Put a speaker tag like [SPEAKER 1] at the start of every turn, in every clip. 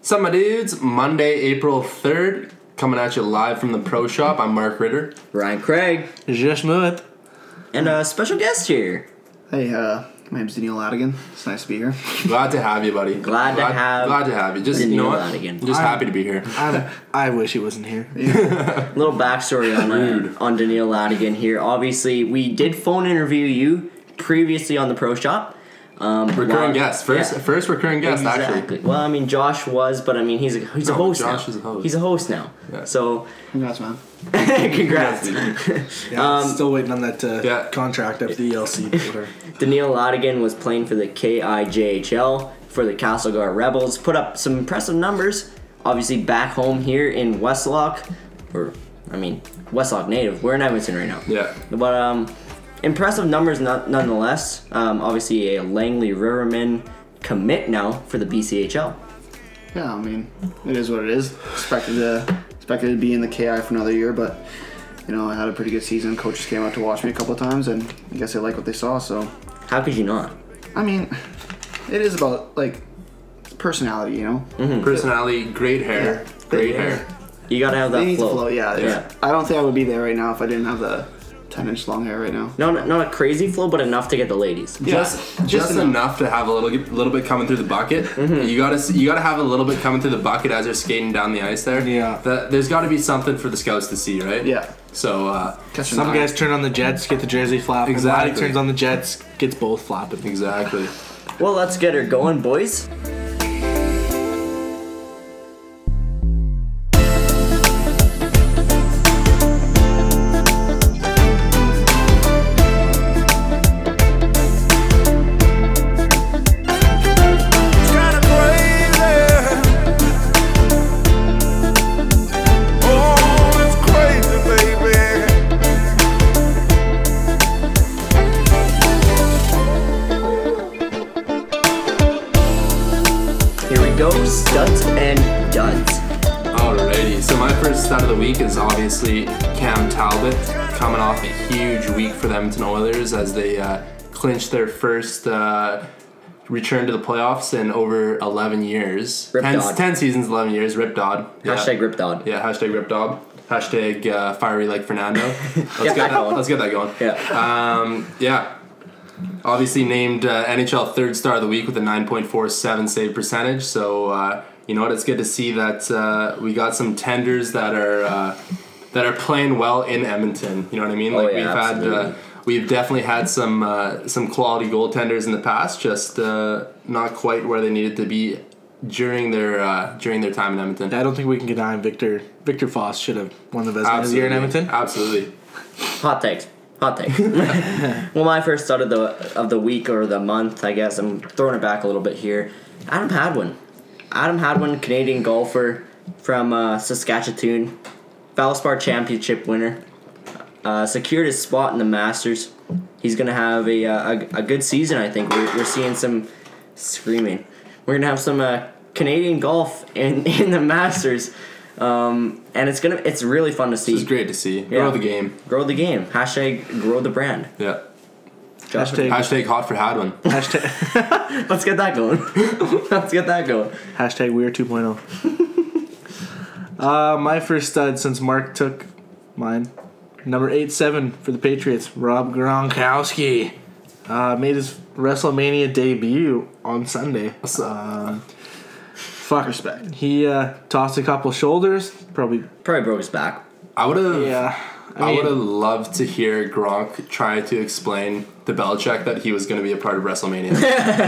[SPEAKER 1] Sup, my dudes? Monday, April 3rd, coming at you live from the Pro Shop. I'm Mark Ritter.
[SPEAKER 2] Ryan Craig,
[SPEAKER 3] Just know it.
[SPEAKER 2] and a special guest here.
[SPEAKER 4] Hey, uh, my name's Daniel Ladigan. It's nice to be here.
[SPEAKER 1] Glad to have you, buddy.
[SPEAKER 2] Glad to have
[SPEAKER 1] Glad to have you. Just you know
[SPEAKER 2] Daniel
[SPEAKER 1] what?
[SPEAKER 2] Ladigan.
[SPEAKER 1] Just happy to be here.
[SPEAKER 3] i I wish he wasn't here.
[SPEAKER 2] A little backstory on uh, on Daniil Ladigan here. Obviously, we did phone interview you previously on the Pro Shop. Um,
[SPEAKER 1] Recurring
[SPEAKER 2] while-
[SPEAKER 1] guest, first
[SPEAKER 2] Yeah,
[SPEAKER 1] first recurring guest
[SPEAKER 2] exactly.
[SPEAKER 1] actually.
[SPEAKER 2] Well, I mean, Josh was, but I mean, he's a he's a
[SPEAKER 1] No,
[SPEAKER 2] host
[SPEAKER 1] Josh
[SPEAKER 2] now.
[SPEAKER 1] is a host.
[SPEAKER 2] He's a host now.
[SPEAKER 1] Yeah.
[SPEAKER 2] So,
[SPEAKER 4] Congrats, man.
[SPEAKER 2] congrats.
[SPEAKER 3] Yeah, still waiting on that uh,
[SPEAKER 1] Yeah.
[SPEAKER 3] contract of the ELC. Whatever.
[SPEAKER 2] Daniil Ladigan was playing for the KIJHL for the Castlegar Rebels. Put up some impressive numbers. Obviously, back home here in Westlock, or I mean, Westlock native. We're in Edmonton right now.
[SPEAKER 1] Yeah.
[SPEAKER 2] But um, impressive numbers not, nonetheless. Um, obviously, a Langley Riverman commit now for the BCHL.
[SPEAKER 4] Yeah, I mean, it is what it is. Expected to expected to be in the KI for another year, but you know, I had a pretty good season. Coaches came out to watch me a couple of times, and I guess they like what they saw. So,
[SPEAKER 2] How could you not?
[SPEAKER 4] I mean, it is about like personality, you know.
[SPEAKER 1] Personality, great hair.
[SPEAKER 4] Yeah.
[SPEAKER 1] Great hair.
[SPEAKER 2] You gotta have that
[SPEAKER 4] They need
[SPEAKER 2] flow.
[SPEAKER 4] to flow. Yeah,
[SPEAKER 2] yeah.
[SPEAKER 4] yeah. I don't think I would be there right now if I didn't have the 10 inch long hair right now.
[SPEAKER 2] Not not a crazy flow, but enough to get the ladies.
[SPEAKER 1] Just, just
[SPEAKER 4] just
[SPEAKER 1] enough. to have a little little bit coming through the bucket. You gotta s- you gotta have a little bit coming through the bucket as you're skating down the ice there.
[SPEAKER 3] Yeah.
[SPEAKER 1] That- there's got to be something for the scouts to see, right?
[SPEAKER 4] Yeah.
[SPEAKER 1] So uh,
[SPEAKER 4] Catch an
[SPEAKER 3] Some
[SPEAKER 4] eye.
[SPEAKER 3] guys turn on the jets, get the jersey flap.
[SPEAKER 1] Exactly.
[SPEAKER 3] Exactly. turns on the jets, gets both flapping.
[SPEAKER 1] exactly.
[SPEAKER 2] Well, let's get her going, boys.
[SPEAKER 5] Kinda crazy. Oh, it's crazy, baby.
[SPEAKER 2] Here we go, studs and duds.
[SPEAKER 1] Alrighty, so my first stat of the week is obviously Cam Talbot coming off a huge week for the Edmonton Oilers as they uh, clinched their first uh, return to the playoffs in over 11 years.
[SPEAKER 2] Rip
[SPEAKER 1] 10,
[SPEAKER 2] Dodd.
[SPEAKER 1] 10 seasons, 11 years. Rip Dodd. Yeah.
[SPEAKER 2] Hashtag Rip Dodd.
[SPEAKER 1] Yeah, hashtag Rip Dodd. Hashtag uh, fiery like Fernando. Let's, get
[SPEAKER 2] that
[SPEAKER 1] that,
[SPEAKER 2] going.
[SPEAKER 1] let's get that going.
[SPEAKER 2] Yeah.
[SPEAKER 1] Yeah. Obviously named uh, NHL third star of the week with a 9.47 save percentage. So uh, you know what? It's good to see that uh, we got some tenders that are uh, that are playing well in Edmonton. You know what I mean?
[SPEAKER 2] Oh,
[SPEAKER 1] like
[SPEAKER 2] yeah,
[SPEAKER 1] we've had
[SPEAKER 2] absolutely.
[SPEAKER 1] uh, we've definitely had some uh, some quality goaltenders in the past, just uh, not quite where they needed to be during their uh, during their time in Edmonton.
[SPEAKER 3] I don't think we can deny Victor. Victor Foss should have won the Vesna this year in Edmonton.
[SPEAKER 1] Absolutely.
[SPEAKER 2] Hot takes. Hot take. well, my first stud of the of the week or the month, I guess. I'm throwing it back a little bit here. Adam Hadwin. Adam Hadwin, Canadian golfer from uh, Saskatchewan, Valspar Championship winner. Uh, secured his spot in the Masters. He's gonna have a uh, a, a good season, I think. We're, we're seeing some screaming. We're gonna have some uh, Canadian golf in in the Masters, um, and it's gonna it's really fun to see.
[SPEAKER 1] It's great to see. Grow
[SPEAKER 2] Yeah.
[SPEAKER 1] the game.
[SPEAKER 2] Grow the game. Hashtag grow the brand.
[SPEAKER 1] Yeah.
[SPEAKER 2] Josh,
[SPEAKER 3] Hashtag,
[SPEAKER 1] Hashtag hot for Hadwin.
[SPEAKER 3] hashtag,
[SPEAKER 2] let's get that going. let's get that going.
[SPEAKER 3] hashtag we're 2.0. oh. uh, my first stud since Mark took mine. Number 8-7 for the Patriots, Rob Gronkowski. Uh, made his WrestleMania debut on Sunday.
[SPEAKER 1] uh,
[SPEAKER 3] Um, fuck.
[SPEAKER 4] Respect.
[SPEAKER 3] He uh, tossed a couple shoulders. Probably.
[SPEAKER 2] Probably broke his back.
[SPEAKER 1] I would have.
[SPEAKER 3] Yeah. I,
[SPEAKER 1] I
[SPEAKER 3] mean,
[SPEAKER 1] would have loved to hear Gronk try to explain to Belichick that he was going to be a part of WrestleMania.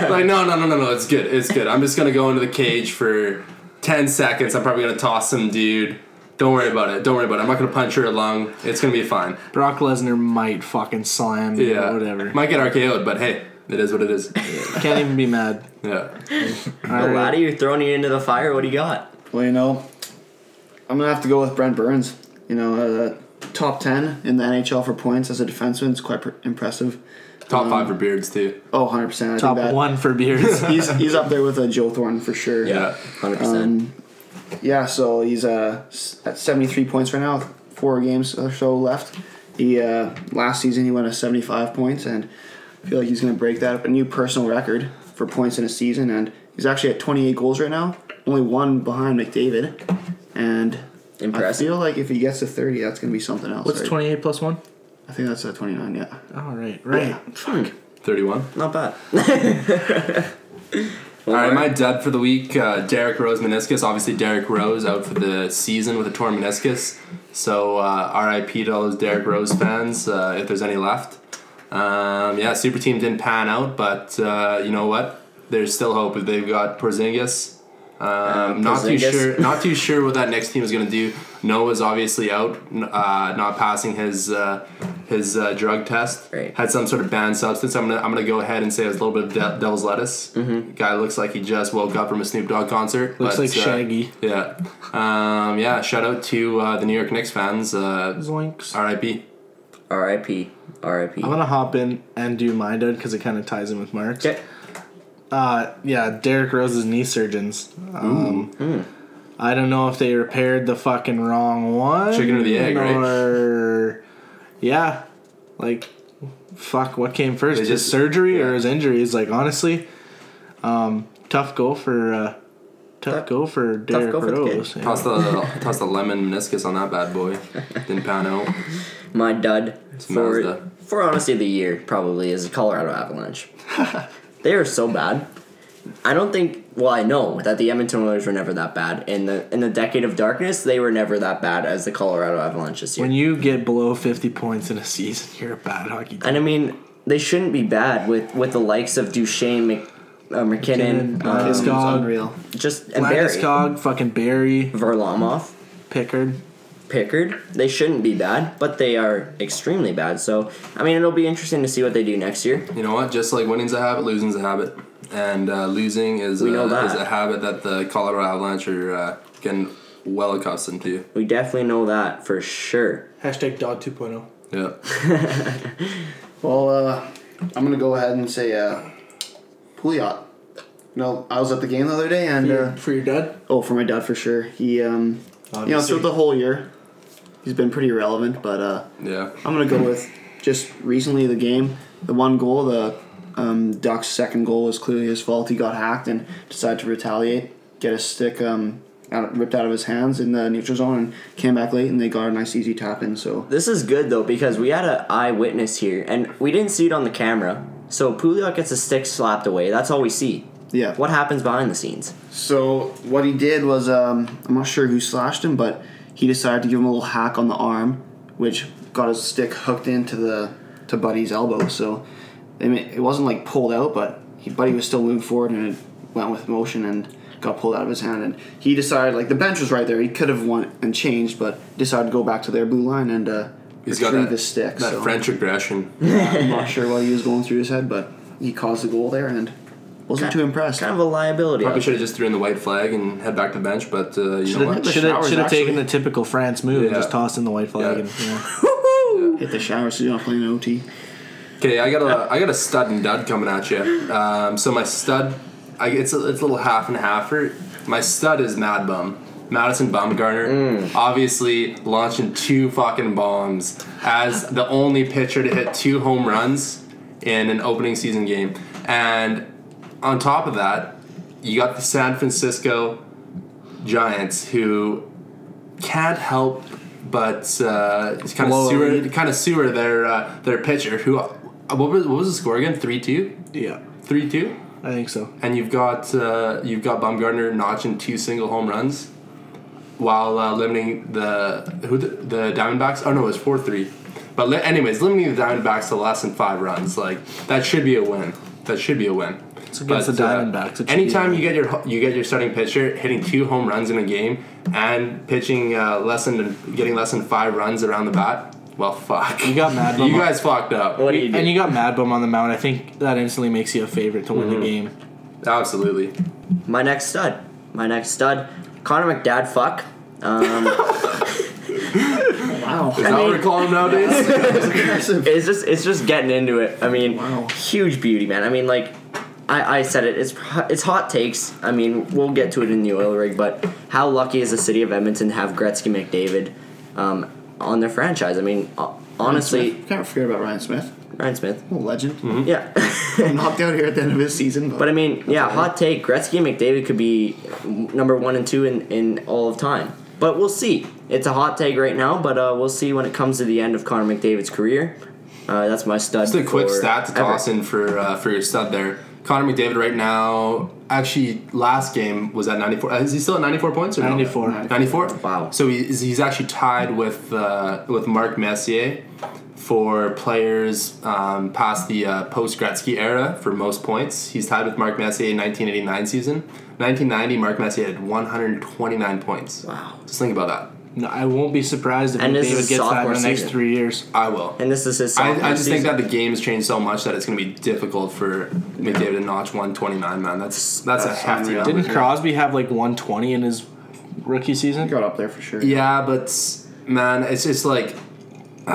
[SPEAKER 1] like, no, no, no, no, no. It's good. It's good. I'm just going to go into the cage for 10 seconds. I'm probably going to toss some dude. Don't worry about it. Don't worry about it. I'm not going to punch your lung. It's going to be fine.
[SPEAKER 3] Brock Lesnar might fucking slam. me
[SPEAKER 1] Yeah.
[SPEAKER 3] Or whatever.
[SPEAKER 1] Might get RKO'd, but hey, it is what it is.
[SPEAKER 3] Can't even be mad.
[SPEAKER 1] Yeah.
[SPEAKER 3] All
[SPEAKER 2] The
[SPEAKER 3] right.
[SPEAKER 2] laddie, you're throwing you into the fire. What do you got?
[SPEAKER 4] Well, you know, I'm gonna have to go with Brent Burns. You know, uh, top ten in the NHL for points as a defenseman is quite pr- impressive.
[SPEAKER 1] Top five for beards, too.
[SPEAKER 4] Oh, 100 percent. I
[SPEAKER 3] Top
[SPEAKER 4] think that,
[SPEAKER 3] one for beards.
[SPEAKER 4] He's he's up there with uh, Joe Thornton for sure.
[SPEAKER 1] Yeah.
[SPEAKER 2] 100%.
[SPEAKER 4] Um, Yeah, so he's uh, s- at 73 points right now, with four games or so left. He uh, last season he went to 75 points, and I feel like he's going to break that a new personal record for points in a season. And he's actually at 28 goals right now, only one behind McDavid, and
[SPEAKER 2] Impressive.
[SPEAKER 4] I feel like if he gets to thirty, that's gonna be something else.
[SPEAKER 3] What's
[SPEAKER 4] right?
[SPEAKER 3] 28 plus 1?
[SPEAKER 4] I think that's at twenty nine. Yeah.
[SPEAKER 3] All right, right.
[SPEAKER 2] Fuck.
[SPEAKER 1] 31.
[SPEAKER 2] Not bad.
[SPEAKER 1] All right, my dud for the week, uh, Derek Rose meniscus. Obviously, Derek Rose out for the season with a torn meniscus. So, uh, RIP to all those Derek Rose fans, uh, if there's any left. Um, yeah, Super Team didn't pan out, but uh, you know what? There's still hope if they've got Porzingis. Um, not too
[SPEAKER 2] Porzingis.
[SPEAKER 1] sure. Not too sure what that next team is going to do. Noah's obviously out, n- uh, not passing his uh, his uh, drug test.
[SPEAKER 2] Right.
[SPEAKER 1] Had some sort of banned substance. I'm gonna I'm gonna go ahead and say it was a little bit of de- devil's lettuce. Guy looks like he just woke up from a Snoop Dogg concert.
[SPEAKER 3] Looks
[SPEAKER 1] but,
[SPEAKER 3] like
[SPEAKER 1] uh,
[SPEAKER 3] Shaggy.
[SPEAKER 1] yeah. Um, yeah. Shout out to uh, the New York Knicks fans. Uh,
[SPEAKER 3] Zoinks.
[SPEAKER 1] R.I.P.
[SPEAKER 2] R.I.P. R.I.P.
[SPEAKER 3] I'm gonna hop in and do my dud because it kind of ties in with Mark's.
[SPEAKER 2] Okay.
[SPEAKER 3] Uh, yeah, Derek Rose's knee surgeons. Um,
[SPEAKER 1] hmm.
[SPEAKER 3] I don't know if they repaired the fucking wrong one.
[SPEAKER 1] Chicken or the egg, right?
[SPEAKER 3] or- Yeah. Like, fuck, what came first?
[SPEAKER 1] They
[SPEAKER 3] his
[SPEAKER 1] just-
[SPEAKER 3] surgery or
[SPEAKER 1] yeah.
[SPEAKER 3] his injuries? Like, honestly, um, tough go for, uh, tough
[SPEAKER 2] Tough-
[SPEAKER 3] go for Derek
[SPEAKER 2] go for the kid.
[SPEAKER 3] Rose. yeah.
[SPEAKER 1] Toss the toss the lemon meniscus on that bad boy. Didn't pan out.
[SPEAKER 2] My dud for,
[SPEAKER 1] Mazda.
[SPEAKER 2] for honestly the year probably is the Colorado Avalanche. they are so bad. I don't think. Well, I know that the Edmonton Oilers were never that bad in the in the decade of darkness. They were never that bad as the Colorado Avalanche this year.
[SPEAKER 3] When you get below 50 points in a season, you're a bad hockey team.
[SPEAKER 2] and I mean, they shouldn't be bad with with the likes of Duchesne, Mc, uh, McKinnon,
[SPEAKER 3] McKinnon,
[SPEAKER 2] um,
[SPEAKER 3] This Landeskog.
[SPEAKER 4] This
[SPEAKER 3] guy-
[SPEAKER 4] was unreal.
[SPEAKER 2] just and Barry,
[SPEAKER 3] Landeskog, fucking Barry,
[SPEAKER 2] Varlamov.
[SPEAKER 3] Pickard.
[SPEAKER 2] Pickard. They shouldn't be bad, but they are extremely bad. So, I mean, it'll be interesting to see what they do next year.
[SPEAKER 1] You know what? Just like winning's a habit, losing's a habit, and uh, losing is
[SPEAKER 2] We know
[SPEAKER 1] uh,
[SPEAKER 2] that.
[SPEAKER 1] is a habit that the Colorado Avalanche are uh, getting well accustomed to.
[SPEAKER 2] We definitely know that for sure.
[SPEAKER 3] Hashtag Dodd
[SPEAKER 2] oh.
[SPEAKER 3] 2.0.
[SPEAKER 1] Yeah.
[SPEAKER 4] Well, uh, I'm gonna go ahead and say uh, Pouliot. No, I was at the game the other day, and uh,
[SPEAKER 3] For your dud?
[SPEAKER 4] oh, for my dad for sure. He, um, you know,
[SPEAKER 3] Obviously.
[SPEAKER 4] throughout the whole year, he's been pretty irrelevant. But uh,
[SPEAKER 1] Yeah.
[SPEAKER 4] I'm gonna go with just recently the game, the one goal, the um, Ducks' second goal was clearly his fault. He got hacked and decided to retaliate, get a stick um, out, ripped out of his hands in the neutral zone, and came back late, and they got a nice easy tap in. So
[SPEAKER 2] This is good though because we had an eyewitness here, and we didn't see it on the camera. So Puliot gets a stick slapped away. That's all we see.
[SPEAKER 4] yeah,
[SPEAKER 2] What happens behind the scenes?
[SPEAKER 4] So what he did was, um, I'm not sure who slashed him, but he decided to give him a little hack on the arm, which got his stick hooked into the to Buddy's elbow. So I mean, it wasn't like pulled out, but he, Buddy was still moving forward, and it went with motion and got pulled out of his hand. And he decided, like the bench was right there, he could have won and changed, but decided to go back to their blue line and uh,
[SPEAKER 1] He's got
[SPEAKER 4] retrieve
[SPEAKER 1] that,
[SPEAKER 4] his stick.
[SPEAKER 1] that
[SPEAKER 4] so
[SPEAKER 1] French aggression.
[SPEAKER 4] I'm not sure what he was going through his head, but he caused the goal there and wasn't too impressed.
[SPEAKER 2] Kind of a liability.
[SPEAKER 1] Probably should have just threw in the white flag and head back to the bench, but uh, you know
[SPEAKER 3] Should
[SPEAKER 1] what?
[SPEAKER 4] the
[SPEAKER 3] have
[SPEAKER 4] showers,
[SPEAKER 3] should have taken
[SPEAKER 4] actually.
[SPEAKER 3] the typical France move and
[SPEAKER 1] Yeah.
[SPEAKER 3] just tossed in the white flag.
[SPEAKER 1] Yeah.
[SPEAKER 3] And, you know.
[SPEAKER 4] Hit the shower so you're not playing OT.
[SPEAKER 1] Okay, I got a I got a stud and dud coming at you. Um, so my stud, I, it's a, it's a little half and halfer. My stud is Mad Bum, Madison Bumgarner. Obviously launching two fucking bombs as the only pitcher to hit two home runs in an opening season game, and on top of that, you got the San Francisco Giants who can't help but uh, kind
[SPEAKER 3] Blow
[SPEAKER 1] of
[SPEAKER 3] a
[SPEAKER 1] sewer
[SPEAKER 3] lead.
[SPEAKER 1] kind of sewer their uh, their pitcher who uh, what was what was the score again 3-2
[SPEAKER 3] yeah,
[SPEAKER 1] 3-2
[SPEAKER 3] I think so.
[SPEAKER 1] and you've got uh, you've got Bumgarner notching two single home runs while uh, limiting the who the, the Diamondbacks oh no it was 4-3 but li- anyways limiting the Diamondbacks to less than 5 runs like that should be a win that should be a win it's
[SPEAKER 3] against the Diamondbacks, it should be a
[SPEAKER 1] anytime
[SPEAKER 3] win.
[SPEAKER 1] you get your you get your starting pitcher hitting two home runs in a game and pitching uh, less than getting less than five runs around the bat. Well, fuck.
[SPEAKER 3] You got Mad Bum
[SPEAKER 1] You
[SPEAKER 3] on-
[SPEAKER 1] guys fucked up.
[SPEAKER 2] What do you do?
[SPEAKER 3] And you got Mad Bum on the mound. I think that instantly makes you a favorite to win
[SPEAKER 2] Mm-hmm.
[SPEAKER 3] the game.
[SPEAKER 1] Absolutely.
[SPEAKER 2] My next stud. My next stud. Connor McDad. Fuck. Um,
[SPEAKER 4] Wow.
[SPEAKER 1] Is that what we're calling him nowadays?
[SPEAKER 2] it's just it's just getting into it. I mean, huge beauty, man. I mean, like I, I said it. It's pro- it's hot takes. I mean, we'll get to it in the oil rig, but how lucky is the city of Edmonton to have Gretzky McDavid um, on their franchise? I mean, ho- honestly,
[SPEAKER 4] Can't forget about Ryan Smith.
[SPEAKER 2] Ryan Smith.
[SPEAKER 4] legend.
[SPEAKER 1] Hmm?
[SPEAKER 2] Yeah.
[SPEAKER 4] Knocked out here at the end of his season.
[SPEAKER 2] but I mean, yeah, hot take. Gretzky and McDavid could be number one and two in, in all of time. But we'll see. It's a hot take right now, but uh, we'll see when it comes to the end of Connor McDavid's career. Uh, that's my stud.
[SPEAKER 1] Just a quick
[SPEAKER 2] for
[SPEAKER 1] stat to
[SPEAKER 2] ever.
[SPEAKER 1] toss in for uh, for your stud there. Connor McDavid right now, actually last game was at 94. Uh, Is he still at 94 points or no?
[SPEAKER 3] 94.
[SPEAKER 1] 94.
[SPEAKER 2] Wow.
[SPEAKER 1] So he's, he's actually tied with uh, with Mark Messier for players um, past the uh, post Gretzky era for most points. He's tied with Mark Messier in 1989 season. 1990, Mark Messier had 129 points.
[SPEAKER 2] Wow.
[SPEAKER 1] Just think about that.
[SPEAKER 3] No, I won't be surprised if
[SPEAKER 2] And this is
[SPEAKER 3] David gets that in
[SPEAKER 2] sophomore
[SPEAKER 3] the next
[SPEAKER 2] season.
[SPEAKER 3] three years.
[SPEAKER 1] I will.
[SPEAKER 2] And this is his. sophomore
[SPEAKER 1] I, I just think
[SPEAKER 2] season.
[SPEAKER 1] that the game's changed so much that it's going to be difficult for McDavid to notch 129, man. That's that's,
[SPEAKER 4] That's
[SPEAKER 1] a hefty
[SPEAKER 4] unreal.
[SPEAKER 1] number.
[SPEAKER 3] Didn't Crosby have like 120 in his rookie season?
[SPEAKER 4] got up there for sure.
[SPEAKER 1] Yeah, but man, it's just like uh,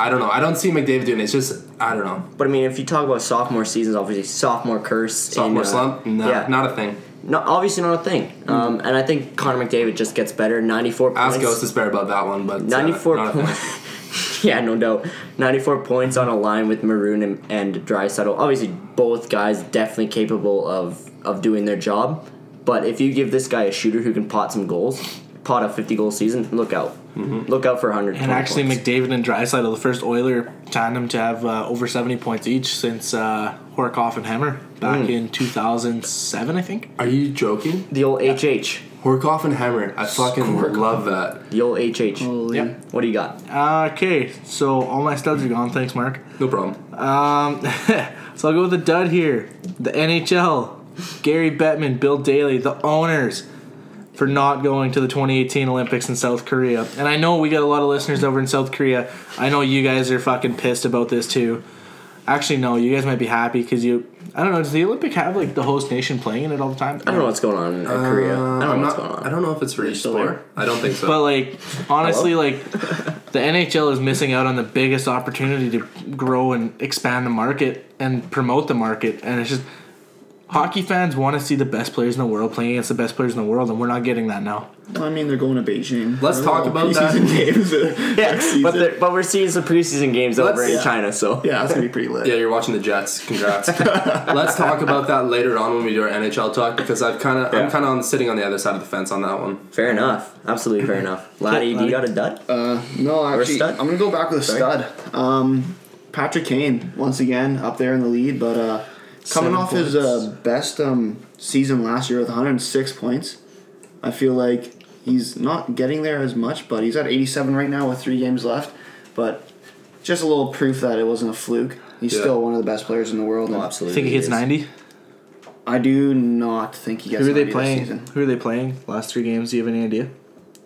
[SPEAKER 1] I don't know. I don't see McDavid doing. It. It's just I don't know.
[SPEAKER 2] But I mean, if you talk about sophomore seasons, obviously sophomore curse, in,
[SPEAKER 1] Sophomore
[SPEAKER 2] uh,
[SPEAKER 1] slump? No, Mm.
[SPEAKER 2] yeah,
[SPEAKER 1] not a thing.
[SPEAKER 2] no, obviously not a thing. Um, and I think Connor McDavid just gets better. Ninety-four points.
[SPEAKER 1] Ask Ghost Despair about that one, but uh,
[SPEAKER 2] 94
[SPEAKER 1] not a thing.
[SPEAKER 2] points. yeah, no doubt. 94 points on a line with Maroon and, and Drysaddle. Obviously, both guys definitely capable of, of doing their job. But if you give this guy a shooter who can pot some goals, pot a 50 goal season, look out.
[SPEAKER 1] Mm-hmm.
[SPEAKER 2] Look out for 100.
[SPEAKER 3] And actually,
[SPEAKER 2] points.
[SPEAKER 3] McDavid and Drysdale are the first Oiler tandem to have uh, over 70 points each since uh, Horkoff and Hammer back
[SPEAKER 2] Mm.
[SPEAKER 3] in 2007, I think.
[SPEAKER 1] Are you joking?
[SPEAKER 2] the old HH.
[SPEAKER 1] Horkoff and Hammer. I fucking love that.
[SPEAKER 2] The old HH.
[SPEAKER 4] Holy.
[SPEAKER 3] Yeah.
[SPEAKER 2] What do you got?
[SPEAKER 3] Uh, okay, so all my studs are gone. Thanks, Mark.
[SPEAKER 1] No problem.
[SPEAKER 3] Um, so I'll go with the dud here. The NHL, Gary Bettman, Bill Daly, the owners for not going to the 2018 Olympics in South Korea. And I know we got a lot of listeners over in South Korea. I know you guys are fucking pissed about this too. Actually, no, you guys might be happy because you. I don't know. Does the Olympic have like the host nation playing in it all the time?
[SPEAKER 2] I don't know what's going on in Korea. I
[SPEAKER 1] I'm
[SPEAKER 2] don't know what's
[SPEAKER 1] not-
[SPEAKER 2] going on.
[SPEAKER 1] I don't know if it's for each
[SPEAKER 4] still
[SPEAKER 1] sport. I don't think so.
[SPEAKER 3] But like, honestly, like, the NHL is missing out on the biggest opportunity to grow and expand the market and promote the market, and it's just hockey fans want to see the best players in the world playing against the best players in the world, and we're not getting that now.
[SPEAKER 4] I mean, they're going to Beijing.
[SPEAKER 1] Let's
[SPEAKER 4] They're
[SPEAKER 1] talk
[SPEAKER 4] all
[SPEAKER 1] about
[SPEAKER 4] preseason games.
[SPEAKER 2] yeah,
[SPEAKER 4] Next
[SPEAKER 2] but,
[SPEAKER 4] season.
[SPEAKER 2] they're- but we're seeing some preseason games over in
[SPEAKER 1] Let's-
[SPEAKER 2] China, so.
[SPEAKER 4] yeah, that's gonna be pretty lit.
[SPEAKER 1] Yeah, you're watching the Jets. Congrats. Let's talk about that later on when we do our NHL talk because I've kind of I'm
[SPEAKER 2] Yeah.
[SPEAKER 1] kind of sitting on the other side of the fence on that one.
[SPEAKER 2] Fair enough. Absolutely fair enough. Laddie, do you got a dud?
[SPEAKER 4] Uh, no, actually,
[SPEAKER 2] stud?
[SPEAKER 4] I'm gonna go back with a stud. Um, Patrick Kane once again up there in the lead, but uh, coming
[SPEAKER 3] Seven
[SPEAKER 4] off his
[SPEAKER 3] points.
[SPEAKER 4] uh, best um, season last year with 106 points, I feel like he's not getting there as much. But he's at 87 right now with three games left. But just a little proof that it wasn't a fluke. He's
[SPEAKER 1] Yeah.
[SPEAKER 4] still one of the best players in the world. and
[SPEAKER 2] absolutely.
[SPEAKER 3] think he hits
[SPEAKER 2] is.
[SPEAKER 3] ninety.
[SPEAKER 4] I do not think he gets.
[SPEAKER 3] Who are they
[SPEAKER 4] 90 this
[SPEAKER 3] playing?
[SPEAKER 4] season.
[SPEAKER 3] Who are they playing? Last three games. Do you have any idea?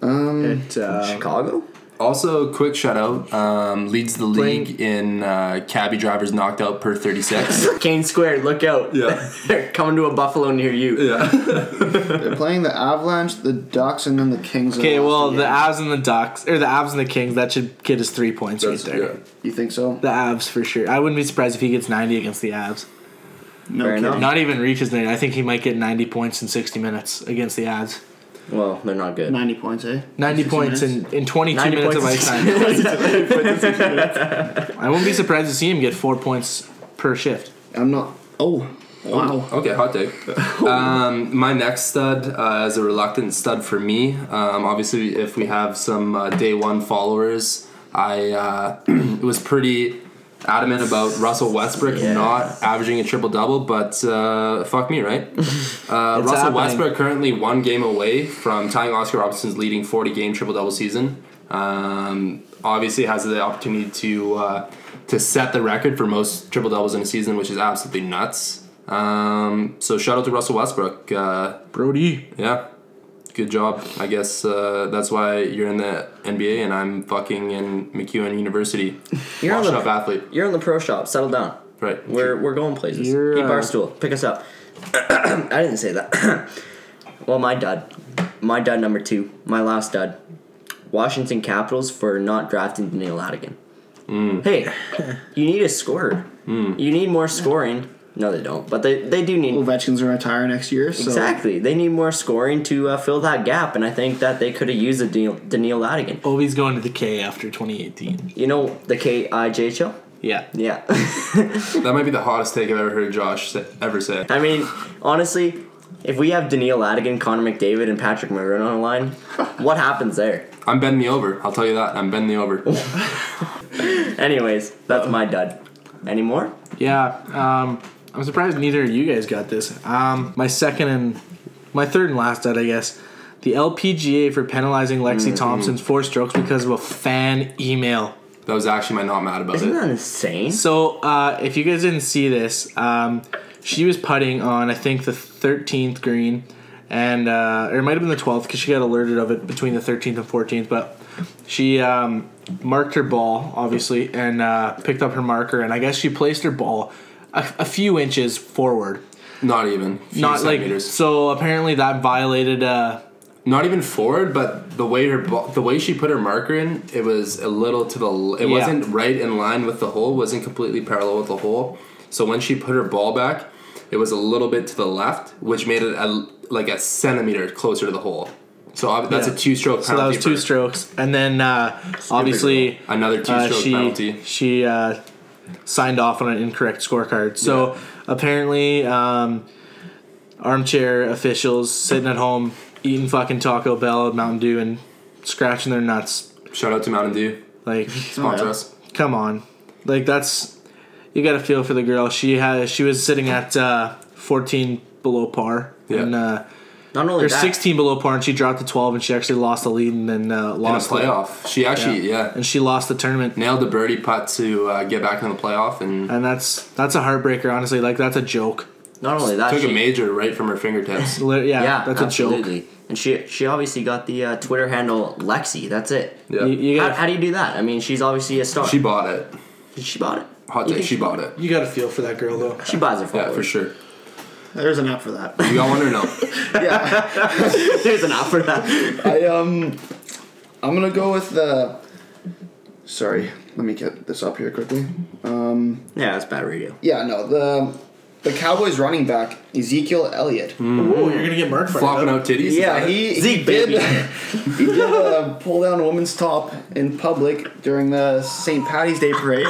[SPEAKER 4] Um,
[SPEAKER 3] It, uh,
[SPEAKER 2] Chicago?
[SPEAKER 1] Also, quick shout out um, leads the
[SPEAKER 3] Playing-
[SPEAKER 1] league in uh, cabbie drivers knocked out per 36.
[SPEAKER 2] Kane Square, look out.
[SPEAKER 1] Yeah.
[SPEAKER 2] They're coming to a Buffalo near you.
[SPEAKER 1] yeah,
[SPEAKER 4] They're playing the Avalanche, the Ducks, and then the Kings. in the
[SPEAKER 3] okay,
[SPEAKER 4] last
[SPEAKER 3] well,
[SPEAKER 4] two
[SPEAKER 3] the
[SPEAKER 4] games.
[SPEAKER 3] Avs and the Ducks, or the Avs and the Kings. That should get us three points
[SPEAKER 1] That's-
[SPEAKER 3] right there.
[SPEAKER 1] yeah.
[SPEAKER 4] You think so?
[SPEAKER 3] The Avs for sure. I wouldn't be surprised if he gets ninety against the Avs.
[SPEAKER 4] No
[SPEAKER 2] Fair
[SPEAKER 4] kidding.
[SPEAKER 2] enough.
[SPEAKER 3] Not even reaches ninety. I think he might get ninety points in sixty minutes against the Avs.
[SPEAKER 2] Well, they're not good.
[SPEAKER 4] 90 points, eh?
[SPEAKER 3] 90
[SPEAKER 4] 60
[SPEAKER 3] points
[SPEAKER 4] minutes.
[SPEAKER 3] in, in 22
[SPEAKER 2] 90
[SPEAKER 3] minutes of ice
[SPEAKER 2] points.
[SPEAKER 3] time. I wouldn't be surprised to see him get four points per shift.
[SPEAKER 4] I'm not. Oh, wow.
[SPEAKER 1] Okay, hot take. Um, my next stud uh, is a reluctant stud for me. Um, obviously, if we have some uh, day one followers, I uh, was pretty adamant about Russell Westbrook not averaging a triple double, but uh, fuck me, right? Uh, Russell
[SPEAKER 3] happening.
[SPEAKER 1] Westbrook currently one game away from tying Oscar Robinson's leading 40 game triple double season. Um, obviously, has the opportunity to uh, to set the record for most triple doubles in a season, which is absolutely nuts. Um, so shout out to Russell Westbrook. Uh,
[SPEAKER 3] Brody.
[SPEAKER 1] yeah, good job. I guess uh, that's why you're in the NBA and I'm fucking in McEwen University.
[SPEAKER 2] You're on
[SPEAKER 1] Washed
[SPEAKER 2] the-
[SPEAKER 1] up athlete,
[SPEAKER 2] You're in the pro shop. Settle down.
[SPEAKER 1] right?
[SPEAKER 2] We're, we're going places.
[SPEAKER 3] You're,
[SPEAKER 2] hey,
[SPEAKER 3] uh,
[SPEAKER 2] Barstool, pick us up. I didn't say that. well, my dud. My dud number two. My last dud. Washington Capitals for not drafting Daniel Ladigan.
[SPEAKER 3] Mm.
[SPEAKER 2] Hey, you need a scorer. You need more scoring. No, they don't. But they, they do need
[SPEAKER 4] Ovechkin's going to retire next year, so.
[SPEAKER 2] Exactly. They need more scoring to uh, fill that gap, and I think that they could have used a Daniel, Daniel Ladigan.
[SPEAKER 3] Ovi's going to the K after 2018.
[SPEAKER 2] You know the KIJHL?
[SPEAKER 3] Yeah.
[SPEAKER 2] Yeah.
[SPEAKER 1] That might be the hottest take I've ever heard Josh say, ever say.
[SPEAKER 2] I mean, honestly, if we have Daniil Ladigan, Connor McDavid, and Patrick Maroon on the line, what happens there?
[SPEAKER 1] I'm bending the over. I'll tell you that. I'm bending the over.
[SPEAKER 2] Anyways, that's my dud. Any more?
[SPEAKER 3] Yeah. Um, I'm surprised neither of you guys got this. Um, my second and my third and last dud, I guess. The LPGA for penalizing Lexi Thompson's four strokes because of a fan email.
[SPEAKER 1] That was actually my not mad about
[SPEAKER 2] Isn't
[SPEAKER 1] it.
[SPEAKER 2] that insane?
[SPEAKER 3] So, uh, if you guys didn't see this, um, she was putting on, I think, the 13th green, and uh, or it might have been the 12th because she got alerted of it between the 13th and 14th. But she um, marked her ball, obviously, and uh, picked up her marker, and I guess she placed her ball a, a few inches forward.
[SPEAKER 1] Not even. Few
[SPEAKER 3] Not like
[SPEAKER 1] centimeters.
[SPEAKER 3] so. Apparently, that violated. Uh,
[SPEAKER 1] not even forward, but the way her ball, the way she put her marker in, it was a little to the. l- It
[SPEAKER 3] Yeah.
[SPEAKER 1] wasn't right in line with the hole. wasn't completely parallel with the hole. So when she put her ball back, it was a little bit to the left, which made it a, l- like a centimeter closer to the hole. So ob- that's
[SPEAKER 3] Yeah.
[SPEAKER 1] a two-stroke penalty.
[SPEAKER 3] so that was two
[SPEAKER 1] for
[SPEAKER 3] strokes, and then uh, obviously.
[SPEAKER 1] Another
[SPEAKER 3] Uh,
[SPEAKER 1] two-stroke
[SPEAKER 3] she
[SPEAKER 1] penalty.
[SPEAKER 3] she uh, signed off on an incorrect scorecard. So apparently, um, armchair officials sitting at home eating fucking Taco Bell and Mountain Dew and scratching their nuts.
[SPEAKER 1] Shout out to Mountain Dew.
[SPEAKER 3] Like,
[SPEAKER 1] Sponsor
[SPEAKER 4] yeah.
[SPEAKER 1] us.
[SPEAKER 3] come on, like that's you got to feel for the girl. She had she was sitting at uh, fourteen below par.
[SPEAKER 1] Yeah.
[SPEAKER 3] And, uh,
[SPEAKER 2] Not only
[SPEAKER 3] or
[SPEAKER 2] that,
[SPEAKER 3] 16 below par, and she dropped to 12, and she actually lost the lead, and then uh,
[SPEAKER 1] In a
[SPEAKER 3] lost the-
[SPEAKER 1] playoff, she actually yeah,
[SPEAKER 3] and she lost the tournament.
[SPEAKER 1] nailed the birdie putt to uh, get back in the playoff and
[SPEAKER 3] And that's that's a heartbreaker, honestly. Like that's a joke.
[SPEAKER 2] not only
[SPEAKER 3] Uh,
[SPEAKER 2] that,
[SPEAKER 1] took
[SPEAKER 2] she,
[SPEAKER 1] a major right from her fingertips.
[SPEAKER 3] Li- Yeah,
[SPEAKER 2] yeah,
[SPEAKER 3] that's a joke.
[SPEAKER 2] absolutely. And she she obviously got the uh, Twitter handle Lexi. That's it.
[SPEAKER 1] Yeah.
[SPEAKER 3] You, you
[SPEAKER 2] How,
[SPEAKER 3] gotta,
[SPEAKER 2] how do you do that? I mean, she's obviously a star.
[SPEAKER 1] She bought it.
[SPEAKER 2] She bought it.
[SPEAKER 1] Hot
[SPEAKER 2] You
[SPEAKER 1] take.
[SPEAKER 2] think
[SPEAKER 1] She bought it.
[SPEAKER 3] you gotta feel for that girl though.
[SPEAKER 2] She buys it for
[SPEAKER 1] Yeah, for sure.
[SPEAKER 4] There's an app for that.
[SPEAKER 1] You got one or no?
[SPEAKER 2] There's an app for that.
[SPEAKER 4] I um, I'm gonna go with the. Sorry, let me get this up here quickly. Um,
[SPEAKER 2] Yeah, that's bad radio.
[SPEAKER 4] yeah, no the the Cowboys running back Ezekiel Elliott.
[SPEAKER 3] Ooh, you're gonna get murked for
[SPEAKER 1] Flopping out titties. is
[SPEAKER 4] Yeah,
[SPEAKER 1] that it?
[SPEAKER 4] he, he
[SPEAKER 2] Zeke,
[SPEAKER 4] did
[SPEAKER 2] baby.
[SPEAKER 4] he did uh, pull down a woman's top in public during the St. Patty's Day parade.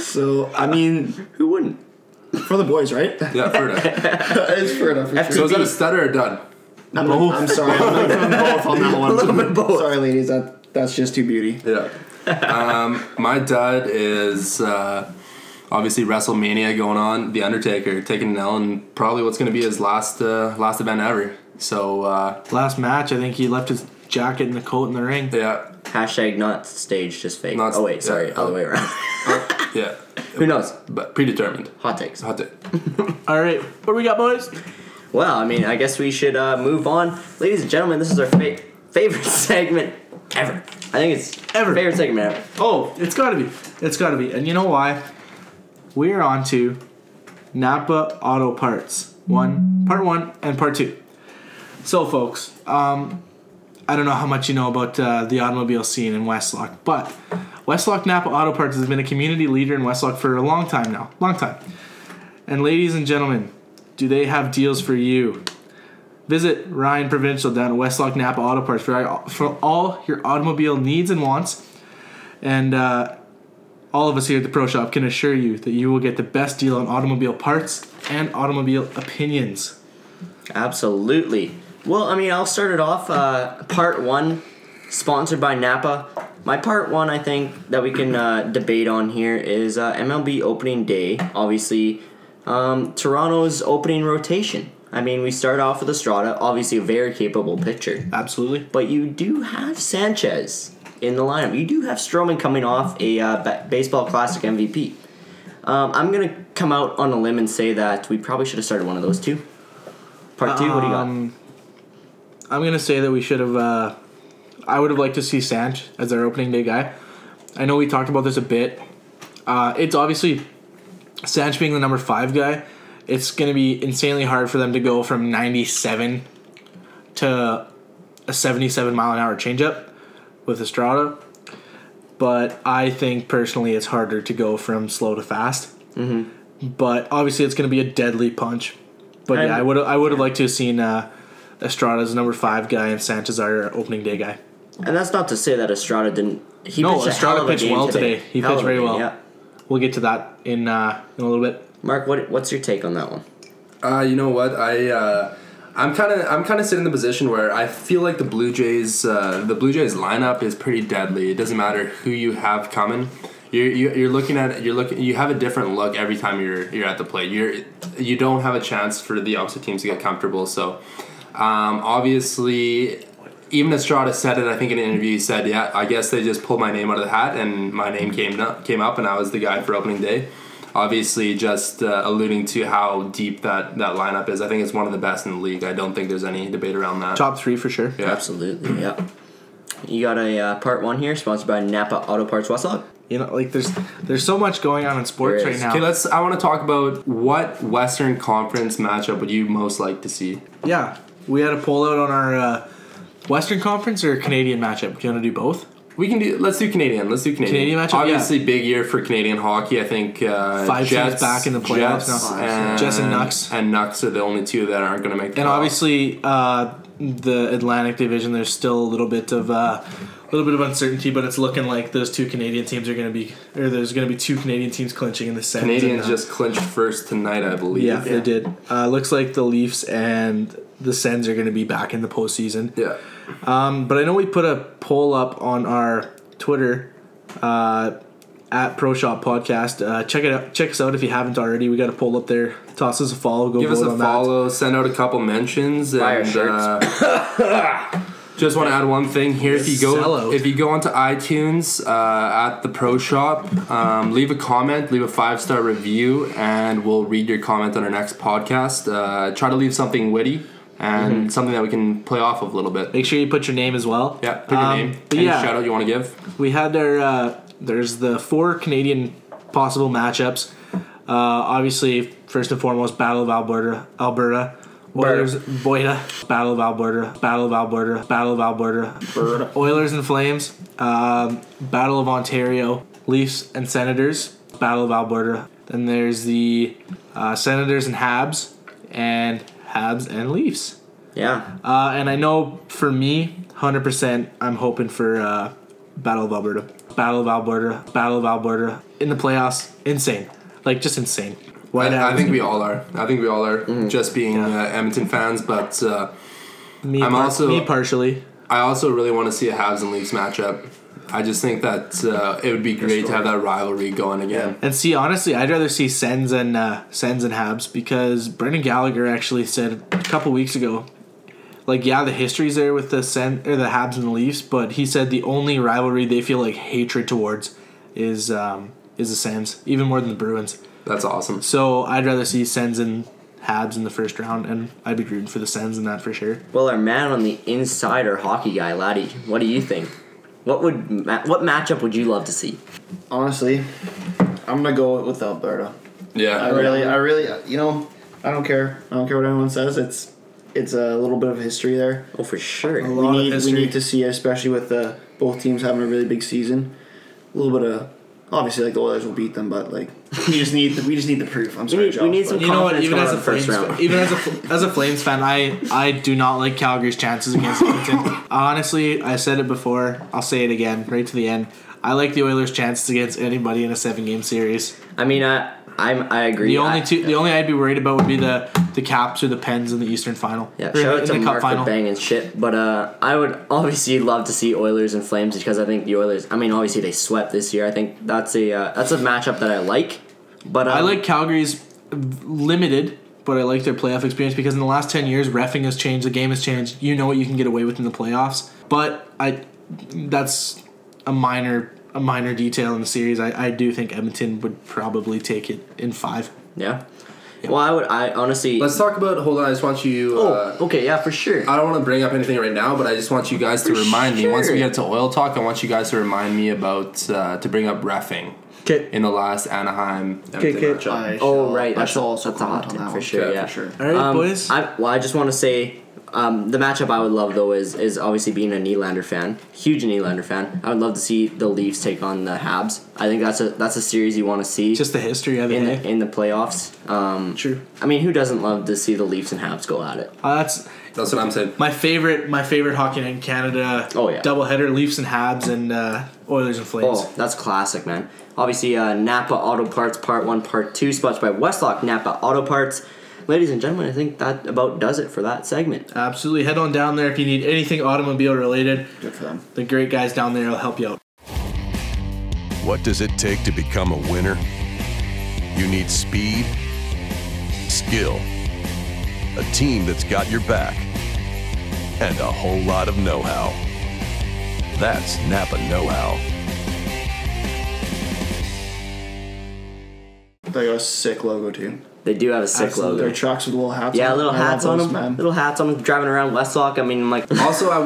[SPEAKER 4] so I mean,
[SPEAKER 2] Who wouldn't?
[SPEAKER 4] for the boys, right?
[SPEAKER 1] Yeah, Ferda.
[SPEAKER 4] it's fair enough.
[SPEAKER 1] So
[SPEAKER 4] For sure.
[SPEAKER 1] is that a stutter or dud?
[SPEAKER 4] I'm, I'm sorry, I'm not going both on that one. Sorry, ladies, that that's just too beauty.
[SPEAKER 1] Yeah. Um, my dud is uh, obviously WrestleMania going on. The Undertaker taking an L and probably what's going to be his last uh, last event ever. So uh,
[SPEAKER 3] Last match, I think he left his jacket and the coat in the ring.
[SPEAKER 1] yeah,
[SPEAKER 2] Hashtag not staged, just fake.
[SPEAKER 1] Not-
[SPEAKER 2] oh wait, sorry,
[SPEAKER 1] yeah.
[SPEAKER 2] other way around.
[SPEAKER 1] yeah,
[SPEAKER 2] Who knows?
[SPEAKER 1] but predetermined.
[SPEAKER 2] Hot takes.
[SPEAKER 1] Hot take.
[SPEAKER 3] All right, what do we got, boys?
[SPEAKER 2] Well, I mean, I guess we should uh, move on, ladies and gentlemen. This is our fa- favorite segment ever. I think it's
[SPEAKER 3] Ever.
[SPEAKER 2] favorite segment ever.
[SPEAKER 3] Oh, it's gotta be. It's gotta be. And you know why? We're on to Napa Auto Parts. One, part one, and part two. So, folks, um, I don't know how much you know about uh, the automobile scene in Westlock, but Westlock Napa Auto Parts has been a community leader in Westlock for a long time now. Long time. And, ladies and gentlemen, do they have deals for you? Visit Ryan Provincial down at Westlock Napa Auto Parts for, for all your automobile needs and wants. And uh, all of us here at the Pro Shop can assure you that you will get the best deal on automobile parts and automobile opinions.
[SPEAKER 2] Absolutely. Well, I mean, I'll start it off. Uh, part one, sponsored by Napa. My part one, I think, that we can uh, debate on here is uh, MLB opening day. Obviously, um, Toronto's opening rotation. I mean, we start off with Estrada, obviously a very capable pitcher.
[SPEAKER 3] Absolutely.
[SPEAKER 2] But you do have Sanchez in the lineup. You do have Stroman coming off a uh, ba- baseball classic MVP. Um, I'm going to come out on a limb and say that we probably should have started one of those two. Part two, what do you got?
[SPEAKER 3] Um, I'm gonna say that we should have. Uh, I would have liked to see Sanch as our opening day guy. I know we talked about this a bit. Uh, it's obviously Sanch being the number five guy. It's gonna be insanely hard for them to go from 97 to a 77 mile an hour changeup with Estrada. But I think personally, it's harder to go from slow to fast. Mm-hmm. But obviously, it's going to be a deadly punch. But yeah,
[SPEAKER 2] And-
[SPEAKER 3] I would I would have liked to have seen uh, Estrada's number five guy and Sanchez our opening day guy.
[SPEAKER 2] And that's not to say that Estrada didn't. He
[SPEAKER 3] No,
[SPEAKER 2] pitched a
[SPEAKER 3] Estrada
[SPEAKER 2] hell of a
[SPEAKER 3] pitched
[SPEAKER 2] game
[SPEAKER 3] well
[SPEAKER 2] today.
[SPEAKER 3] today. He
[SPEAKER 2] Hell
[SPEAKER 3] pitched
[SPEAKER 2] of a
[SPEAKER 3] very
[SPEAKER 2] game,
[SPEAKER 3] well.
[SPEAKER 2] Yeah.
[SPEAKER 3] we'll get to that in uh, in a little bit.
[SPEAKER 2] Mark, what what's your take on that one?
[SPEAKER 1] Uh, you know what? I uh, I'm kind of I'm kind of sitting in the position where I feel like the Blue Jays uh, the Blue Jays lineup is pretty deadly. It doesn't matter who you have coming. You're, you- you're looking at you're looking you have a different look every time you're you're at the plate. You're you don't have a chance for the opposite teams to get comfortable. So um, obviously. Even Estrada said it. I think in an interview he said, "Yeah, I guess they just pulled my name out of the hat, and my name came up, came up, and I was the guy for opening day." obviously just uh, alluding to how deep that, that lineup is. I think it's one of the best in the league. I don't think there's any debate around that.
[SPEAKER 3] Top three for sure.
[SPEAKER 1] Yeah.
[SPEAKER 2] Absolutely, yep. You got a uh, part one here, sponsored by Napa Auto Parts Westlog.
[SPEAKER 3] You know, like there's there's so much going on in sports
[SPEAKER 2] There
[SPEAKER 3] right
[SPEAKER 2] is.
[SPEAKER 3] now.
[SPEAKER 1] Okay, let's. I want to talk about what Western Conference matchup would you most like to see?
[SPEAKER 3] Yeah, we had a poll out on our uh, Western Conference or Canadian matchup. Do you want to do both?
[SPEAKER 1] We can do. Let's do Canadian. Let's do Canadian.
[SPEAKER 3] Canadian matchup,
[SPEAKER 1] Obviously, big year for Canadian hockey. I think uh,
[SPEAKER 3] Five teams
[SPEAKER 1] Jets
[SPEAKER 3] back in the playoffs
[SPEAKER 1] Jets
[SPEAKER 3] now.
[SPEAKER 1] And,
[SPEAKER 3] Jets and Nucks.
[SPEAKER 1] and Nucks are the only two that aren't going to make. The
[SPEAKER 3] And
[SPEAKER 1] playoffs.
[SPEAKER 3] obviously, uh, the Atlantic Division. There's still a little bit of uh, a little bit of uncertainty, but it's looking like those two Canadian teams are going to be, or there's going to be two Canadian teams clinching in the semis.
[SPEAKER 1] Canadians
[SPEAKER 3] And, uh,
[SPEAKER 1] just clinched first tonight, I believe.
[SPEAKER 3] yeah, they did. Uh, looks like the Leafs and the Sens are going to be back in the postseason.
[SPEAKER 1] Yeah.
[SPEAKER 3] But I know we put a poll up on our Twitter uh, at Pro Shop Podcast. Uh, check it out. Check us out if you haven't already. We got a poll up there. Toss us a follow. Go
[SPEAKER 1] Give us
[SPEAKER 3] vote
[SPEAKER 1] a
[SPEAKER 3] on
[SPEAKER 1] follow. Send out a couple mentions.
[SPEAKER 2] Buy our
[SPEAKER 1] and,
[SPEAKER 2] shirts.
[SPEAKER 1] uh, just want to add one thing here. If you go,
[SPEAKER 3] Sellout.
[SPEAKER 1] if you go onto iTunes uh, at the Pro Shop, um, leave a comment, leave a five star review, and we'll read your comment on our next podcast. Uh, try to leave something witty and
[SPEAKER 3] Mm-hmm.
[SPEAKER 1] something that we can play off of a little
[SPEAKER 3] that.
[SPEAKER 1] bit.
[SPEAKER 3] Make sure you put your name as well.
[SPEAKER 1] Yeah, put your
[SPEAKER 3] Um,
[SPEAKER 1] name.
[SPEAKER 3] But
[SPEAKER 1] Any
[SPEAKER 3] yeah,
[SPEAKER 1] shout out you want to give?
[SPEAKER 3] we had our uh, there's the four Canadian possible matchups. Uh, obviously, first and foremost, Battle of Alberta, Alberta. Oilers, Boyda, Battle of Alberta, Battle of Alberta, Battle of Alberta, Oilers and Flames, um, Battle of Ontario, Leafs and Senators, Battle of Alberta. Then there's the uh, Senators and Habs, and Habs and Leafs.
[SPEAKER 2] Yeah,
[SPEAKER 3] Uh, and I know for me, 100%, I'm hoping for uh, Battle of Alberta. Battle of Alberta. Battle of Alberta. In the playoffs. Insane. Like, just insane. White
[SPEAKER 1] I, I
[SPEAKER 3] Adams,
[SPEAKER 1] think we all are. I think we all are.
[SPEAKER 3] Mm.
[SPEAKER 1] Just being uh, Edmonton fans, but uh,
[SPEAKER 3] me,
[SPEAKER 1] I'm
[SPEAKER 3] par-
[SPEAKER 1] also-
[SPEAKER 3] Me partially.
[SPEAKER 1] I also really want to see a Habs and Leafs matchup. I just think that uh, it would be great to have that rivalry going again.
[SPEAKER 3] And see, honestly, I'd rather see Sens and uh, Sens and Habs because Brendan Gallagher actually said a couple weeks ago, like, yeah, the history's there with the Sen or the Habs and the Leafs, but he said the only rivalry they feel like hatred towards is um, is the Sens, even more than the Bruins.
[SPEAKER 1] That's awesome.
[SPEAKER 3] So I'd rather see Sens and Habs in the first round, and I'd be rooting for the Sens in that for sure.
[SPEAKER 2] Well, our man on the insider hockey guy, Laddie, what do you think? What would ma- what matchup would you love to see?
[SPEAKER 4] Honestly, I'm gonna go with Alberta. I
[SPEAKER 1] Yeah.
[SPEAKER 4] really, I really, you know, I don't care. I don't care what anyone says. It's, it's a little bit of history there.
[SPEAKER 2] Oh, for sure.
[SPEAKER 3] lot
[SPEAKER 4] we
[SPEAKER 3] of
[SPEAKER 4] need,
[SPEAKER 3] history.
[SPEAKER 4] We need to see, especially with uh, both teams having a really big season. A little bit of obviously, like the Oilers will beat them, but like we just need the, we just need the proof. I'm sorry,
[SPEAKER 2] need- we
[SPEAKER 4] Josh,
[SPEAKER 2] need
[SPEAKER 4] but-
[SPEAKER 2] some-
[SPEAKER 3] You know what?
[SPEAKER 2] Confidence
[SPEAKER 3] Even
[SPEAKER 2] going
[SPEAKER 3] as
[SPEAKER 2] on
[SPEAKER 3] a
[SPEAKER 2] the first
[SPEAKER 3] Flames,
[SPEAKER 2] round.
[SPEAKER 3] fan, even as a as a Flames fan, I I do not like Calgary's chances against Edmonton. Honestly, I said it before. I'll say it again, right to the end. I like the Oilers' chances against anybody in a seven-game series.
[SPEAKER 2] I mean, I I'm I agree.
[SPEAKER 3] The only
[SPEAKER 2] I-
[SPEAKER 3] two, the only I'd be worried about would be the the Caps or the Pens in the Eastern Final.
[SPEAKER 2] Yeah,
[SPEAKER 3] Or in
[SPEAKER 2] shout
[SPEAKER 3] the-
[SPEAKER 2] out
[SPEAKER 3] in
[SPEAKER 2] to
[SPEAKER 3] the
[SPEAKER 2] Mark
[SPEAKER 3] Cup Final.
[SPEAKER 2] for banging shit, but uh, I would obviously love to see Oilers and Flames because I think the Oilers. I mean, obviously they swept this year. I think that's a uh, that's a matchup that I like. But um,
[SPEAKER 3] I like Calgary's limited, but I like their playoff experience because in the last ten years, refing has changed, the game has changed. You know what you can get away with in the playoffs, but I that's a minor a minor detail in the series. I, I do think Edmonton would probably take it in five.
[SPEAKER 2] Yeah. Well, I would. I honestly.
[SPEAKER 1] Let's talk about. Hold on, I just want you.
[SPEAKER 2] oh,
[SPEAKER 1] Uh,
[SPEAKER 2] okay. Yeah, for sure.
[SPEAKER 1] I don't want to bring up anything right now, but I just want you guys to
[SPEAKER 2] For
[SPEAKER 1] remind me. Once we
[SPEAKER 2] sure.
[SPEAKER 1] get to oil talk, I want you guys to remind me about uh, to bring up refing
[SPEAKER 3] Okay.
[SPEAKER 1] in the last Anaheim. Edmonton
[SPEAKER 3] okay.
[SPEAKER 1] matchup.
[SPEAKER 4] I
[SPEAKER 2] oh
[SPEAKER 4] shall-
[SPEAKER 2] right,
[SPEAKER 4] I
[SPEAKER 2] that's
[SPEAKER 4] shall also
[SPEAKER 2] that's a hot
[SPEAKER 4] comment
[SPEAKER 2] tip
[SPEAKER 4] on that
[SPEAKER 2] for
[SPEAKER 4] one.
[SPEAKER 2] sure.
[SPEAKER 1] Yeah,
[SPEAKER 2] yeah,
[SPEAKER 1] for sure.
[SPEAKER 3] All right,
[SPEAKER 2] Um,
[SPEAKER 3] boys.
[SPEAKER 2] I, well, I just want to say Um, the matchup I would love though is is obviously being a Nylander fan, huge Nylander fan. I would love to see the Leafs take on the Habs. I think that's a that's a series you want to see
[SPEAKER 3] Just the history of it.
[SPEAKER 2] in
[SPEAKER 3] eh?
[SPEAKER 2] the, in the playoffs. Um,
[SPEAKER 3] True.
[SPEAKER 2] I mean, who doesn't love to see the Leafs and Habs go at it?
[SPEAKER 3] Uh, that's
[SPEAKER 1] That's what I'm saying.
[SPEAKER 3] my favorite. My favorite hockey night in Canada.
[SPEAKER 2] Oh, yeah.
[SPEAKER 3] Doubleheader: Leafs and Habs and uh, Oilers and Flames.
[SPEAKER 2] Oh, that's classic, man. Obviously, uh, Napa Auto Parts Part 1, Part 2, sponsored by Westlock Napa Auto Parts. Ladies and gentlemen, I think that about does it for that segment.
[SPEAKER 3] Absolutely. Head on down there if you need anything automobile related.
[SPEAKER 4] Good for them.
[SPEAKER 3] The great guys down there will help you out.
[SPEAKER 6] What does it take to become a winner? You need speed, skill, a team that's got your back, and a whole lot of know how. That's Napa Know How.
[SPEAKER 4] They got a sick logo too.
[SPEAKER 2] They do have a sick
[SPEAKER 4] Absolutely. Their
[SPEAKER 2] logo.
[SPEAKER 4] trucks with little hats.
[SPEAKER 2] Yeah,
[SPEAKER 4] on
[SPEAKER 2] little
[SPEAKER 4] them. I love
[SPEAKER 2] hats on
[SPEAKER 4] those,
[SPEAKER 2] them.
[SPEAKER 4] man.
[SPEAKER 2] Little hats on them driving around Westlock. I mean, I'm like,
[SPEAKER 1] Also, I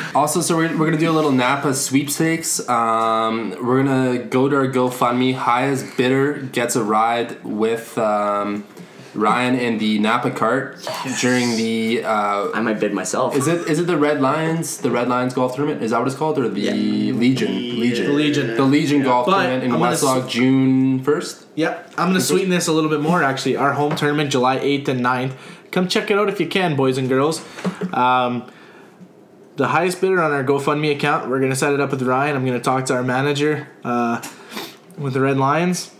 [SPEAKER 1] want. also, so we're, we're gonna do a little Napa sweepstakes. Um, we're gonna go to our GoFundMe. Highest bidder gets a ride with um, Ryan in the Napa cart during the. Uh,
[SPEAKER 2] I might bid myself.
[SPEAKER 1] is it is it the Red Lions? The Red Lions golf tournament is that what it's called, or the Legion? Legion.
[SPEAKER 3] The Legion.
[SPEAKER 1] The Legion golf
[SPEAKER 3] But
[SPEAKER 1] tournament in
[SPEAKER 3] I'm gonna s-
[SPEAKER 1] Westlock, June first.
[SPEAKER 3] Yep. I'm going to sweeten this a little bit more, actually. Our home tournament, July 8th and 9th. Come check it out if you can, boys and girls. Um, the highest bidder on our GoFundMe account, we're going to set it up with Ryan. I'm going to talk to our manager uh, with the Red Lions.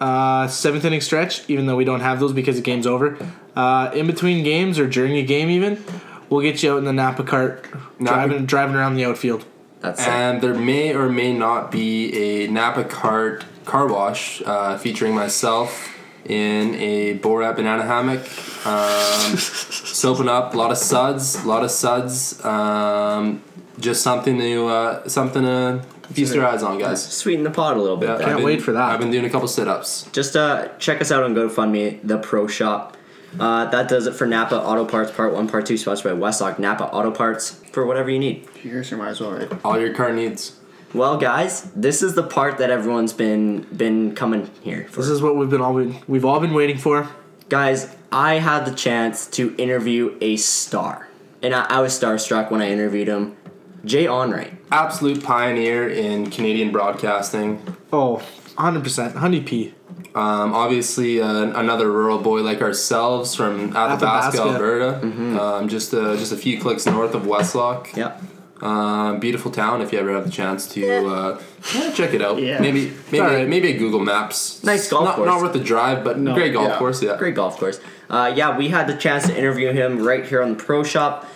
[SPEAKER 3] Uh, seventh inning stretch, even though we don't have those because the game's over. Uh, in between games or during a game, even, we'll get you out in the Napa cart,
[SPEAKER 1] Napa-
[SPEAKER 3] driving, driving around the outfield.
[SPEAKER 2] That's sick.
[SPEAKER 1] And there may or may not be a Napa cart car wash uh, featuring myself in a Borat banana hammock. Um, soaping up, a lot of suds, a lot of suds. Um, just something to uh, something to feast your eyes on, guys.
[SPEAKER 2] Sweeten the pot a little bit.
[SPEAKER 1] Yeah, I've
[SPEAKER 2] there.
[SPEAKER 3] Can't wait
[SPEAKER 1] been-
[SPEAKER 3] for that.
[SPEAKER 1] I've been doing a couple sit-ups.
[SPEAKER 2] just uh, check us out on GoFundMe, the Pro Shop. Uh, that does it for Napa Auto Parts Part One, Part Two, sponsored by Westlock Napa Auto Parts for whatever you need.
[SPEAKER 4] Yours, you might as well, right?
[SPEAKER 1] All your car needs.
[SPEAKER 2] Well, guys, this is the part that everyone's been been coming here for.
[SPEAKER 3] This is what we've been all been, we've all been waiting for.
[SPEAKER 2] Guys, I had the chance to interview a star, and I, I was starstruck when I interviewed him, Jay Onright.
[SPEAKER 1] Absolute pioneer in Canadian broadcasting.
[SPEAKER 3] Oh, 100%. Honey P.
[SPEAKER 1] Um, obviously, uh, another rural boy like ourselves from Athabasca,
[SPEAKER 3] Athabasca.
[SPEAKER 1] Alberta,
[SPEAKER 2] Mm-hmm.
[SPEAKER 1] um, just uh, just a few clicks north of Westlock.
[SPEAKER 2] Yep.
[SPEAKER 1] Um, beautiful town. If you ever have the chance to uh, yeah, check it out,
[SPEAKER 4] Yeah.
[SPEAKER 1] maybe maybe
[SPEAKER 3] alright.
[SPEAKER 1] maybe a Google Maps.
[SPEAKER 2] Nice golf
[SPEAKER 1] not,
[SPEAKER 2] course.
[SPEAKER 1] Not worth the drive, but great golf
[SPEAKER 4] yeah.
[SPEAKER 1] course. Yeah,
[SPEAKER 2] Great golf course. Uh, yeah, we had the chance to interview him right here on the Pro Shop.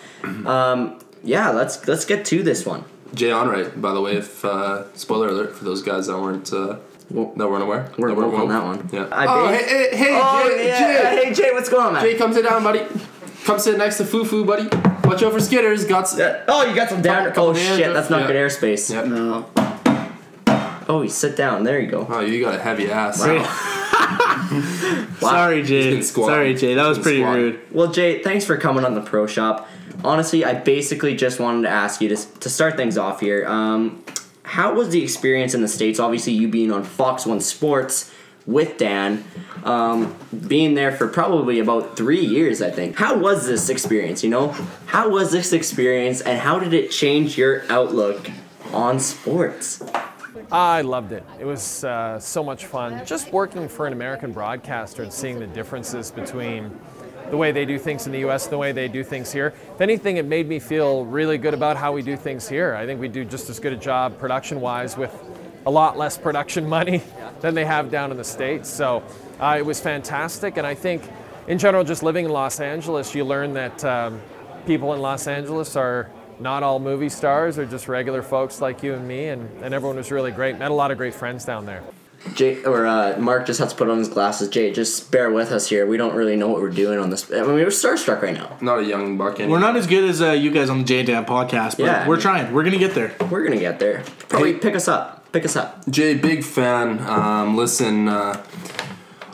[SPEAKER 2] Um, yeah, let's let's get to this one.
[SPEAKER 1] Jay Onright, by the way. If uh, spoiler alert for those guys that weren't uh,
[SPEAKER 2] Woke.
[SPEAKER 1] that weren't aware,
[SPEAKER 2] We're
[SPEAKER 1] that weren't
[SPEAKER 2] woke on
[SPEAKER 1] woke.
[SPEAKER 2] that one.
[SPEAKER 1] Yeah.
[SPEAKER 2] I
[SPEAKER 1] oh,
[SPEAKER 2] believe-
[SPEAKER 1] hey, hey, hey,
[SPEAKER 2] Oh
[SPEAKER 1] Jay,
[SPEAKER 2] yeah!
[SPEAKER 1] Jay.
[SPEAKER 2] Hey Jay, what's going on, man?
[SPEAKER 1] Jay, come sit down, buddy. Come sit next to Fufu, buddy. Watch out for skitters. Got. s-
[SPEAKER 2] Uh, Oh, you got some down.
[SPEAKER 1] Couple-
[SPEAKER 2] Oh
[SPEAKER 1] couple hands
[SPEAKER 2] shit,
[SPEAKER 1] up.
[SPEAKER 2] that's not
[SPEAKER 1] Yeah.
[SPEAKER 2] good airspace.
[SPEAKER 1] Yeah.
[SPEAKER 4] No.
[SPEAKER 2] Oh, you sit down. There you go.
[SPEAKER 1] Oh, you got a heavy ass.
[SPEAKER 3] Sorry, Jay.
[SPEAKER 1] been squatting.
[SPEAKER 3] Sorry, Jay. That was
[SPEAKER 1] been
[SPEAKER 3] pretty
[SPEAKER 1] squatting.
[SPEAKER 3] rude.
[SPEAKER 2] Well, Jay, thanks for coming on the Pro Shop. Honestly, I basically just wanted to ask you to, to start things off here. Um, how was the experience in the states? Obviously, you being on Fox One Sports with Dan, um, being there for probably about three years, I think. How was this experience? You know, how was this experience, and how did it change your outlook on sports?
[SPEAKER 7] I loved it. It was uh, so much fun. Just working for an American broadcaster and seeing the differences between the way they do things in the US and the way they do things here. If anything, it made me feel really good about how we do things here. I think we do just as good a job production wise with a lot less production money than they have down in the States. So uh, it was fantastic. And I think, in general, just living in Los Angeles, you learn that um, people in Los Angeles are not all movie stars or just regular folks like you and me, and, and everyone was really great. Met a lot of great friends down there.
[SPEAKER 2] Jay or uh, Mark just has to put on his glasses. Jay, just bear with us here. We don't really know what we're doing on this. I mean, we're starstruck right now.
[SPEAKER 1] Not a young buck. Anyway.
[SPEAKER 3] We're not as good as uh, you guys on the J Dan podcast, but
[SPEAKER 2] Yeah.
[SPEAKER 3] we're trying. We're gonna get there.
[SPEAKER 2] We're gonna get there. Probably
[SPEAKER 1] Hey.
[SPEAKER 2] pick us up. Pick us up.
[SPEAKER 1] Jay, big fan. Um, listen, uh,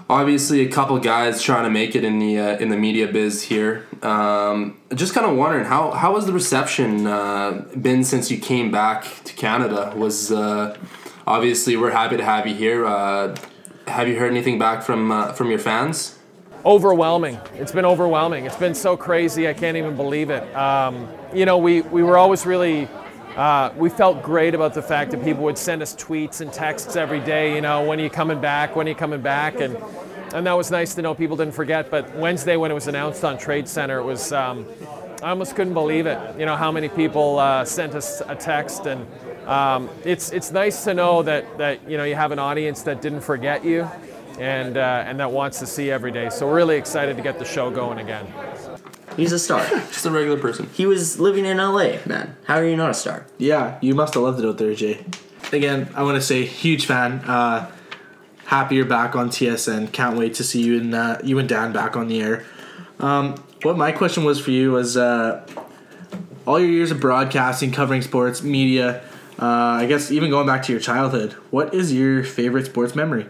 [SPEAKER 1] obviously a couple guys trying to make it in the uh, in the media biz here. Um, just kind of wondering how how has the reception uh, been since you came back to Canada? Was uh, obviously we're happy to have you here. Uh, have you heard anything back from uh, from your fans?
[SPEAKER 7] overwhelming. It's been overwhelming. It's been so crazy. I can't even believe it. Um, you know, we, we were always really, uh, we felt great about the fact that people would send us tweets and texts every day, you know, when are you coming back? When are you coming back? And, and that was nice to know people didn't forget. But Wednesday, when it was announced on Trade Center, it was, um, I almost couldn't believe it. You know, how many people uh, sent us a text and, um, it's, it's nice to know that, that you know you have an audience that didn't forget you and, uh, and that wants to see you every day. So we're really excited to get the show going again.
[SPEAKER 2] He's a star.
[SPEAKER 1] Just a regular person.
[SPEAKER 2] he was living in LA, man. How are you not a star?
[SPEAKER 3] Yeah, you must have loved it out there, Jay. Again, I want to say huge fan. Uh, happy you're back on TSN. Can't wait to see you and uh, you and Dan back on the air. Um, what my question was for you was uh, all your years of broadcasting, covering sports, media. Uh, I guess even going back to your childhood, what is your favorite sports memory?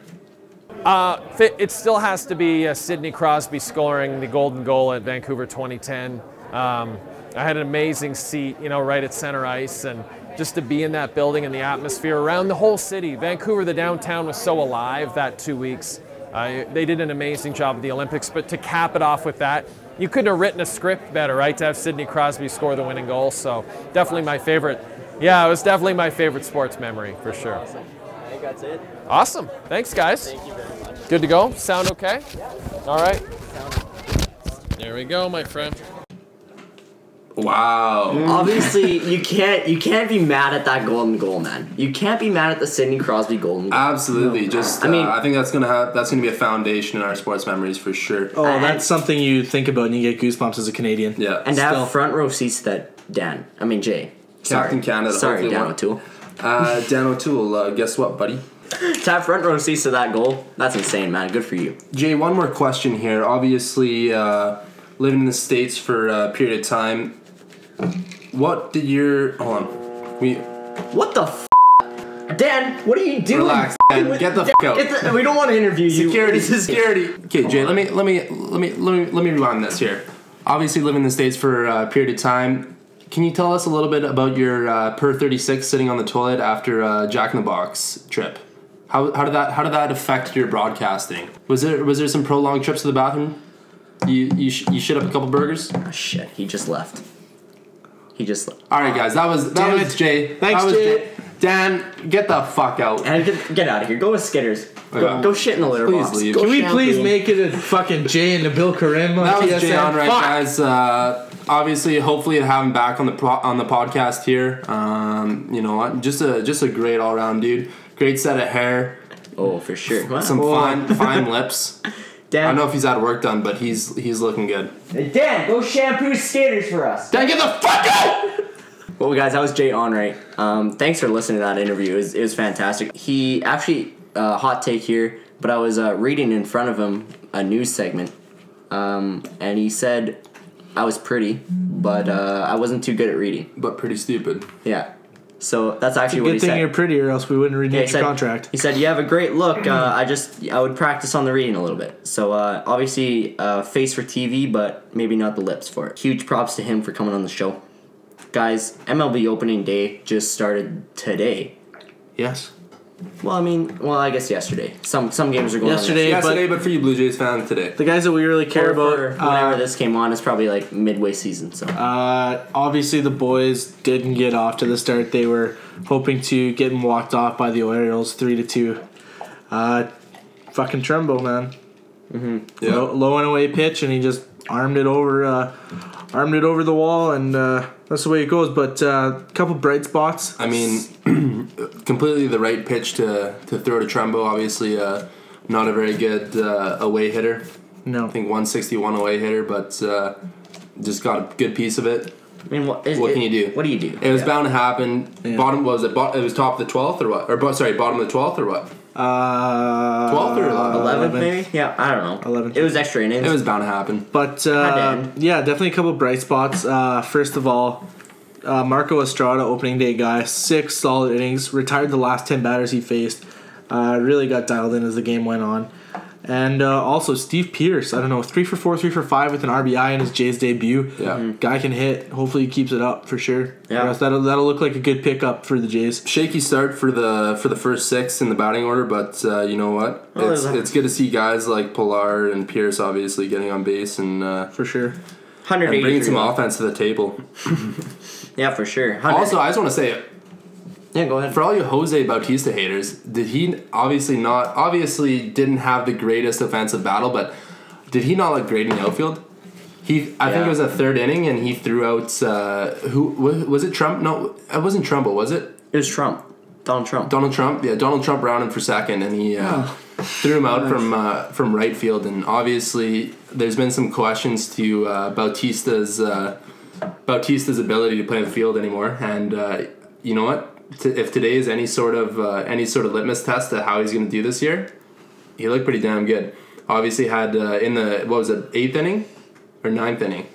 [SPEAKER 7] Uh, Fi- It still has to be uh, Sidney Crosby scoring the golden goal at Vancouver 2010. Um, I had an amazing seat, you know, right at center ice, and just to be in that building and the atmosphere around the whole city. Vancouver, the downtown was so alive that two weeks. Uh, they did an amazing job at the Olympics, but to cap it off with that, you couldn't have written a script better, right? To have Sidney Crosby score the winning goal. So definitely my favorite. Yeah, it was definitely my favorite sports memory for sure.
[SPEAKER 2] I think that's it.
[SPEAKER 7] Awesome. Thanks, guys.
[SPEAKER 2] you very much.
[SPEAKER 7] Good to go? Sound okay? All right. There we go, my friend.
[SPEAKER 1] Wow.
[SPEAKER 2] Obviously, you can't you can't be mad at that golden goal, man. You can't be mad at the Sidney Crosby golden
[SPEAKER 1] Uh,
[SPEAKER 2] goal.
[SPEAKER 1] Absolutely. Just.
[SPEAKER 2] I
[SPEAKER 1] I
[SPEAKER 2] mean-
[SPEAKER 1] mean, I think that's gonna have. That's gonna be a foundation in our sports memories for sure.
[SPEAKER 3] Oh,
[SPEAKER 2] I-
[SPEAKER 3] that's something you think about and you get goosebumps as a Canadian.
[SPEAKER 1] Yeah.
[SPEAKER 2] and to
[SPEAKER 3] still.
[SPEAKER 2] have front row seats that Dan, I mean Jay. Sorry,
[SPEAKER 1] Captain Canada,
[SPEAKER 2] Sorry,
[SPEAKER 1] hopefully
[SPEAKER 2] Dan
[SPEAKER 1] won.
[SPEAKER 2] O'Toole.
[SPEAKER 1] uh, Dan O'Toole, uh, guess what, buddy?
[SPEAKER 2] To have front row seats to that goal, that's insane, man. Good for you.
[SPEAKER 1] Jay, one more question here. Obviously, uh, living in the states for a period of time, what did your hold on? We
[SPEAKER 2] What the f? Dan, what are you doing?
[SPEAKER 1] relax. Dan, get the fuck out.
[SPEAKER 2] Get the- we don't want to interview you.
[SPEAKER 1] security,
[SPEAKER 2] This is-
[SPEAKER 1] security. Okay, Jay, let me let me let me let me let me rewind this here. Obviously, living in the states for a period of time. Can you tell us a little bit about your uh, per thirty six sitting on the toilet after a Jack in the Box trip? How, how did that how did that affect your broadcasting? Was there was there some prolonged trips to the bathroom? You you, sh- you shit up a couple burgers.
[SPEAKER 2] Oh, shit, he just left. He just left.
[SPEAKER 1] All right, guys, that was that
[SPEAKER 3] Damn
[SPEAKER 1] was
[SPEAKER 3] it.
[SPEAKER 1] Jay.
[SPEAKER 3] Thanks,
[SPEAKER 1] that was
[SPEAKER 3] Jay.
[SPEAKER 1] Dan, get the fuck out.
[SPEAKER 2] And get, get out of here. Go with Skitters. Go,
[SPEAKER 1] Okay.
[SPEAKER 2] go shit in the litter
[SPEAKER 1] Please
[SPEAKER 2] box.
[SPEAKER 1] leave.
[SPEAKER 2] Go
[SPEAKER 3] Can we
[SPEAKER 2] shampoo.
[SPEAKER 3] please make it a fucking Jay and the Bill Karim on
[SPEAKER 1] That was
[SPEAKER 3] TSN?
[SPEAKER 1] Jay on right,
[SPEAKER 3] Fuck.
[SPEAKER 1] guys. Uh, obviously, hopefully, to have him back on the pro- on the podcast here. Um, you know, what? just a just a great all round dude. Great set of hair,
[SPEAKER 2] Oh, for sure. Wow.
[SPEAKER 1] some fine fine lips. I
[SPEAKER 2] Dan,
[SPEAKER 1] don't know if he's had work done, but he's he's looking good.
[SPEAKER 2] Dan, go shampoo Skitters for us.
[SPEAKER 1] Dan, get the fuck out!
[SPEAKER 2] Well, guys, that was Jay Onright. Um, thanks for listening to that interview. It was, it was fantastic. He actually, uh, hot take here, but I was uh, reading in front of him a news segment, um, and he said I was pretty, but uh, I wasn't too good at reading.
[SPEAKER 1] But pretty stupid.
[SPEAKER 2] Yeah. So that's actually what he
[SPEAKER 3] Good thing
[SPEAKER 2] said.
[SPEAKER 3] you're pretty, or else we wouldn't renew
[SPEAKER 2] Yeah,
[SPEAKER 3] your
[SPEAKER 2] he said,
[SPEAKER 3] contract.
[SPEAKER 2] He said, "You have a great look. Uh, I just I would practice on the reading a little bit. So uh, obviously, uh, face for TV, but maybe not the lips for it. Huge props to him for coming on the show, guys. MLB opening day just started today.
[SPEAKER 3] Yes.
[SPEAKER 2] Well, I mean, well, I guess yesterday. Some some games are going on
[SPEAKER 3] Yesterday,
[SPEAKER 2] yesterday.
[SPEAKER 3] but
[SPEAKER 1] Yesterday, but, for you Blue Jays fans today.
[SPEAKER 3] the guys that we really care
[SPEAKER 2] Or for
[SPEAKER 3] about.
[SPEAKER 2] whenever
[SPEAKER 3] Uh,
[SPEAKER 2] this came on, it's probably like midway season. So
[SPEAKER 3] uh, obviously, the boys didn't get off to the start they were hoping to, getting walked off by the Orioles three to two. Uh, fucking Trumbo, man.
[SPEAKER 1] Yeah.
[SPEAKER 3] Low, low and away pitch, and he just armed it over, uh, armed it over the wall, and uh, that's the way it goes. But a uh, couple bright spots.
[SPEAKER 1] I mean, completely the right pitch to to throw to Trumbo. Obviously, uh, not a very good uh, away hitter.
[SPEAKER 3] no.
[SPEAKER 1] I think 161 away hitter, but uh, just got a good piece of it.
[SPEAKER 2] I mean, what, is,
[SPEAKER 1] What
[SPEAKER 2] it-
[SPEAKER 1] can you do?
[SPEAKER 2] What do you do?
[SPEAKER 1] It was bound to happen. Bottom what was it? Bo- it was top of the 12th or what? Or bo- sorry, bottom of the 12th or what?
[SPEAKER 3] Uh,
[SPEAKER 1] 12th or 11th?
[SPEAKER 2] Eleven,
[SPEAKER 3] 11th.
[SPEAKER 2] maybe? Yeah, I don't know.
[SPEAKER 3] 11th.
[SPEAKER 2] It was extra innings.
[SPEAKER 1] It was bound to happen.
[SPEAKER 3] But
[SPEAKER 2] Dan.
[SPEAKER 3] uh, yeah, definitely a couple bright spots. Uh, first of all, uh, Marco Estrada, opening day guy, six solid innings, retired the last ten batters he faced. Uh, really got dialed in as the game went on, And uh, also Steve Pierce, I don't know, three for four, three for five with an RBI in his Jays debut.
[SPEAKER 1] Yeah. Mhm.
[SPEAKER 3] guy can hit. Hopefully he keeps it up for sure.
[SPEAKER 2] Mm-hmm. Yeah.
[SPEAKER 3] Or else that'll that'll look like a good pickup for the Jays.
[SPEAKER 1] shaky start for the for the first six in the batting order, but uh, you know what?
[SPEAKER 2] Well,
[SPEAKER 1] it's
[SPEAKER 2] there's a-
[SPEAKER 1] it's good to see guys like Pilar and Pierce obviously getting on base and, uh,
[SPEAKER 3] For sure.
[SPEAKER 2] Hundred
[SPEAKER 1] and bringing
[SPEAKER 2] eighty.
[SPEAKER 1] some offense to the table.
[SPEAKER 2] Yeah, for sure. 100
[SPEAKER 1] Also, I just want to say
[SPEAKER 2] yeah, go ahead.
[SPEAKER 1] for all you Jose Bautista haters, did he obviously not obviously didn't have the greatest offensive battle, but did he not look great in the outfield? He, I think
[SPEAKER 2] Yeah.
[SPEAKER 1] it was a third inning, and he threw out uh, who wa- was it? Trump? No, it wasn't Trumbull, was it?
[SPEAKER 2] It was Trump, Donald Trump.
[SPEAKER 1] Donald Trump, yeah, Donald Trump round him for second, and he uh, threw him out from uh, from right field. And obviously, there's been some questions to uh, Bautista's uh, Bautista's ability to play in the field anymore. And uh, you know what? T- if today is any sort of uh, any sort of litmus test to how he's going to do this year, he looked pretty damn good. Obviously, had uh, in the what was it eighth inning or ninth inning,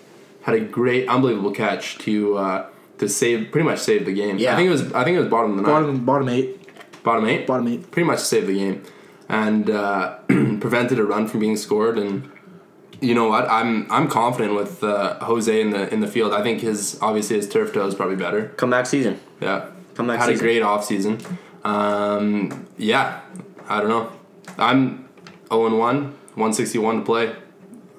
[SPEAKER 1] had a great, unbelievable catch to. Uh, to save, pretty much save the game.
[SPEAKER 2] Yeah.
[SPEAKER 1] I think it was. I think it was bottom of the ninth.
[SPEAKER 3] Bottom bottom eight.
[SPEAKER 1] Bottom eight
[SPEAKER 3] Bottom eight.
[SPEAKER 1] pretty much saved the game and uh, prevented a run from being scored. And you know what? I'm I'm confident with uh, Jose in the in the field. I think his obviously his turf toe is probably better.
[SPEAKER 2] Comeback season.
[SPEAKER 1] Yeah,
[SPEAKER 2] Comeback
[SPEAKER 1] had
[SPEAKER 2] season.
[SPEAKER 1] a great off season. Um, yeah, I don't know. I'm 0 and 1, 161 to play.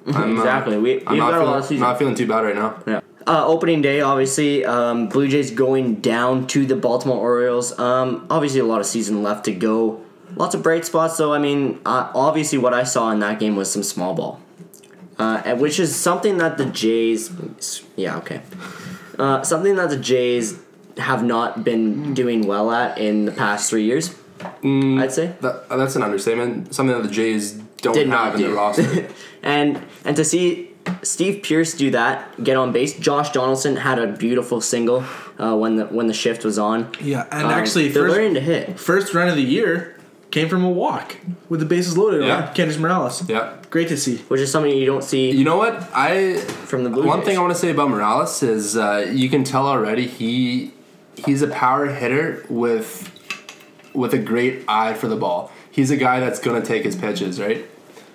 [SPEAKER 1] I'm, uh,
[SPEAKER 2] Exactly. We-
[SPEAKER 1] I'm not
[SPEAKER 2] we've got a
[SPEAKER 1] feeling,
[SPEAKER 2] lot of season.
[SPEAKER 1] not feeling too bad right now.
[SPEAKER 2] Yeah. Uh, opening day, obviously, um, Blue Jays going down to the Baltimore Orioles. Um, obviously, a lot of season left to go. Lots of bright spots, though. I mean, uh, obviously, what I saw in that game was some small ball, uh, and- which is something that the Jays, yeah, okay, uh, something that the Jays have not been doing well at in the past three years. I'd say.
[SPEAKER 1] That, that's an understatement. Something that the Jays don't
[SPEAKER 2] Did not
[SPEAKER 1] have in
[SPEAKER 2] do.
[SPEAKER 1] their roster.
[SPEAKER 2] and and to see Steve Pierce do that, get on base. Josh Donaldson had a beautiful single uh, when the when the shift was on.
[SPEAKER 3] Yeah, and
[SPEAKER 2] Um,
[SPEAKER 3] actually
[SPEAKER 2] they're learning
[SPEAKER 3] first
[SPEAKER 2] to hit.
[SPEAKER 3] first run of the year came from a walk with the bases loaded
[SPEAKER 1] Yeah.
[SPEAKER 3] on Candice Morales.
[SPEAKER 1] yeah.
[SPEAKER 3] Great to see.
[SPEAKER 2] Which is something you don't see.
[SPEAKER 1] You know what? I
[SPEAKER 2] From the Blue
[SPEAKER 1] one
[SPEAKER 2] Jays.
[SPEAKER 1] thing I want to say about Morales is uh, you can tell already he he's a power hitter with with a great eye for the ball. He's a guy that's gonna take his pitches, right?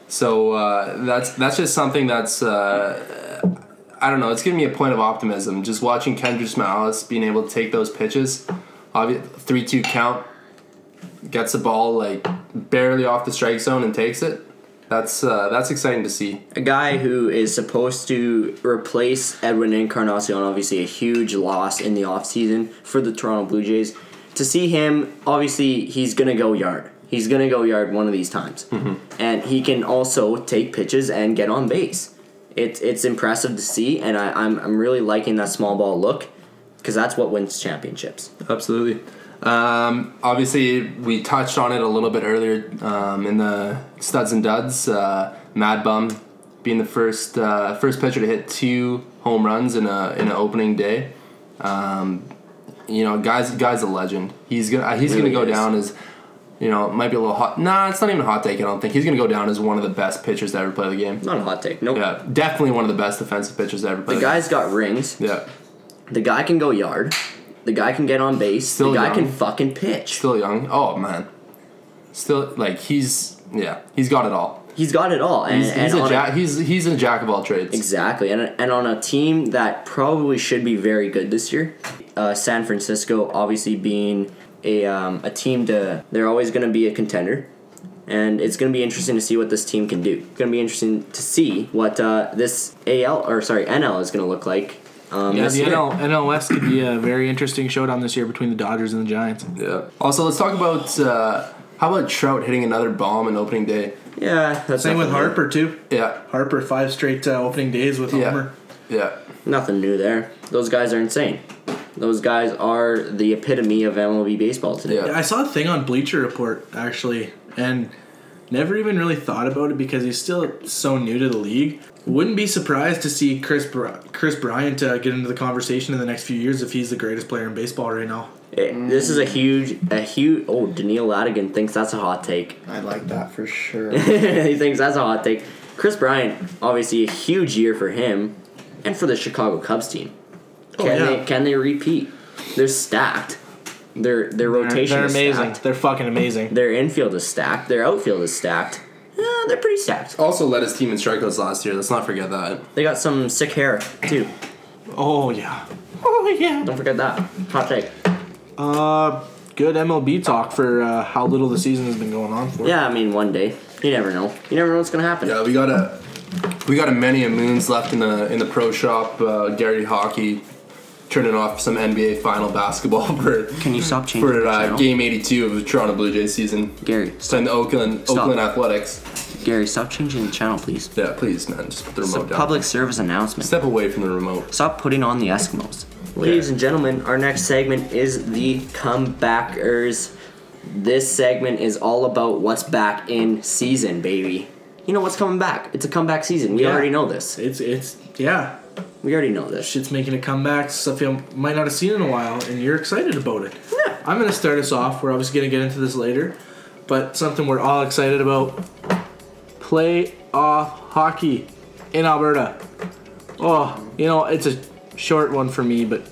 [SPEAKER 1] So uh, that's that's just something that's uh, I don't know. It's giving me a point of optimism just watching Kendrick Morales being able to take those pitches. Obvi- three two count gets the ball like barely off the strike zone and takes it. That's uh, that's exciting to see.
[SPEAKER 2] a guy who is supposed to replace Edwin Encarnacion, obviously a huge loss in the offseason for the Toronto Blue Jays. To see him, obviously, he's going to go yard. He's going to go yard one of these times.
[SPEAKER 1] Mm-hmm.
[SPEAKER 2] And he can also take pitches and get on base. It's, it's impressive to see, and I, I'm, I'm really liking that small ball look because that's what wins championships.
[SPEAKER 1] Absolutely. Um, obviously, we touched on it a little bit earlier um, in the studs and duds. Uh, Mad Bum being the first uh, first pitcher to hit two home runs in a in an opening day. Um, you know, guys, guy's a legend. He's gonna he's
[SPEAKER 2] Really
[SPEAKER 1] gonna go
[SPEAKER 2] is.
[SPEAKER 1] down as you know might be a little hot. Nah, it's not even a hot take. I don't think he's gonna go down as one of the best pitchers to ever play the game.
[SPEAKER 2] Not a hot take. Nope.
[SPEAKER 1] Yeah, definitely one of the best defensive pitchers to ever play.
[SPEAKER 2] The guy's got rings.
[SPEAKER 1] game. yeah,
[SPEAKER 2] The guy can go yard. The guy can get on base.
[SPEAKER 1] Still
[SPEAKER 2] the guy
[SPEAKER 1] young.
[SPEAKER 2] can fucking pitch.
[SPEAKER 1] still young. Oh man, still like he's yeah he's got it all.
[SPEAKER 2] He's got it all. And,
[SPEAKER 1] He's,
[SPEAKER 2] and
[SPEAKER 1] he's a
[SPEAKER 2] on
[SPEAKER 1] jack. he's he's a jack of all trades.
[SPEAKER 2] Exactly, and, and on a team that probably should be very good this year, uh, San Francisco obviously being a um, a team to they're always going to be a contender, and it's going to be interesting to see what this team can do. It's going to be interesting to see what uh, this AL or sorry NL is going to look like. Um,
[SPEAKER 3] Yeah,
[SPEAKER 2] this
[SPEAKER 3] the
[SPEAKER 2] year.
[SPEAKER 3] NL, NL West could be a very interesting showdown this year between the Dodgers and the Giants.
[SPEAKER 1] Yeah. Also, let's talk about uh, how about Trout hitting another bomb in opening day.
[SPEAKER 2] yeah, that's
[SPEAKER 3] Same with
[SPEAKER 2] nothing new.
[SPEAKER 3] Harper too.
[SPEAKER 1] Yeah.
[SPEAKER 3] Harper five straight uh, opening days with
[SPEAKER 1] Yeah.
[SPEAKER 3] Homer.
[SPEAKER 1] Yeah.
[SPEAKER 2] Nothing new there. Those guys are insane. Those guys are the epitome of MLB baseball today.
[SPEAKER 1] Yeah.
[SPEAKER 3] I saw a thing on Bleacher Report actually, and never even really thought about it because he's still so new to the league. Wouldn't be surprised to see Chris Bri- Chris Bryant uh, get into the conversation in the next few years if he's the greatest player in baseball right now.
[SPEAKER 2] It- this
[SPEAKER 3] Mm.
[SPEAKER 2] is a huge, a huge. Oh, Daniil Latigan thinks that's a hot take.
[SPEAKER 4] I like that for sure.
[SPEAKER 2] he thinks that's a hot take. Chris Bryant, obviously a huge year for him and for the Chicago Cubs team. Can
[SPEAKER 3] Oh, yeah.
[SPEAKER 2] they can they repeat? They're stacked. Their their
[SPEAKER 3] They're,
[SPEAKER 2] rotation
[SPEAKER 3] they're
[SPEAKER 2] is
[SPEAKER 3] amazing.
[SPEAKER 2] stacked.
[SPEAKER 3] They're fucking amazing.
[SPEAKER 2] Their infield is stacked. Their outfield is stacked. Eh, uh, they're pretty stacked.
[SPEAKER 1] Also led his team in strikeouts last year. Let's not forget that.
[SPEAKER 2] They got some sick hair too.
[SPEAKER 3] Oh yeah. Oh yeah.
[SPEAKER 2] Don't forget that. Hot take.
[SPEAKER 3] Uh, good MLB talk for uh, how little the season has been going on for.
[SPEAKER 2] Yeah, I mean one day. You never know. You never know what's gonna happen.
[SPEAKER 1] Yeah, we got a we got a many a moons left in the in the pro shop. Uh, Gary Hockey turning off some NBA final basketball for
[SPEAKER 2] Can you stop changing
[SPEAKER 1] for
[SPEAKER 2] the
[SPEAKER 1] uh,
[SPEAKER 2] channel?
[SPEAKER 1] game 82 of the Toronto Blue Jays season.
[SPEAKER 2] Gary,
[SPEAKER 1] It's in the Oakland
[SPEAKER 2] Stop.
[SPEAKER 1] Oakland Athletics.
[SPEAKER 2] Gary, stop changing the channel, please.
[SPEAKER 1] Yeah, please, man, just put the
[SPEAKER 2] It's a
[SPEAKER 1] remote down.
[SPEAKER 2] public service announcement.
[SPEAKER 1] Step away from the remote.
[SPEAKER 2] Stop putting on the Eskimos. Ladies and gentlemen, our next segment is the comebackers. This segment is all about what's back in season, baby. You know what's coming back? It's a comeback season. We
[SPEAKER 3] Yeah.
[SPEAKER 2] already know this.
[SPEAKER 3] It's it's yeah.
[SPEAKER 2] We already know this.
[SPEAKER 3] Shit's making a comeback. Stuff you might not have seen in a while, and you're excited about it. Yeah. I'm gonna start us off. We're obviously gonna get into this later, but something we're all excited about: playoff hockey in Alberta. Oh, you know it's a short one for me, but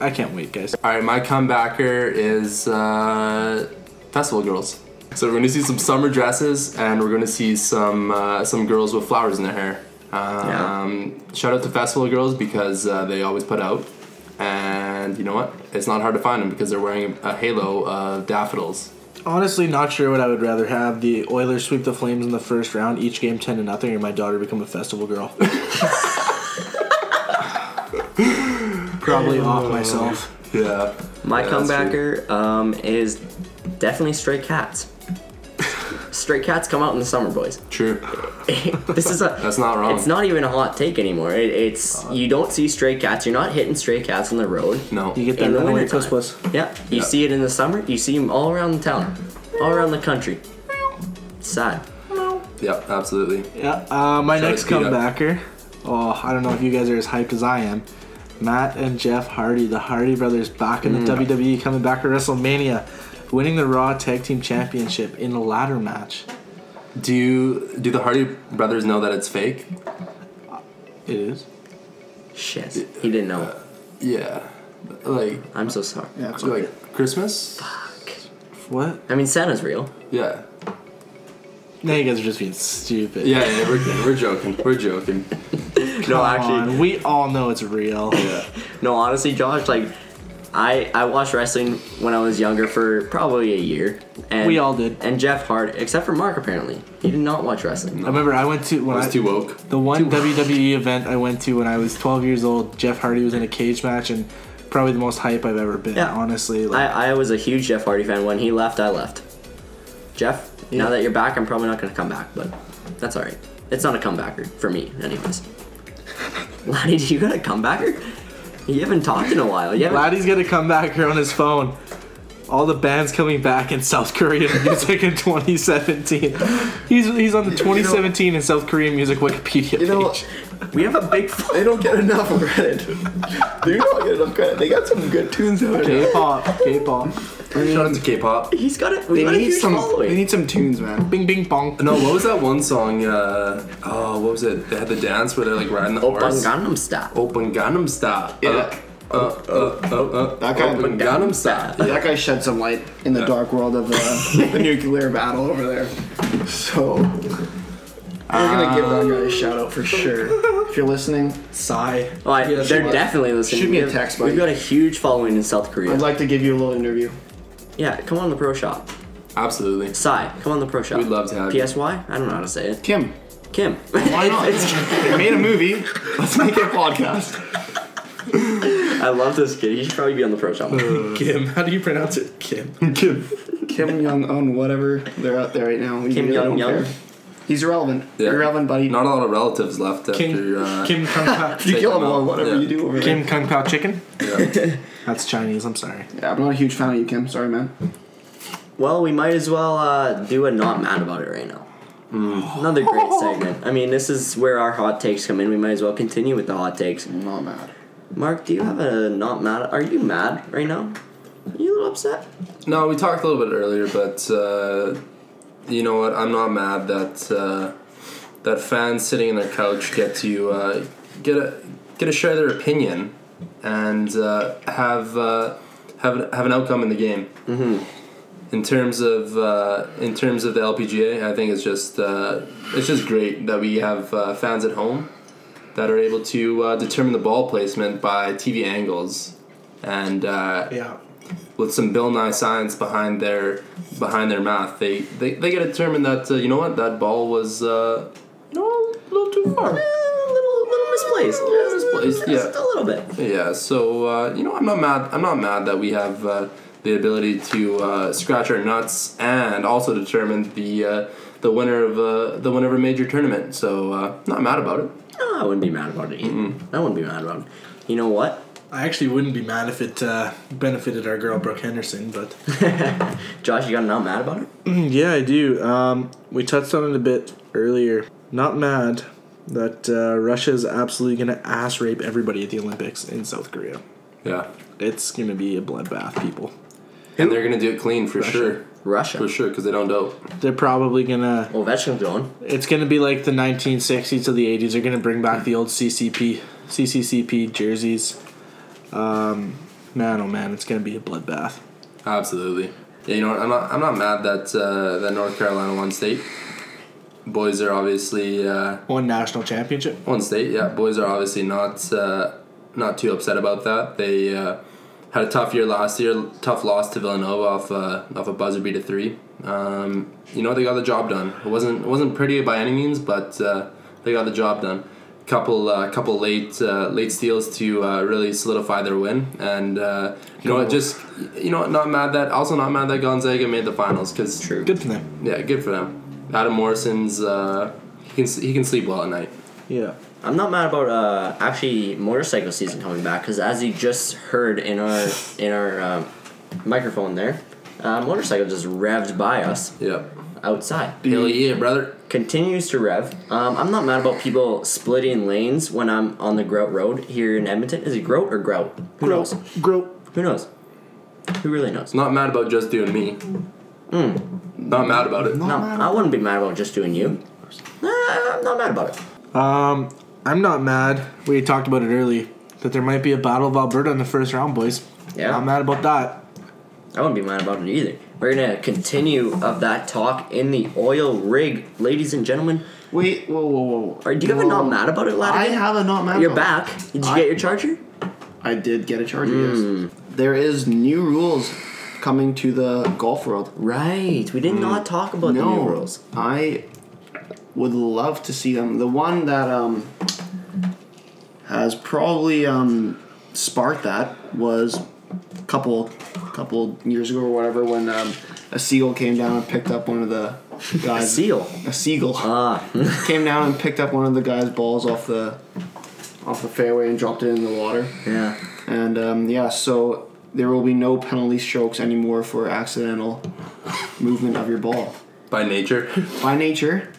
[SPEAKER 3] I can't wait, guys.
[SPEAKER 1] All right, my comebacker is uh, Festival Girls. So we're going to see some summer dresses, and we're going to see some uh, some girls with flowers in their hair. Um, Shout out to Festival Girls because uh, they always put out, and you know what? It's not hard to find them because they're wearing a halo of daffodils.
[SPEAKER 3] Honestly, not sure what I would rather have: the Oilers sweep the Flames in the first round, each game ten to nothing, or my daughter become a festival girl. Probably off myself.
[SPEAKER 1] Yeah.
[SPEAKER 2] My
[SPEAKER 1] Yeah, that's
[SPEAKER 2] comebacker um, is definitely Stray Cats. Straight Cats come out in the summer, boys.
[SPEAKER 1] True.
[SPEAKER 2] this is a.
[SPEAKER 1] That's not wrong.
[SPEAKER 2] It's not Uh, even a hot take anymore. It, it's you don't see stray cats. You're not hitting stray cats on the road.
[SPEAKER 1] No.
[SPEAKER 3] You get that
[SPEAKER 2] In the
[SPEAKER 3] runaway
[SPEAKER 2] wintertime.
[SPEAKER 3] puss puss.
[SPEAKER 2] Yeah, you
[SPEAKER 1] Yeah.
[SPEAKER 2] see it in the summer. You see them all around the town, all around the country. It's sad.
[SPEAKER 1] yeah, absolutely.
[SPEAKER 3] Yeah. Uh, my
[SPEAKER 1] Try to
[SPEAKER 3] next
[SPEAKER 1] speed up.
[SPEAKER 3] comebacker. Oh, I don't know if you guys are as hyped as I am. Matt and Jeff Hardy, the Hardy brothers, back in
[SPEAKER 1] Mm.
[SPEAKER 3] the WWE, coming back to WrestleMania, winning the Raw Tag Team Championship in a ladder match.
[SPEAKER 1] Do you, do the Hardy brothers know that it's fake?
[SPEAKER 3] It is.
[SPEAKER 2] Shit, he didn't know.
[SPEAKER 1] Yeah. Like
[SPEAKER 2] I'm so sorry.
[SPEAKER 4] Yeah, it's okay.
[SPEAKER 1] like Christmas?
[SPEAKER 3] What?
[SPEAKER 2] I mean, Santa's real.
[SPEAKER 1] Yeah.
[SPEAKER 3] Now you guys are just being stupid.
[SPEAKER 1] Yeah, yeah, we're, we're joking. We're joking.
[SPEAKER 2] no,
[SPEAKER 3] Come
[SPEAKER 2] actually,
[SPEAKER 3] on, we all know it's real.
[SPEAKER 2] No, honestly, Josh, like I I watched wrestling when I was younger for probably a year. And
[SPEAKER 3] We all did.
[SPEAKER 2] And Jeff Hart, except for Mark apparently. He did not watch wrestling.
[SPEAKER 3] I remember I went to when
[SPEAKER 1] I
[SPEAKER 3] I,
[SPEAKER 1] was too woke.
[SPEAKER 3] the one WWE event I went to when I was 12 years old. Jeff Hardy was in a cage match and probably the most hype I've ever been.
[SPEAKER 2] Yeah.
[SPEAKER 3] Honestly, like,
[SPEAKER 2] I, I was a huge Jeff Hardy fan. When he left, I left. Jeff,
[SPEAKER 3] Yeah.
[SPEAKER 2] now that you're back, I'm probably not gonna come back, but that's alright. It's not a comebacker for me, anyways. Laddie, do you got a comebacker? You haven't talked in a while. You haven't-
[SPEAKER 3] Laddie's gonna come back here on his phone. All the bands coming back in South Korean music in 2017. He's he's on the 2017 in South Korean music Wikipedia
[SPEAKER 4] You know,
[SPEAKER 3] page.
[SPEAKER 2] we have a big.
[SPEAKER 4] they don't get enough credit. they don't get enough credit. They got some good tunes out there.
[SPEAKER 3] K-pop, K-pop,
[SPEAKER 1] Shout out to K-pop.
[SPEAKER 2] He's got it. We
[SPEAKER 4] They
[SPEAKER 2] got a
[SPEAKER 4] need
[SPEAKER 2] huge
[SPEAKER 4] some.
[SPEAKER 2] following.
[SPEAKER 4] They need some tunes, man.
[SPEAKER 3] Bing Bing Bong.
[SPEAKER 1] No, what was that one song? Uh, oh, what was it? They had the dance where they're like riding the
[SPEAKER 2] Open
[SPEAKER 1] horse.
[SPEAKER 2] Gangnam Style.
[SPEAKER 1] Open Gangnam Style.
[SPEAKER 4] Yeah.
[SPEAKER 1] Uh, uh, uh, uh, uh,
[SPEAKER 4] That guy-
[SPEAKER 1] Open Gangnam Style.
[SPEAKER 4] That guy shed some light in the dark world of uh, the nuclear battle over there. So we're gonna give that
[SPEAKER 2] Um,
[SPEAKER 4] guy a shout out for sure. If you're listening, sigh.
[SPEAKER 2] Like,
[SPEAKER 4] Yeah,
[SPEAKER 2] Oh, they're
[SPEAKER 4] shoot-
[SPEAKER 2] definitely listening.
[SPEAKER 4] shoot me a
[SPEAKER 2] We've-
[SPEAKER 4] text,
[SPEAKER 2] We've
[SPEAKER 4] buddy.
[SPEAKER 2] got a huge following in South Korea.
[SPEAKER 4] I'd like to give you a little interview.
[SPEAKER 2] yeah, come on the pro shop.
[SPEAKER 1] Absolutely.
[SPEAKER 2] Sai, come on the pro shop.
[SPEAKER 1] We'd love to have you.
[SPEAKER 2] PSY? I don't know how to say it.
[SPEAKER 4] Kim,
[SPEAKER 2] Kim.
[SPEAKER 4] why not?
[SPEAKER 2] It's-
[SPEAKER 4] they made a movie. Let's make a podcast.
[SPEAKER 2] I love this kid. He should probably be on the pro shop.
[SPEAKER 3] Kim, how do you pronounce it? Kim.
[SPEAKER 1] Kim.
[SPEAKER 4] Kim Jong Un, whatever they're out there right now. We
[SPEAKER 2] Kim
[SPEAKER 4] really don't
[SPEAKER 2] Jong-un.
[SPEAKER 4] care. He's irrelevant.
[SPEAKER 1] Yeah.
[SPEAKER 4] Irrelevant, buddy.
[SPEAKER 1] Not a lot of relatives left after.
[SPEAKER 3] Kim.
[SPEAKER 1] uh,
[SPEAKER 3] Kim Kung Pao.
[SPEAKER 4] you
[SPEAKER 1] take
[SPEAKER 4] kill him
[SPEAKER 1] them
[SPEAKER 4] all,
[SPEAKER 1] out.
[SPEAKER 4] whatever
[SPEAKER 1] Yeah.
[SPEAKER 4] you do over
[SPEAKER 3] Kim
[SPEAKER 4] there.
[SPEAKER 3] Kung Pao chicken.
[SPEAKER 1] Yeah.
[SPEAKER 3] That's Chinese. I'm sorry.
[SPEAKER 4] Yeah, I'm not a huge fan of you, Kim. Sorry, man.
[SPEAKER 2] well, we might as well uh, do a not mad about it right now.
[SPEAKER 1] Mm.
[SPEAKER 2] Another great segment. I mean, this is where our hot takes come in. We might as well continue with the hot takes.
[SPEAKER 4] I'm not mad.
[SPEAKER 2] Mark, do you have a not mad? Are you mad right now? Are you a little upset?
[SPEAKER 1] No, we talked a little bit earlier, but uh, you know what? I'm not mad that uh, that fans sitting in their couch get to uh, get a get to share their opinion and uh, have uh, have an, have an outcome in the game. in terms of uh, in terms of the LPGA, I think it's just uh, it's just great that we have uh, fans at home that are able to uh, determine the ball placement by TV angles and uh,
[SPEAKER 3] Yeah.
[SPEAKER 1] with some Bill Nye science behind their behind their math, they they, they get determined that uh, you know what that ball was uh, you know, a little too far.
[SPEAKER 2] A little, little misplaced.
[SPEAKER 1] little misplaced, yeah.
[SPEAKER 2] Just a little bit.
[SPEAKER 1] Yeah, so uh, you know, I'm not mad. I'm not mad that we have uh, the ability to uh, scratch our nuts and also determine the uh, the winner of uh, the winner of a major tournament. So uh, not mad about it.
[SPEAKER 2] No, I wouldn't be mad about it. Either. I wouldn't be mad about it. You know what?
[SPEAKER 3] I actually wouldn't be mad if it uh, benefited our girl Brooke Henderson, but
[SPEAKER 2] Josh, you got not mad about it?
[SPEAKER 3] yeah, I do. Um, we touched on it a bit earlier. Not mad that uh, Russia is absolutely going to ass rape everybody at the Olympics in South Korea.
[SPEAKER 1] Yeah,
[SPEAKER 3] It's going to be a bloodbath, people.
[SPEAKER 1] and they're gonna do it clean for sure,
[SPEAKER 2] Russia.
[SPEAKER 1] for sure, because they don't dope.
[SPEAKER 3] They're probably going to.
[SPEAKER 2] Ovechkin's going.
[SPEAKER 3] It's going to be like the 1960s to the 80s. They're going to bring back the old CCP, CCCP jerseys. Um, man, oh man, it's going to be a bloodbath.
[SPEAKER 1] Absolutely. Yeah, you know what? I'm not. I'm not mad that uh, that North Carolina won state. Boys are obviously uh,
[SPEAKER 3] One national championship.
[SPEAKER 1] one state. Yeah, boys are obviously not uh, not too upset about that. They uh, had a tough year last year. Tough loss to Villanova off uh, off a buzzer beat a three. Um, you know they got the job done. It wasn't it wasn't pretty by any means, but uh, they got the job done. Couple uh, couple late uh, late steals to uh, really solidify their win, and uh, you know what? Just you know what? Not mad that also not mad that Gonzaga made the finals because
[SPEAKER 2] True.
[SPEAKER 3] Good for them.
[SPEAKER 1] yeah, good for them. Adam Morrison's uh, he can s- he can sleep well at night.
[SPEAKER 3] Yeah.
[SPEAKER 2] I'm not mad about uh, actually motorcycle season coming back because as you just heard in our in our um, microphone there, uh, motorcycle just revved by us
[SPEAKER 1] Yeah,
[SPEAKER 2] outside.
[SPEAKER 1] hell
[SPEAKER 2] Mm.
[SPEAKER 1] yeah, brother.
[SPEAKER 2] continues to rev. Um, I'm not mad about people splitting lanes when I'm on the Grout Road here in Edmonton. Is it Grout or Grout? Who knows?
[SPEAKER 3] Grope.
[SPEAKER 2] Who knows? Who really knows?
[SPEAKER 1] Not mad about just doing me.
[SPEAKER 2] Mm.
[SPEAKER 1] Not mad about it.
[SPEAKER 2] No, I wouldn't be mad about just doing you. Nah, I'm not mad about it.
[SPEAKER 3] Um, I'm not mad. We talked about it early that there might be a battle of Alberta in the first round, boys.
[SPEAKER 2] Yeah.
[SPEAKER 3] Not mad about that.
[SPEAKER 2] I wouldn't be mad about it either. We're gonna continue of that talk in the oil rig, ladies and gentlemen.
[SPEAKER 4] Wait, whoa, whoa, whoa.
[SPEAKER 2] Are, do you have a
[SPEAKER 4] Whoa.
[SPEAKER 2] not mad about it, lad?
[SPEAKER 4] I
[SPEAKER 2] again?
[SPEAKER 4] have a not mad.
[SPEAKER 2] You're
[SPEAKER 4] about it.
[SPEAKER 2] back. Did you
[SPEAKER 4] I-
[SPEAKER 2] get your charger?
[SPEAKER 4] I did get a charger.
[SPEAKER 1] Hmm.
[SPEAKER 4] Yes. There is new rules coming to the golf world.
[SPEAKER 2] Right. We did
[SPEAKER 4] Mm.
[SPEAKER 2] not talk about the new rules.
[SPEAKER 4] I would love to see them. The one that um, has probably um, sparked that was a couple couple years ago or whatever when um, a seagull came down and picked up one of the guys.
[SPEAKER 2] Seal.
[SPEAKER 4] A seagull Uh.
[SPEAKER 2] Ah.
[SPEAKER 4] came down and picked up one of the guys' balls off the off the fairway and dropped it in the water.
[SPEAKER 2] yeah.
[SPEAKER 4] And um, yeah, so there will be no penalty strokes anymore for accidental movement of your ball
[SPEAKER 1] By nature.
[SPEAKER 4] by nature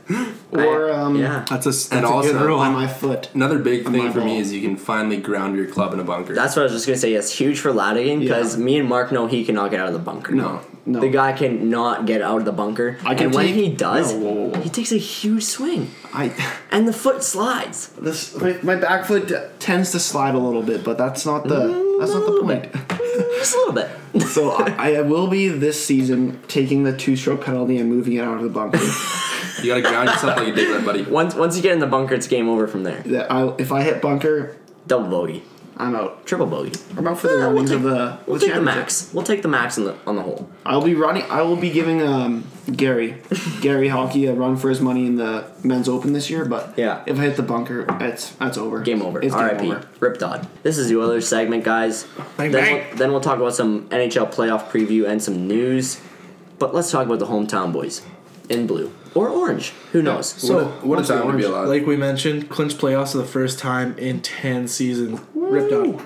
[SPEAKER 4] or
[SPEAKER 2] I-
[SPEAKER 4] um,
[SPEAKER 2] yeah.
[SPEAKER 3] That's a, that's
[SPEAKER 1] And
[SPEAKER 3] a
[SPEAKER 1] also-
[SPEAKER 3] good rule.
[SPEAKER 4] on my foot.
[SPEAKER 1] Another big thing for me
[SPEAKER 4] ball.
[SPEAKER 1] is you can finally ground your club in a bunker.
[SPEAKER 2] That's what I was just gonna say. It's huge for Ladigan because
[SPEAKER 4] Yeah.
[SPEAKER 2] me and Mark know he cannot get out of the bunker.
[SPEAKER 1] No,
[SPEAKER 4] no.
[SPEAKER 2] the guy cannot get out of the bunker.
[SPEAKER 4] I can
[SPEAKER 2] and when
[SPEAKER 4] take-
[SPEAKER 2] he does,
[SPEAKER 4] No, whoa, whoa, whoa.
[SPEAKER 2] he takes a huge swing,
[SPEAKER 4] I
[SPEAKER 2] and the foot slides.
[SPEAKER 4] this my, my back foot tends to slide a little bit, but that's not the that's not the point.
[SPEAKER 2] Just a little bit.
[SPEAKER 4] So I, I will be this season taking the two stroke penalty and moving it out of the bunker.
[SPEAKER 1] you gotta ground yourself like a dickhead, buddy.
[SPEAKER 2] once once you get in the bunker, it's game over from there.
[SPEAKER 4] that I, if I hit bunker,
[SPEAKER 2] Double bogey,
[SPEAKER 4] I'm out.
[SPEAKER 2] triple bogey.
[SPEAKER 4] I'm out for the
[SPEAKER 2] Yeah, Uh, we'll
[SPEAKER 4] runnings
[SPEAKER 2] take-
[SPEAKER 4] of the,
[SPEAKER 2] We'll
[SPEAKER 4] the
[SPEAKER 2] take the
[SPEAKER 4] championship.
[SPEAKER 2] max. We'll take the max on the on the hole.
[SPEAKER 4] I'll be running. I will be giving um, Gary, Gary Hockey a run for his money in the men's open this year. But
[SPEAKER 2] Yeah.
[SPEAKER 4] if I hit the bunker, it's that's over.
[SPEAKER 2] Game over.
[SPEAKER 4] It's game
[SPEAKER 2] R.I.P.
[SPEAKER 4] over.
[SPEAKER 2] Rip Dodd. This is the Oilers segment, guys. then,
[SPEAKER 3] Bang, bang.
[SPEAKER 2] We'll, then we'll talk about some NHL playoff preview and some news. But let's talk about the hometown boys in blue or orange. Who knows?
[SPEAKER 3] so,
[SPEAKER 1] What a time to be alive.
[SPEAKER 3] like we mentioned, clinch playoffs for the first time in 10 seasons. Ripped out.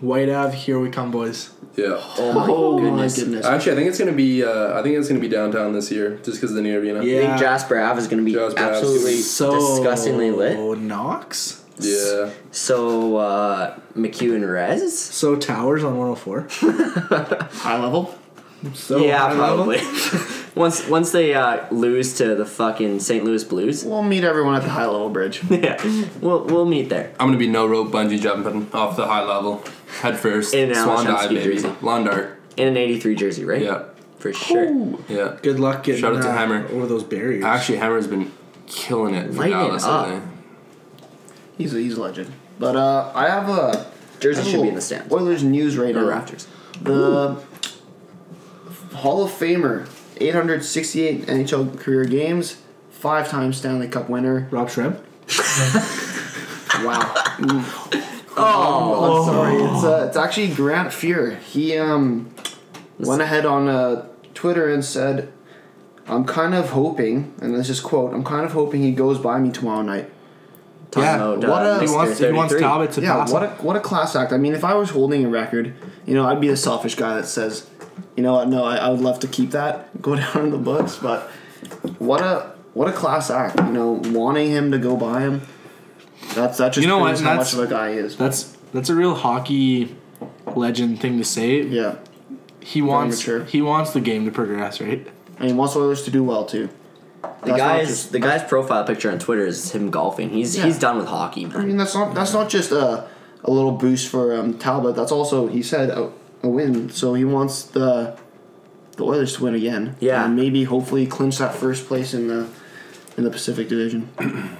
[SPEAKER 3] White Ave, here we come, boys.
[SPEAKER 1] yeah.
[SPEAKER 2] oh my
[SPEAKER 4] Oh
[SPEAKER 2] goodness.
[SPEAKER 4] my goodness!
[SPEAKER 1] Actually, I think it's gonna be. Uh, I think it's gonna be downtown this year, just because of the new arena.
[SPEAKER 3] Yeah.
[SPEAKER 2] I think Jasper Ave is going to be
[SPEAKER 1] Jasper Ave's
[SPEAKER 2] absolutely
[SPEAKER 3] So
[SPEAKER 2] disgustingly lit.
[SPEAKER 3] Knox.
[SPEAKER 1] Yeah.
[SPEAKER 2] So uh, McHugh and Rez.
[SPEAKER 3] So Towers on 104.
[SPEAKER 4] High level.
[SPEAKER 3] So
[SPEAKER 2] yeah,
[SPEAKER 3] high level.
[SPEAKER 2] probably. once once they uh, lose to the fucking St. Louis Blues,
[SPEAKER 4] We'll meet everyone at the high level bridge.
[SPEAKER 2] yeah, we'll we'll meet there.
[SPEAKER 1] I'm gonna be no rope bungee jumping off the high level, head first,
[SPEAKER 2] In an
[SPEAKER 1] swan
[SPEAKER 2] Alan
[SPEAKER 1] dive,
[SPEAKER 2] Shamsky
[SPEAKER 1] baby,
[SPEAKER 2] jersey.
[SPEAKER 1] lawn dart.
[SPEAKER 2] in an 83 jersey, right?
[SPEAKER 1] Yeah.
[SPEAKER 2] for sure.
[SPEAKER 1] Yeah.
[SPEAKER 3] Good luck getting
[SPEAKER 1] Shout out to
[SPEAKER 3] uh,
[SPEAKER 1] Hammer.
[SPEAKER 3] over those barriers.
[SPEAKER 1] Actually, Hammer's been killing it for
[SPEAKER 2] Lighten it
[SPEAKER 1] Dallas
[SPEAKER 2] up.
[SPEAKER 1] lately.
[SPEAKER 4] He's a, he's a legend. But uh, I have a
[SPEAKER 2] Jersey
[SPEAKER 4] I have a
[SPEAKER 2] should be in
[SPEAKER 4] little
[SPEAKER 2] the stands.
[SPEAKER 4] Oilers news right
[SPEAKER 2] Or
[SPEAKER 4] now.
[SPEAKER 2] Raptors.
[SPEAKER 4] The Hall of Famer, 868 NHL career games, five-time Stanley Cup winner.
[SPEAKER 3] Rob Schrem.
[SPEAKER 4] Wow. oh, I'm sorry. It's uh, it's actually Grant Fuhr. He um went ahead on uh, Twitter and said, "I'm kind of hoping," and this is quote, "I'm kind of hoping he goes by me tomorrow night."
[SPEAKER 2] Talking
[SPEAKER 3] Yeah,
[SPEAKER 2] about,
[SPEAKER 4] what
[SPEAKER 2] uh,
[SPEAKER 4] a-
[SPEAKER 3] He
[SPEAKER 2] Mr.
[SPEAKER 3] wants, he wants
[SPEAKER 2] 33.
[SPEAKER 3] Talbot to
[SPEAKER 4] yeah,
[SPEAKER 3] pass.
[SPEAKER 4] what a
[SPEAKER 3] him.
[SPEAKER 4] what a class act. I mean, if I was holding a record, you know, I'd be the selfish guy that says, you know what, no, I, I would love to keep that, go down in the books. But what a what a class act. You know, wanting him to go by him. That's that just
[SPEAKER 3] You know what,
[SPEAKER 4] proves how
[SPEAKER 3] that's-
[SPEAKER 4] much of a guy he is.
[SPEAKER 3] that's that's a real hockey legend thing to say.
[SPEAKER 4] yeah,
[SPEAKER 3] He wants
[SPEAKER 4] mature.
[SPEAKER 3] he wants the game to progress, right?
[SPEAKER 4] and he wants Oilers to do well too.
[SPEAKER 2] The guy's the guy's profile picture on Twitter is him golfing. He's
[SPEAKER 4] Yeah.
[SPEAKER 2] he's done with hockey,
[SPEAKER 4] I
[SPEAKER 2] man.
[SPEAKER 4] mean, that's not that's not just a a little boost for um, Talbot. That's also he said a, a win. So he wants the the Oilers to win again.
[SPEAKER 2] Yeah.
[SPEAKER 4] and maybe hopefully clinch that first place in the in the Pacific Division.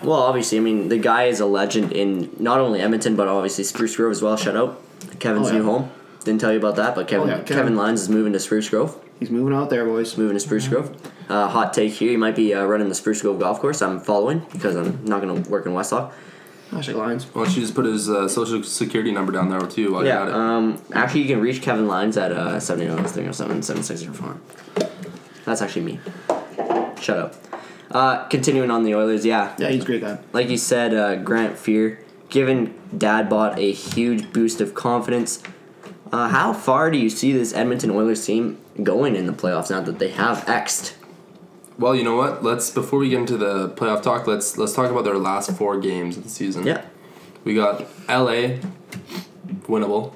[SPEAKER 2] Well, obviously, I mean the guy is a legend in not only Edmonton but obviously Spruce Grove as well. Shout out Kevin's
[SPEAKER 4] Oh, yeah. Oh,
[SPEAKER 2] new home. Didn't tell you about that, but Kevin
[SPEAKER 4] yeah, Kevin.
[SPEAKER 2] Kevin. Lyons is moving to Spruce Grove.
[SPEAKER 4] He's moving out there, boys.
[SPEAKER 2] Moving to Spruce Grove. Uh, hot take here: you might be uh, running the Spruce Grove golf course. I'm following because I'm not going to work in Westlock.
[SPEAKER 4] Hashtag Lions.
[SPEAKER 1] Why don't you just put his uh, social security number down there too while
[SPEAKER 2] Yeah.
[SPEAKER 1] you got it?
[SPEAKER 2] Um. Actually, you can reach Kevin Lines at uh, 780-307-7604. That's actually me. Shut up. Uh, continuing on the Oilers, yeah.
[SPEAKER 4] Yeah, he's a great guy.
[SPEAKER 2] Like you said, uh, Grant Fear, given Dad bought a huge boost of confidence. Uh, how far do you see this Edmonton Oilers team going in the playoffs now that they have X'd?
[SPEAKER 1] well, you know what? Let's before we get into the playoff talk, let's let's talk about their last four games of the season.
[SPEAKER 2] Yeah.
[SPEAKER 1] We got LA, winnable.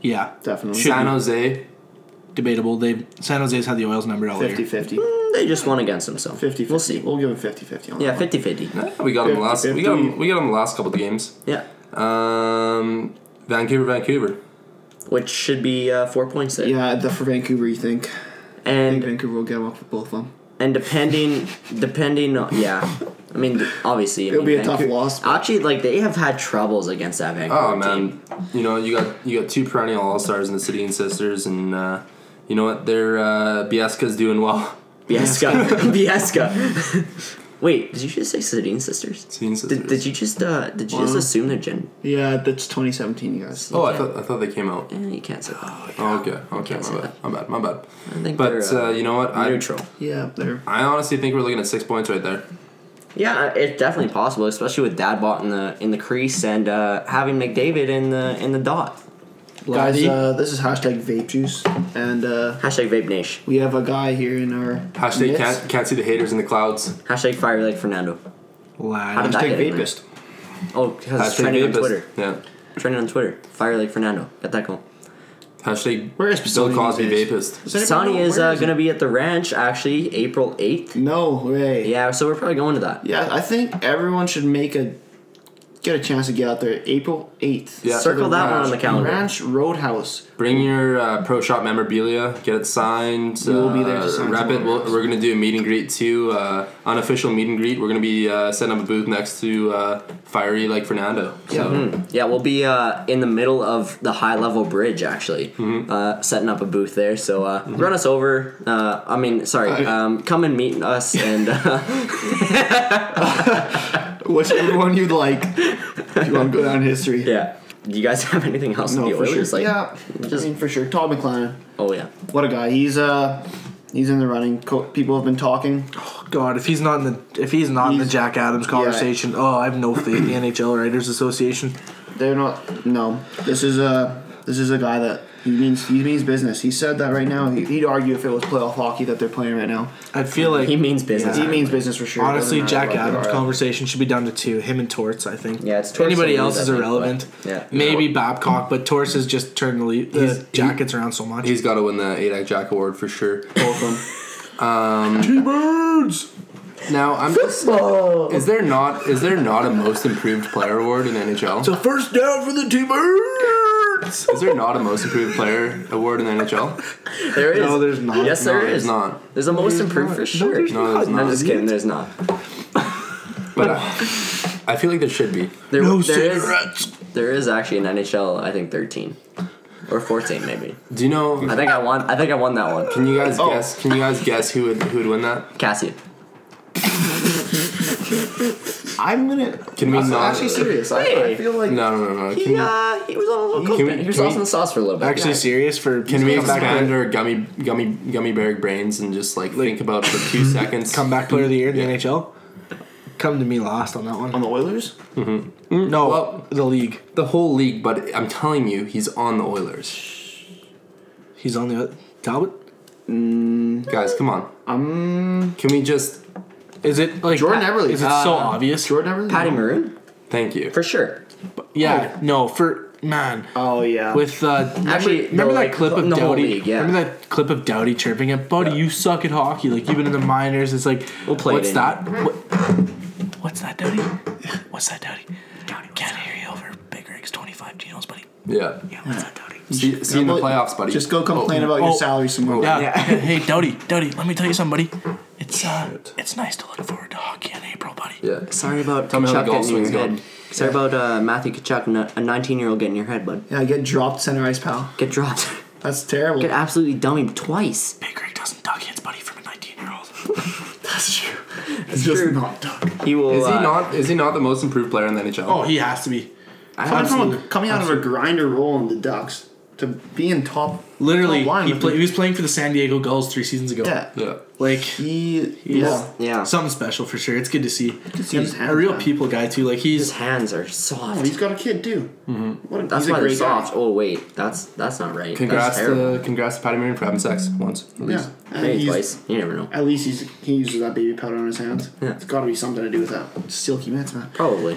[SPEAKER 3] Yeah,
[SPEAKER 4] Definitely.
[SPEAKER 3] Should
[SPEAKER 1] San
[SPEAKER 3] be
[SPEAKER 1] Jose,
[SPEAKER 3] debatable. They San Jose's had the Oils number all
[SPEAKER 4] 50
[SPEAKER 3] year.
[SPEAKER 4] 50.
[SPEAKER 2] They just won against them, so
[SPEAKER 4] 50
[SPEAKER 2] we'll see.
[SPEAKER 4] We'll give him 50 50 on
[SPEAKER 2] Yeah,
[SPEAKER 4] that.
[SPEAKER 2] 50 50.
[SPEAKER 1] eh, we got them last. We got
[SPEAKER 4] 50.
[SPEAKER 1] them, we got them the last couple of games.
[SPEAKER 2] Yeah.
[SPEAKER 1] Um, Vancouver, Vancouver.
[SPEAKER 2] Which should be uh, four points there.
[SPEAKER 4] Yeah, the for Vancouver, you think? I think
[SPEAKER 2] And
[SPEAKER 4] Vancouver will get him off with both of them.
[SPEAKER 2] And depending, depending, on, yeah. I mean, obviously, I
[SPEAKER 4] It'll
[SPEAKER 2] mean,
[SPEAKER 4] be a tough loss, but-
[SPEAKER 2] Actually, like they have had troubles against that Vancouver
[SPEAKER 1] Oh
[SPEAKER 2] team.
[SPEAKER 1] man, you know you got you got two perennial all stars in the City and Sisters, and uh, you know what? Their uh, Bielska's doing well.
[SPEAKER 2] Bieska, Bieska. Wait, did you just say Sedin sisters?
[SPEAKER 1] City and Sisters.
[SPEAKER 2] Did, did you just uh, did you just
[SPEAKER 4] Wow.
[SPEAKER 2] assume they're gen?
[SPEAKER 4] Yeah, that's 2017, you guys.
[SPEAKER 1] oh, I thought I thought they came out.
[SPEAKER 2] Eh, you can't say that.
[SPEAKER 1] Oh, okay, okay,
[SPEAKER 2] say
[SPEAKER 1] my bad,
[SPEAKER 2] that.
[SPEAKER 1] my bad, my bad.
[SPEAKER 2] I think
[SPEAKER 1] But
[SPEAKER 2] they're
[SPEAKER 1] uh,
[SPEAKER 2] uh,
[SPEAKER 1] you know what? I,
[SPEAKER 2] neutral.
[SPEAKER 4] Yeah, there.
[SPEAKER 1] I honestly think we're looking at six points right there.
[SPEAKER 2] Yeah, uh, it's definitely possible, especially with Dadbot in the in the crease and uh, having McDavid in the in the dot.
[SPEAKER 4] Guys,
[SPEAKER 3] Lottie.
[SPEAKER 4] uh, this is hashtag vape juice. And uh,
[SPEAKER 2] Hashtag Vape Nation.
[SPEAKER 4] we have a guy here in our.
[SPEAKER 1] Hashtag
[SPEAKER 4] midst.
[SPEAKER 1] can't, can't see the haters in the clouds.
[SPEAKER 2] Hashtag Fire Like Fernando. How did that
[SPEAKER 3] Lad.
[SPEAKER 4] Hashtag
[SPEAKER 2] get in there?
[SPEAKER 4] vapist.
[SPEAKER 2] Oh, because it's
[SPEAKER 1] Hashtag
[SPEAKER 2] trending on
[SPEAKER 1] Vapus.
[SPEAKER 2] Twitter.
[SPEAKER 1] Yeah.
[SPEAKER 2] Trending on Twitter. Fire like Fernando. Got that going.
[SPEAKER 1] Hashtag
[SPEAKER 4] Where is
[SPEAKER 1] Bill
[SPEAKER 4] Pisoni
[SPEAKER 1] Cosby
[SPEAKER 4] these days?
[SPEAKER 1] vapist.
[SPEAKER 4] Does anybody
[SPEAKER 2] Sonny
[SPEAKER 4] know
[SPEAKER 2] is
[SPEAKER 4] where
[SPEAKER 2] uh, going to be at the ranch actually April 8th.
[SPEAKER 4] No way.
[SPEAKER 2] Yeah, so we're probably going to that.
[SPEAKER 4] Yeah, I think everyone should make a get a chance to get out there. April eighth.
[SPEAKER 1] Yeah.
[SPEAKER 2] Circle that one on the calendar.
[SPEAKER 4] Ranch Roadhouse.
[SPEAKER 1] Bring your uh, pro shop memorabilia, get it signed.
[SPEAKER 4] We will be
[SPEAKER 1] uh,
[SPEAKER 4] there to sign
[SPEAKER 1] Rep
[SPEAKER 4] some
[SPEAKER 1] it. We'll,
[SPEAKER 4] autographs.
[SPEAKER 1] we're gonna do a meet and greet too. Uh, unofficial meet and greet. We're gonna be uh, setting up a booth next to uh, Fiery like Fernando. So
[SPEAKER 4] Mm-hmm.
[SPEAKER 2] Yeah, we'll be uh, in the middle of the high level bridge actually, uh, setting up a booth there. So uh, run us over. Uh, I mean, sorry, um, come and meet us and uh,
[SPEAKER 4] Whichever one you'd like. If you want to go down in history.
[SPEAKER 2] yeah. Do you guys have anything else
[SPEAKER 4] No,
[SPEAKER 2] with the
[SPEAKER 4] for sure.
[SPEAKER 2] Oilers? Like,
[SPEAKER 4] yeah,
[SPEAKER 2] just-
[SPEAKER 4] I mean, for sure. Todd McLennan,
[SPEAKER 2] oh yeah.
[SPEAKER 4] what a guy. He's uh, he's in the running. Co- people have been talking.
[SPEAKER 3] God, if he's not in the if he's not in the
[SPEAKER 4] He's-
[SPEAKER 3] Jack Adams conversation, oh, I have no faith in the NHL Writers Association.
[SPEAKER 4] They're not. No, this is a this is a guy that he means he means business. He said that right now. He, he'd argue if it was playoff hockey that they're playing right now.
[SPEAKER 3] I feel like
[SPEAKER 2] He means business.
[SPEAKER 4] He means business for sure.
[SPEAKER 3] honestly,
[SPEAKER 4] Doesn't matter
[SPEAKER 3] Jack
[SPEAKER 4] about the
[SPEAKER 3] Adams
[SPEAKER 4] RL.
[SPEAKER 3] conversation should be down to two. Him and Torts, I think.
[SPEAKER 2] Yeah, it's Torts
[SPEAKER 3] anybody
[SPEAKER 2] and
[SPEAKER 3] else
[SPEAKER 2] Reeves,
[SPEAKER 3] is
[SPEAKER 2] I think,
[SPEAKER 3] irrelevant.
[SPEAKER 2] but- yeah.
[SPEAKER 3] maybe Babcock, but Torts has just turned the, le-
[SPEAKER 1] He's-
[SPEAKER 3] the jackets around so much.
[SPEAKER 1] he's got to win the ADAC Jack Award for sure.
[SPEAKER 4] Both of them.
[SPEAKER 3] T-Birds.
[SPEAKER 1] Now I'm just. Is there not is there not a most improved player award in NHL?
[SPEAKER 3] The first down for the T-Birds. hurts.
[SPEAKER 1] Is there not a most improved player award in the NHL?
[SPEAKER 2] There is.
[SPEAKER 3] No, there's not.
[SPEAKER 2] Yes, there
[SPEAKER 1] No,
[SPEAKER 2] is.
[SPEAKER 1] there's not.
[SPEAKER 2] There's a most improved for
[SPEAKER 3] No,
[SPEAKER 2] sure.
[SPEAKER 3] there's
[SPEAKER 1] No,
[SPEAKER 3] not.
[SPEAKER 1] there's not.
[SPEAKER 2] I'm just kidding. There's not.
[SPEAKER 1] But uh, I feel like there should be.
[SPEAKER 2] There, there is. There is actually an NHL. I think 13 or 14 maybe.
[SPEAKER 1] Do you know?
[SPEAKER 2] I think I won. I think I won that one.
[SPEAKER 1] Can you guys guess? Can you guys guess who would who would win that?
[SPEAKER 2] Cassian.
[SPEAKER 4] I'm gonna.
[SPEAKER 1] Can we
[SPEAKER 4] I'm
[SPEAKER 1] not-
[SPEAKER 4] actually serious. I, I
[SPEAKER 2] Hey.
[SPEAKER 4] feel like
[SPEAKER 1] No, no, no, no. Can,
[SPEAKER 2] He, uh, he was on a little
[SPEAKER 1] Can we-
[SPEAKER 2] coke. He was
[SPEAKER 1] can
[SPEAKER 2] off
[SPEAKER 1] we-
[SPEAKER 2] in the sauce for a little bit.
[SPEAKER 3] Actually,
[SPEAKER 2] yeah.
[SPEAKER 3] serious for
[SPEAKER 1] can we
[SPEAKER 3] comeback
[SPEAKER 1] expand
[SPEAKER 3] player-
[SPEAKER 1] our gummy gummy gummy bear brains and just like, think about it for two seconds?
[SPEAKER 3] comeback player of the year in
[SPEAKER 1] Yeah.
[SPEAKER 3] the NHL? Come to me last on that one.
[SPEAKER 4] on the Oilers.
[SPEAKER 3] No,
[SPEAKER 1] well-
[SPEAKER 3] the league.
[SPEAKER 1] the whole league, but I'm telling you, he's on the Oilers.
[SPEAKER 3] He's on the oth- Talbot.
[SPEAKER 1] Guys, come on. Um. Can we just?
[SPEAKER 3] Is it like
[SPEAKER 4] Jordan
[SPEAKER 3] uh,
[SPEAKER 4] Everly.
[SPEAKER 3] Is it so obvious?
[SPEAKER 4] Jordan Everly.
[SPEAKER 2] Patty Maroon
[SPEAKER 1] Thank you.
[SPEAKER 2] for sure.
[SPEAKER 1] Oh,
[SPEAKER 3] Yeah. No, for man.
[SPEAKER 4] Oh yeah.
[SPEAKER 3] With uh,
[SPEAKER 2] Actually,
[SPEAKER 3] actually, remember
[SPEAKER 2] no,
[SPEAKER 3] that
[SPEAKER 2] like,
[SPEAKER 3] clip of
[SPEAKER 2] the whole
[SPEAKER 3] Doughty?
[SPEAKER 2] league, yeah.
[SPEAKER 3] Remember that clip of Doughty chirping at Buddy, you suck at hockey. Like you've been in the minors. It's like,
[SPEAKER 2] We'll play it
[SPEAKER 3] what's
[SPEAKER 2] in.
[SPEAKER 3] that? What, what's that, Doughty? What's that, Doughty? Can't hear you over Big Rigs 25 Genos, buddy.
[SPEAKER 1] Yeah.
[SPEAKER 3] Yeah, what's that, Doughty?
[SPEAKER 1] See, see you in the playoffs, buddy.
[SPEAKER 4] Just go complain about
[SPEAKER 3] Oh.
[SPEAKER 4] your salary some more.
[SPEAKER 3] Yeah. hey, Doughty, Doughty, let me tell you something, buddy. It's uh, it's nice to look forward to hockey in April, buddy.
[SPEAKER 1] Yeah.
[SPEAKER 2] Sorry about
[SPEAKER 1] Tell me how the
[SPEAKER 2] Kachuk
[SPEAKER 1] goal
[SPEAKER 2] getting in
[SPEAKER 1] swing's
[SPEAKER 2] your head.
[SPEAKER 1] going.
[SPEAKER 2] Sorry about uh, Matthew Kachuk, n- a 19 year old, getting in your head, bud.
[SPEAKER 4] Yeah, get dropped center ice, pal.
[SPEAKER 2] Get dropped.
[SPEAKER 4] That's terrible.
[SPEAKER 2] Get absolutely dummied twice.
[SPEAKER 3] Big Rig doesn't duck hits, buddy, from a 19 year old.
[SPEAKER 4] That's true. It's just
[SPEAKER 2] true.
[SPEAKER 4] not done.
[SPEAKER 2] He will.
[SPEAKER 1] Is he
[SPEAKER 2] uh,
[SPEAKER 1] not? Is he not the most improved player in the NHL?
[SPEAKER 3] Oh, he has to be.
[SPEAKER 4] Coming, from
[SPEAKER 3] Absolutely.
[SPEAKER 4] a, coming out of a grinder role in the Ducks to be in top
[SPEAKER 3] Literally,
[SPEAKER 4] top line
[SPEAKER 3] he,
[SPEAKER 4] with
[SPEAKER 3] play,
[SPEAKER 4] the-
[SPEAKER 3] he was playing for the San Diego Gulls three seasons ago.
[SPEAKER 4] yeah.
[SPEAKER 1] Yeah.
[SPEAKER 3] Like,
[SPEAKER 4] He,
[SPEAKER 3] yeah.
[SPEAKER 4] yeah.
[SPEAKER 2] Yeah.
[SPEAKER 3] Something special for sure. It's good to see.
[SPEAKER 4] see
[SPEAKER 3] And
[SPEAKER 4] his hands,
[SPEAKER 3] a real
[SPEAKER 4] man.
[SPEAKER 3] people guy, too. Like,
[SPEAKER 2] His
[SPEAKER 3] he's.
[SPEAKER 2] hands are soft.
[SPEAKER 4] Oh, he's got a kid too. Mm-hmm. What a,
[SPEAKER 2] that's
[SPEAKER 4] he's
[SPEAKER 2] why
[SPEAKER 4] a
[SPEAKER 2] they're
[SPEAKER 4] great guy.
[SPEAKER 2] soft. Oh wait, that's that's not right.
[SPEAKER 1] Congrats
[SPEAKER 2] that's terrible.
[SPEAKER 1] to congrats to Patty Marion for having sex once. at least.
[SPEAKER 4] Yeah, and
[SPEAKER 2] Maybe
[SPEAKER 4] he's-
[SPEAKER 2] twice. You never know.
[SPEAKER 4] At least he's he uses that baby powder on his hands.
[SPEAKER 2] Yeah.
[SPEAKER 4] It's got to be something to do with that silky mitts, man.
[SPEAKER 2] Probably.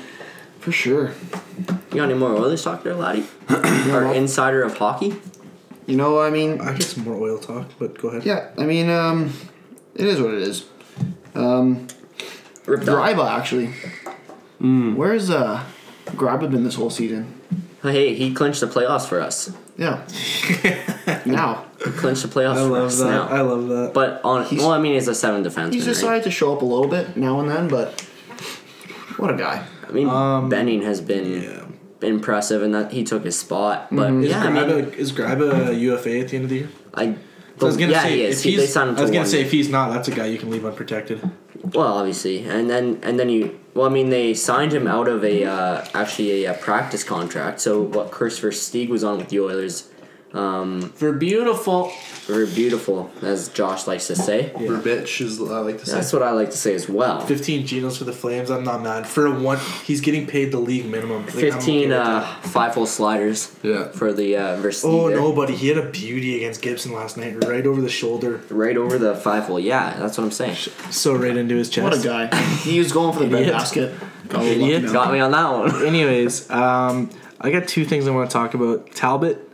[SPEAKER 4] For sure.
[SPEAKER 2] You got any more Oilers talk there, laddie? Our insider of hockey.
[SPEAKER 4] You know, I mean,
[SPEAKER 3] I get some more oil talk, but go ahead.
[SPEAKER 4] yeah, I mean, um, it is what it is.
[SPEAKER 2] Ripped up.
[SPEAKER 4] Griba actually. Where's uh, Griba been this whole season?
[SPEAKER 2] Hey, he clinched the playoffs for us.
[SPEAKER 4] Yeah. now
[SPEAKER 2] He clinched the playoffs
[SPEAKER 3] I
[SPEAKER 2] for
[SPEAKER 3] love
[SPEAKER 2] us
[SPEAKER 3] that.
[SPEAKER 2] now.
[SPEAKER 3] I love that.
[SPEAKER 2] But on
[SPEAKER 4] He's-
[SPEAKER 2] well, I mean, he's a seven defenseman.
[SPEAKER 4] he's
[SPEAKER 2] right?
[SPEAKER 4] decided to show up a little bit now and then, but what a guy.
[SPEAKER 2] I mean,
[SPEAKER 3] um,
[SPEAKER 2] Benning has been impressive, and that he took his spot. But
[SPEAKER 3] Is,
[SPEAKER 2] yeah, I
[SPEAKER 3] Gribe,
[SPEAKER 2] mean,
[SPEAKER 3] is Gribe a UFA at the end of the year?
[SPEAKER 2] I.
[SPEAKER 3] I was gonna
[SPEAKER 2] yeah,
[SPEAKER 3] say
[SPEAKER 2] he is.
[SPEAKER 3] if
[SPEAKER 2] He-
[SPEAKER 3] he's.
[SPEAKER 2] they signed him to
[SPEAKER 3] I was gonna
[SPEAKER 2] one
[SPEAKER 3] say
[SPEAKER 2] year.
[SPEAKER 3] if he's not, that's a guy you can leave unprotected.
[SPEAKER 2] Well, obviously, and then and then you. Well, I mean, they signed him out of a uh, actually a, uh practice contract. So what Christopher Stieg was on with the Oilers, um,
[SPEAKER 3] For beautiful.
[SPEAKER 2] were beautiful, as Josh likes to say.
[SPEAKER 1] For bitch is what I like to say.
[SPEAKER 2] That's what I like to say as well.
[SPEAKER 3] 15 Genos for the Flames. I'm not mad. For a one, he's getting paid the league minimum. Like, I'm okay
[SPEAKER 2] Fifteen
[SPEAKER 3] with
[SPEAKER 2] uh,
[SPEAKER 3] that.
[SPEAKER 2] five hole sliders.
[SPEAKER 1] Yeah.
[SPEAKER 2] For the uh, versus.
[SPEAKER 3] Oh
[SPEAKER 2] there.
[SPEAKER 3] no, buddy! He had a beauty against Gibson last night, right over the shoulder,
[SPEAKER 2] Right over the five hole. Yeah, that's what I'm saying.
[SPEAKER 3] so right into his chest.
[SPEAKER 4] What a guy. he was going for the bread
[SPEAKER 3] Idiot.
[SPEAKER 4] basket. Got
[SPEAKER 3] Idiot.
[SPEAKER 4] lucky now.
[SPEAKER 2] Got me on that one.
[SPEAKER 3] Anyways, um, I got two things I want to talk about. Talbot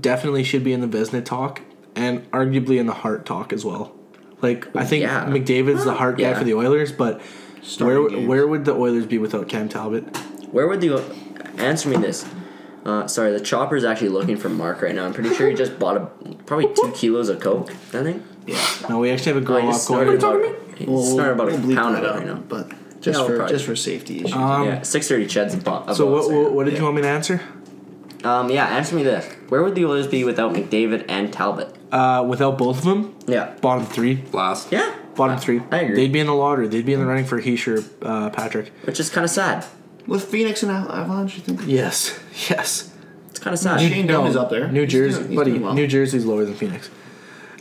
[SPEAKER 3] definitely should be in the Vesna talk, and arguably in the Hart talk as well. Like I think
[SPEAKER 2] Yeah.
[SPEAKER 3] McDavid's the Hart guy
[SPEAKER 2] Yeah.
[SPEAKER 3] for the Oilers, but
[SPEAKER 4] Starting
[SPEAKER 3] where
[SPEAKER 4] games.
[SPEAKER 3] where would the Oilers be without Cam Talbot?
[SPEAKER 2] Where would the answer me this? Uh, sorry, the chopper's actually looking for Mark right now. I'm pretty sure he just bought a, probably two kilos of coke. I think.
[SPEAKER 3] No, uh, we actually have a
[SPEAKER 2] Oh, he
[SPEAKER 3] grow up
[SPEAKER 2] just snorted
[SPEAKER 3] going.
[SPEAKER 2] about, he
[SPEAKER 4] We'll-
[SPEAKER 2] snorted about
[SPEAKER 4] we'll
[SPEAKER 2] a
[SPEAKER 4] bleep
[SPEAKER 2] pound
[SPEAKER 4] that
[SPEAKER 2] of it
[SPEAKER 4] out,
[SPEAKER 2] right now.
[SPEAKER 4] But just
[SPEAKER 2] Yeah, we'll
[SPEAKER 4] for
[SPEAKER 2] probably- Uh,
[SPEAKER 4] just for safety issues.
[SPEAKER 2] yeah, six thirty Chad's about.
[SPEAKER 3] Um, So what, what what did you want me to answer?
[SPEAKER 2] Um, yeah, answer me this: Where would the Oilers be without McDavid and Talbot?
[SPEAKER 3] Uh, without both of them,
[SPEAKER 2] Yeah.
[SPEAKER 3] bottom three.
[SPEAKER 1] Last.
[SPEAKER 2] Yeah.
[SPEAKER 3] Bottom three.
[SPEAKER 2] I agree.
[SPEAKER 3] They'd be in the lottery. They'd be in the running for Heisher, uh, Patrick.
[SPEAKER 2] Which is kind of sad.
[SPEAKER 4] With Phoenix and Av- Avalanche, you think
[SPEAKER 3] Yes. Yes.
[SPEAKER 2] It's kind of sad.
[SPEAKER 4] Shane Doan is up there.
[SPEAKER 3] New
[SPEAKER 4] He's
[SPEAKER 3] Jersey,
[SPEAKER 4] doing- he's
[SPEAKER 3] buddy.
[SPEAKER 4] doing well.
[SPEAKER 3] New Jersey's lower than Phoenix.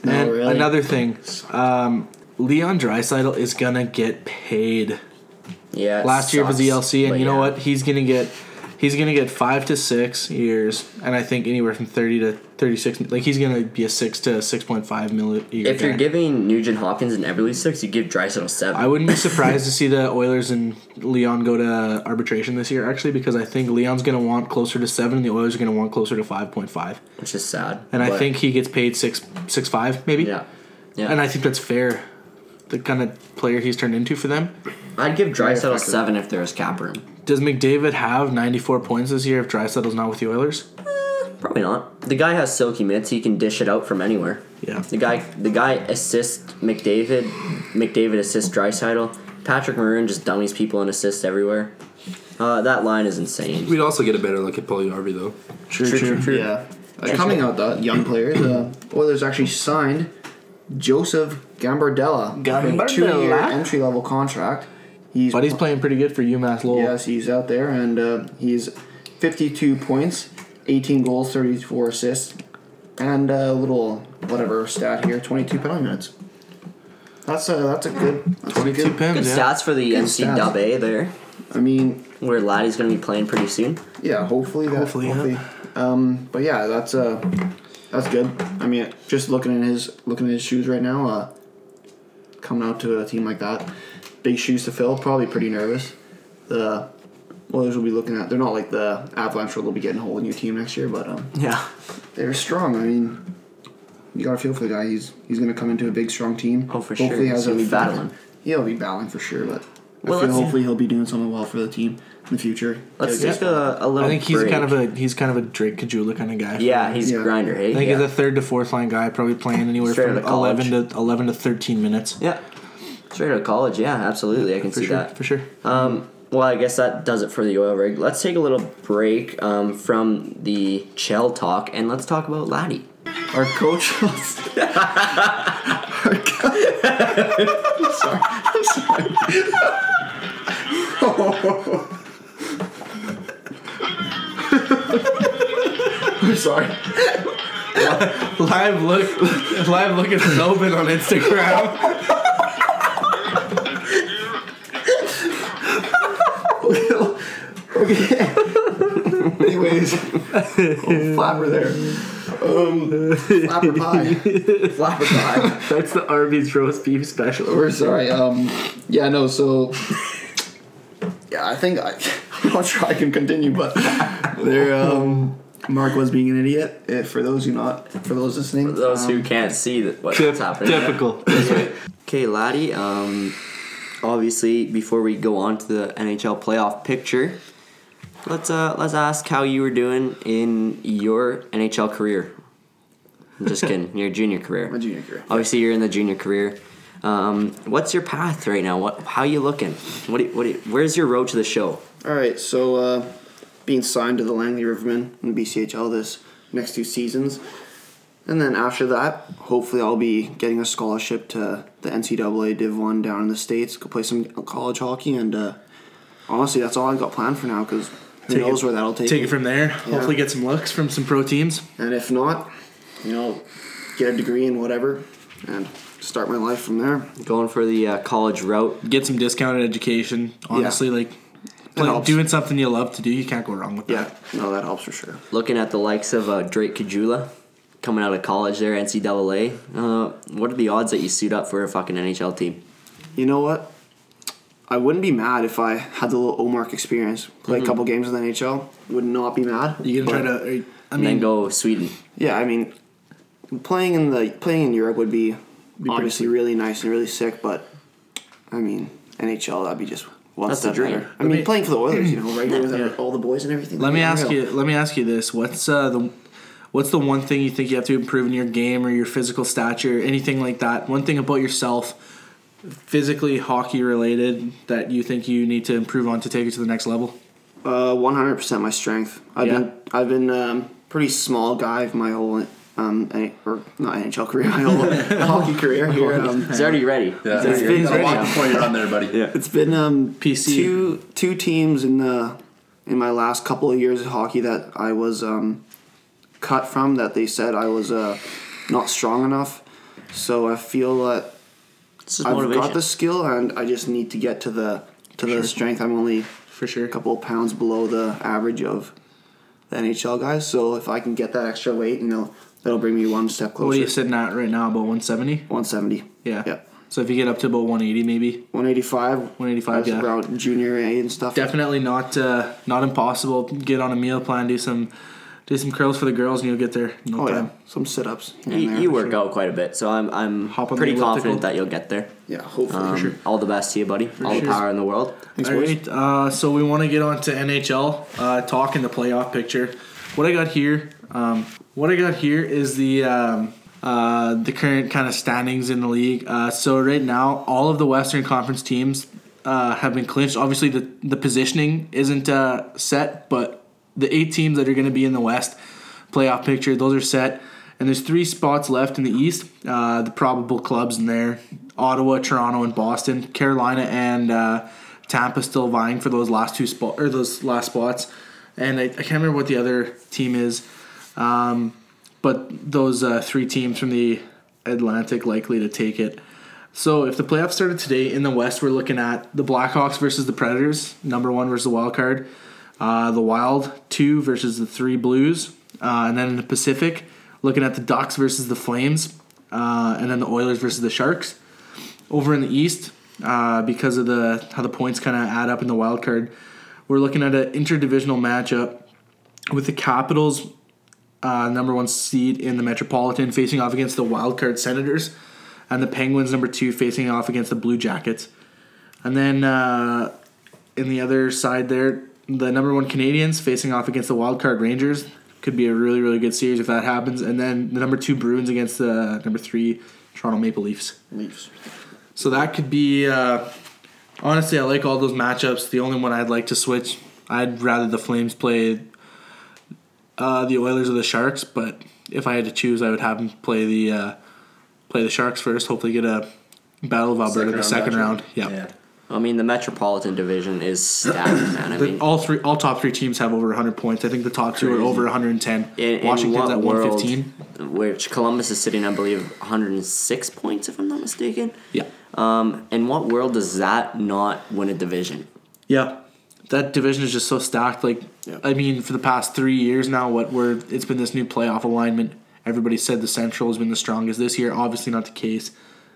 [SPEAKER 4] No,
[SPEAKER 3] and
[SPEAKER 4] really?
[SPEAKER 3] another thing, um, Leon Dreisaitl is gonna get paid.
[SPEAKER 2] yeah. it
[SPEAKER 3] Last year was
[SPEAKER 2] sucks,
[SPEAKER 3] ELC, and
[SPEAKER 2] but
[SPEAKER 3] you know
[SPEAKER 2] yeah.
[SPEAKER 3] what? He's gonna get, he's gonna get five to six years, and I think anywhere from thirty to thirty-six. Like he's gonna be a six to six point five million.
[SPEAKER 2] If you're giving Nugent Hopkins and Everly six, you give Drysdale seven.
[SPEAKER 3] I wouldn't be surprised to see the Oilers and Leon go to arbitration this year, actually, because I think Leon's going to want closer to seven, and the Oilers are going to want closer to five point five.
[SPEAKER 2] which is sad.
[SPEAKER 3] And I
[SPEAKER 2] but-
[SPEAKER 3] think he gets paid six six five, maybe.
[SPEAKER 2] Yeah. Yeah.
[SPEAKER 3] And I think that's fair. The kind of player he's turned into for them.
[SPEAKER 2] I'd give Drysdale seven if there was cap room.
[SPEAKER 3] Does McDavid have 94 points this year if Drysaddle's not with the Oilers?
[SPEAKER 2] Probably not. The guy has silky mitts. He can dish it out from anywhere.
[SPEAKER 3] Yeah.
[SPEAKER 2] The guy, the guy assists McDavid. McDavid assists Drysital. Patrick Maroon just dummies people and assists everywhere. Uh, that line is insane.
[SPEAKER 1] We'd also get a better look at Paul Yarby though.
[SPEAKER 3] True,
[SPEAKER 4] Yeah. Uh, coming out the young players, uh, Oilers actually signed Joseph Gambardella,
[SPEAKER 3] Gambardella.
[SPEAKER 4] two-year entry level contract. He's
[SPEAKER 3] But he's playing pretty good for UMass Lowell.
[SPEAKER 4] Yes, he's out there, and uh, he's 52 points, 18 goals, 34 assists, and uh, a little whatever stat here, 22 penalty minutes. That's a that's a good. That's 22
[SPEAKER 3] Two
[SPEAKER 4] good,
[SPEAKER 2] Good
[SPEAKER 3] pins, yeah.
[SPEAKER 2] stats for the NCAA there,
[SPEAKER 4] I mean,
[SPEAKER 2] where Laddie's going to be playing pretty soon.
[SPEAKER 4] yeah. Hopefully that.
[SPEAKER 3] Hopefully,
[SPEAKER 4] Hopefully,
[SPEAKER 3] yeah.
[SPEAKER 4] Um, but yeah, that's uh, that's good. I mean, just looking in his looking at his shoes right now. Uh, coming out to a team like that, big shoes to fill. Probably pretty nervous. The Oilers will be looking at. They're not like the Avalanche where they'll be getting a whole new team next year, but um,
[SPEAKER 3] Yeah.
[SPEAKER 4] they're strong. I mean, you gotta feel for the guy. He's he's gonna come into a big strong team.
[SPEAKER 2] Oh, for sure. He's gonna be battling.
[SPEAKER 4] He'll be battling for sure, but
[SPEAKER 2] Well,
[SPEAKER 4] I feel
[SPEAKER 2] let's-
[SPEAKER 4] hopefully he'll be doing something well for the team in the future.
[SPEAKER 2] Let's
[SPEAKER 4] Yeah,
[SPEAKER 2] take a, a little.
[SPEAKER 3] I think he's
[SPEAKER 2] break.
[SPEAKER 3] kind of a he's kind of a Drake Kajula kind of guy.
[SPEAKER 2] Yeah, he's
[SPEAKER 4] Yeah.
[SPEAKER 2] a grinder. Hey.
[SPEAKER 3] I think
[SPEAKER 2] yeah.
[SPEAKER 3] he's a third to fourth line guy, probably playing anywhere
[SPEAKER 2] Straight
[SPEAKER 3] from
[SPEAKER 2] outta college.
[SPEAKER 3] 11 to 11 to 13 minutes.
[SPEAKER 2] yeah. Straight out of college. Yeah, absolutely. I can
[SPEAKER 3] For
[SPEAKER 2] see
[SPEAKER 3] sure,
[SPEAKER 2] that.
[SPEAKER 3] for sure.
[SPEAKER 2] Um, well, I guess that does it for the oil rig. Let's take a little break um, from the Chell talk and let's talk about Laddie.
[SPEAKER 4] Our coach. Our co- I'm sorry. I'm sorry. I'm sorry.
[SPEAKER 3] Live look, live look at Sobin on Instagram.
[SPEAKER 4] Anyways, oh, flapper there. Um, flapper pie.
[SPEAKER 2] Flapper God.
[SPEAKER 3] That's the Arby's roast beef special.
[SPEAKER 4] We're sorry. Um, yeah, no. So, yeah, I think I, I'm not sure I can continue, but there. Um, Mark was being an idiot. eh, For those who not, for those listening,
[SPEAKER 2] Those who can't see that what's happening.
[SPEAKER 3] Typical.
[SPEAKER 2] Okay, Laddie. Um, obviously, before we go on to the NHL playoff picture, let's uh, let's ask how you were doing in your NHL career. I'm just kidding. your junior career.
[SPEAKER 4] my junior career.
[SPEAKER 2] Obviously, you're in the junior career. Um, what's your path right now? What? How you looking? What? Do you, what? Do you, where's your road to the show?
[SPEAKER 4] All right, so uh, being signed to the Langley Rivermen in BCHL this next two seasons, and then after that, hopefully I'll be getting a scholarship to the NCAA Div One down in the states, go play some college hockey, and uh, honestly, that's all I got planned for now because who
[SPEAKER 3] Take it-
[SPEAKER 4] knows where that'll take.
[SPEAKER 3] Take
[SPEAKER 4] me.
[SPEAKER 3] it from there. Hopefully, get some looks from some pro teams.
[SPEAKER 4] and if not, you know, get a degree in whatever, and start my life from there.
[SPEAKER 2] Going for the uh, college route.
[SPEAKER 3] Get some discounted education. Honestly, like play-
[SPEAKER 4] helps.
[SPEAKER 3] doing something you love to do, you can't go wrong with
[SPEAKER 4] Yeah,
[SPEAKER 3] that.
[SPEAKER 4] no, that helps for sure.
[SPEAKER 2] Looking at the likes of uh, Drake Kajula coming out of college there, NCAA. Uh, what are the odds that you suit up for a fucking NHL team?
[SPEAKER 4] You know what? I wouldn't be mad if I had the little Omark experience. Play a couple games in the NHL. Would not be mad.
[SPEAKER 3] Mm-hmm. You can try
[SPEAKER 4] But,
[SPEAKER 3] to. are you- I
[SPEAKER 2] And then
[SPEAKER 3] mean,
[SPEAKER 2] go Sweden.
[SPEAKER 4] Yeah, I mean, playing in the playing in Europe would be, obviously really nice and really sick. But I mean, NHL that'd be just one
[SPEAKER 2] That's
[SPEAKER 4] step
[SPEAKER 2] the dream.
[SPEAKER 4] better. I mean,
[SPEAKER 3] me-
[SPEAKER 4] playing for the Oilers, you know, right there with all the boys and everything.
[SPEAKER 3] let me
[SPEAKER 4] that'd be
[SPEAKER 3] ask
[SPEAKER 4] unreal.
[SPEAKER 3] you. Let me ask you this: What's uh, the What's the one thing you think you have to improve in your game or your physical stature, anything like that? One thing about yourself, physically hockey related, that you think you need to improve on to take it to the next level?
[SPEAKER 4] Uh, one hundred percent my strength. I've
[SPEAKER 3] Yeah.
[SPEAKER 4] been I've been um, pretty small guy my whole um N- or not NHL career, my whole hockey career here. Um,
[SPEAKER 2] He's already ready.
[SPEAKER 1] Yeah,
[SPEAKER 2] He's already
[SPEAKER 1] you're-
[SPEAKER 2] ready.
[SPEAKER 1] walk before you're on there, buddy. Yeah.
[SPEAKER 4] It's been um
[SPEAKER 3] PC.
[SPEAKER 4] two two teams in the in my last couple of years of hockey that I was um, cut from that they said I was uh, not strong enough. So I feel that
[SPEAKER 2] It's just
[SPEAKER 4] I've
[SPEAKER 2] motivation.
[SPEAKER 4] got the skill and I just need to get to the to the strength. I'm only
[SPEAKER 3] For sure.
[SPEAKER 4] a couple of pounds below the average of the NHL guys. So if I can get that extra weight, and it'll, that'll bring me one step closer.
[SPEAKER 3] What are you sitting at right now? About 170?
[SPEAKER 4] 170.
[SPEAKER 3] Yeah.
[SPEAKER 4] Yeah.
[SPEAKER 3] So if you get up to about 180, maybe
[SPEAKER 4] 185.
[SPEAKER 3] 185,
[SPEAKER 4] That's
[SPEAKER 3] yeah.
[SPEAKER 4] around junior A and stuff.
[SPEAKER 3] definitely not uh, not impossible. Get on a meal plan, do some do some curls for the girls, and you'll get there. in No
[SPEAKER 4] Oh
[SPEAKER 3] time.
[SPEAKER 4] yeah, some sit ups.
[SPEAKER 2] You, you work out quite a bit, so I'm I'm
[SPEAKER 3] Hop on
[SPEAKER 2] pretty
[SPEAKER 3] the
[SPEAKER 2] confident
[SPEAKER 3] elliptical.
[SPEAKER 2] that you'll get there.
[SPEAKER 4] Yeah, hopefully.
[SPEAKER 2] Um, All the best to you, buddy. all the
[SPEAKER 3] sure.
[SPEAKER 2] power in the world.
[SPEAKER 4] Thanks,
[SPEAKER 3] All
[SPEAKER 4] boys.
[SPEAKER 3] right, uh, so we want to get on to NHL uh, talk in the playoff picture. What I got here, um, what I got here is the um, uh, the current kind of standings in the league. Uh, so right now, all of the Western Conference teams uh, have been clinched. Obviously, the the positioning isn't uh, set, but the eight teams that are going to be in the West playoff picture, those are set. And there's three spots left in the East. Uh, the probable clubs in there: Ottawa, Toronto, and Boston. Carolina and uh, Tampa still vying for those last two spot or those last spots. And I, I can't remember what the other team is, um, but those uh, three teams from the Atlantic likely to take it. So if the playoffs started today in the West, we're looking at the Blackhawks versus the Predators, number one versus the Wild card, uh, the Wild two versus the three Blues, uh, and then in the Pacific, looking at the Ducks versus the Flames, uh, and then the Oilers versus the Sharks. Over in the East, uh, because of the how the points kind of add up in the Wild card, we're looking at an interdivisional matchup with the Capitals, uh, number one seed in the Metropolitan, facing off against the Wild card Senators and the Penguins number two facing off against the Blue Jackets. And then uh, in the other side there, the number one Canadians facing off against the Wild Card Rangers. Could be a really, really good series if that happens. And then the number two Bruins against the number three Toronto Maple Leafs.
[SPEAKER 4] Leafs.
[SPEAKER 3] So that could be. Uh, honestly, I like all those matchups. The only one I'd like to switch, I'd rather the Flames play uh, the Oilers or the Sharks. But if I had to choose, I would have them play the uh, play the Sharks first. Hopefully, get a Battle of Alberta in the second round. Yeah,
[SPEAKER 2] I mean, the Metropolitan Division is stacked, man. I
[SPEAKER 3] The-
[SPEAKER 2] mean,
[SPEAKER 3] all three, all top three teams have over 100 points. I think the top two are over 110.
[SPEAKER 2] in, in
[SPEAKER 3] Washington's
[SPEAKER 2] what
[SPEAKER 3] at
[SPEAKER 2] world,
[SPEAKER 3] 115.
[SPEAKER 2] which Columbus is sitting, I believe, 106 points, if I'm not mistaken.
[SPEAKER 3] Yeah,
[SPEAKER 2] Um, in what world does that not win a division?
[SPEAKER 3] yeah. That division is just so stacked. Like, I mean, for the past three years now, what we're it's been this new playoff alignment. Everybody said the Central has been the strongest this year. Obviously, not the case.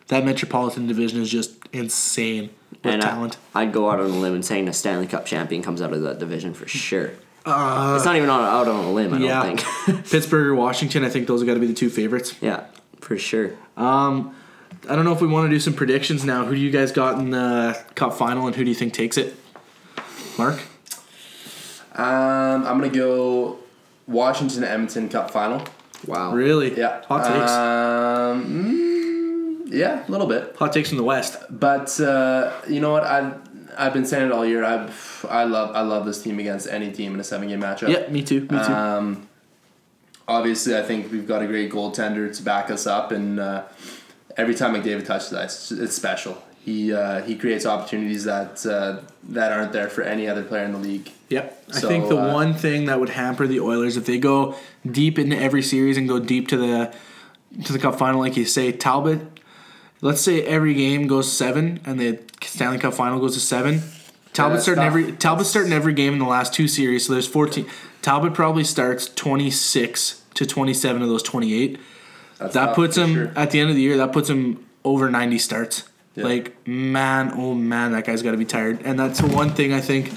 [SPEAKER 3] That Metropolitan division is just insane with
[SPEAKER 2] and uh,
[SPEAKER 3] talent.
[SPEAKER 2] I, would go out on a limb and saying a Stanley Cup champion comes out of that division for sure. it's not even on, out on a limb, I
[SPEAKER 3] Uh, yeah,
[SPEAKER 2] don't think.
[SPEAKER 3] Pittsburgh or Washington. I think those have got to be the two favorites.
[SPEAKER 2] yeah, for sure.
[SPEAKER 3] I don't know if we want to do some predictions now. Who do you guys got in the cup final, and who do you think takes it? Mark.
[SPEAKER 1] Um, I'm gonna go Washington Edmonton Cup final.
[SPEAKER 2] Wow.
[SPEAKER 3] Really?
[SPEAKER 1] Yeah. Uh,
[SPEAKER 3] Hot takes.
[SPEAKER 1] Um, mm, yeah, a little bit.
[SPEAKER 3] Hot takes from the West.
[SPEAKER 1] But uh, you know what? I I've been saying it all year. I I love I love this team against any team in a seven game matchup.
[SPEAKER 3] Yep, me too. Me too.
[SPEAKER 1] Um, obviously, I think we've got a great goaltender to back us up, and uh, every time McDavid touches ice, it's special. He uh, he creates opportunities that uh, that aren't there for any other player in the league.
[SPEAKER 3] yep. I
[SPEAKER 1] so,
[SPEAKER 3] think the
[SPEAKER 1] uh,
[SPEAKER 3] one thing that would hamper the Oilers if they go deep into every series and go deep to the to the Cup final, like you say, Talbot. Let's say every game goes seven, and the Stanley Cup final goes to seven. Talbot
[SPEAKER 1] that's
[SPEAKER 3] starting
[SPEAKER 1] tough.
[SPEAKER 3] every Talbot starting every game in the last two series, so there's fourteen. Talbot probably starts twenty six to twenty seven of those twenty eight.
[SPEAKER 1] That's
[SPEAKER 3] That
[SPEAKER 1] tough
[SPEAKER 3] puts
[SPEAKER 1] Oh, for
[SPEAKER 3] him
[SPEAKER 1] sure.
[SPEAKER 3] at the end of the year. That puts him over ninety starts. Like man, oh man, that guy's got to be tired. And that's the one thing I think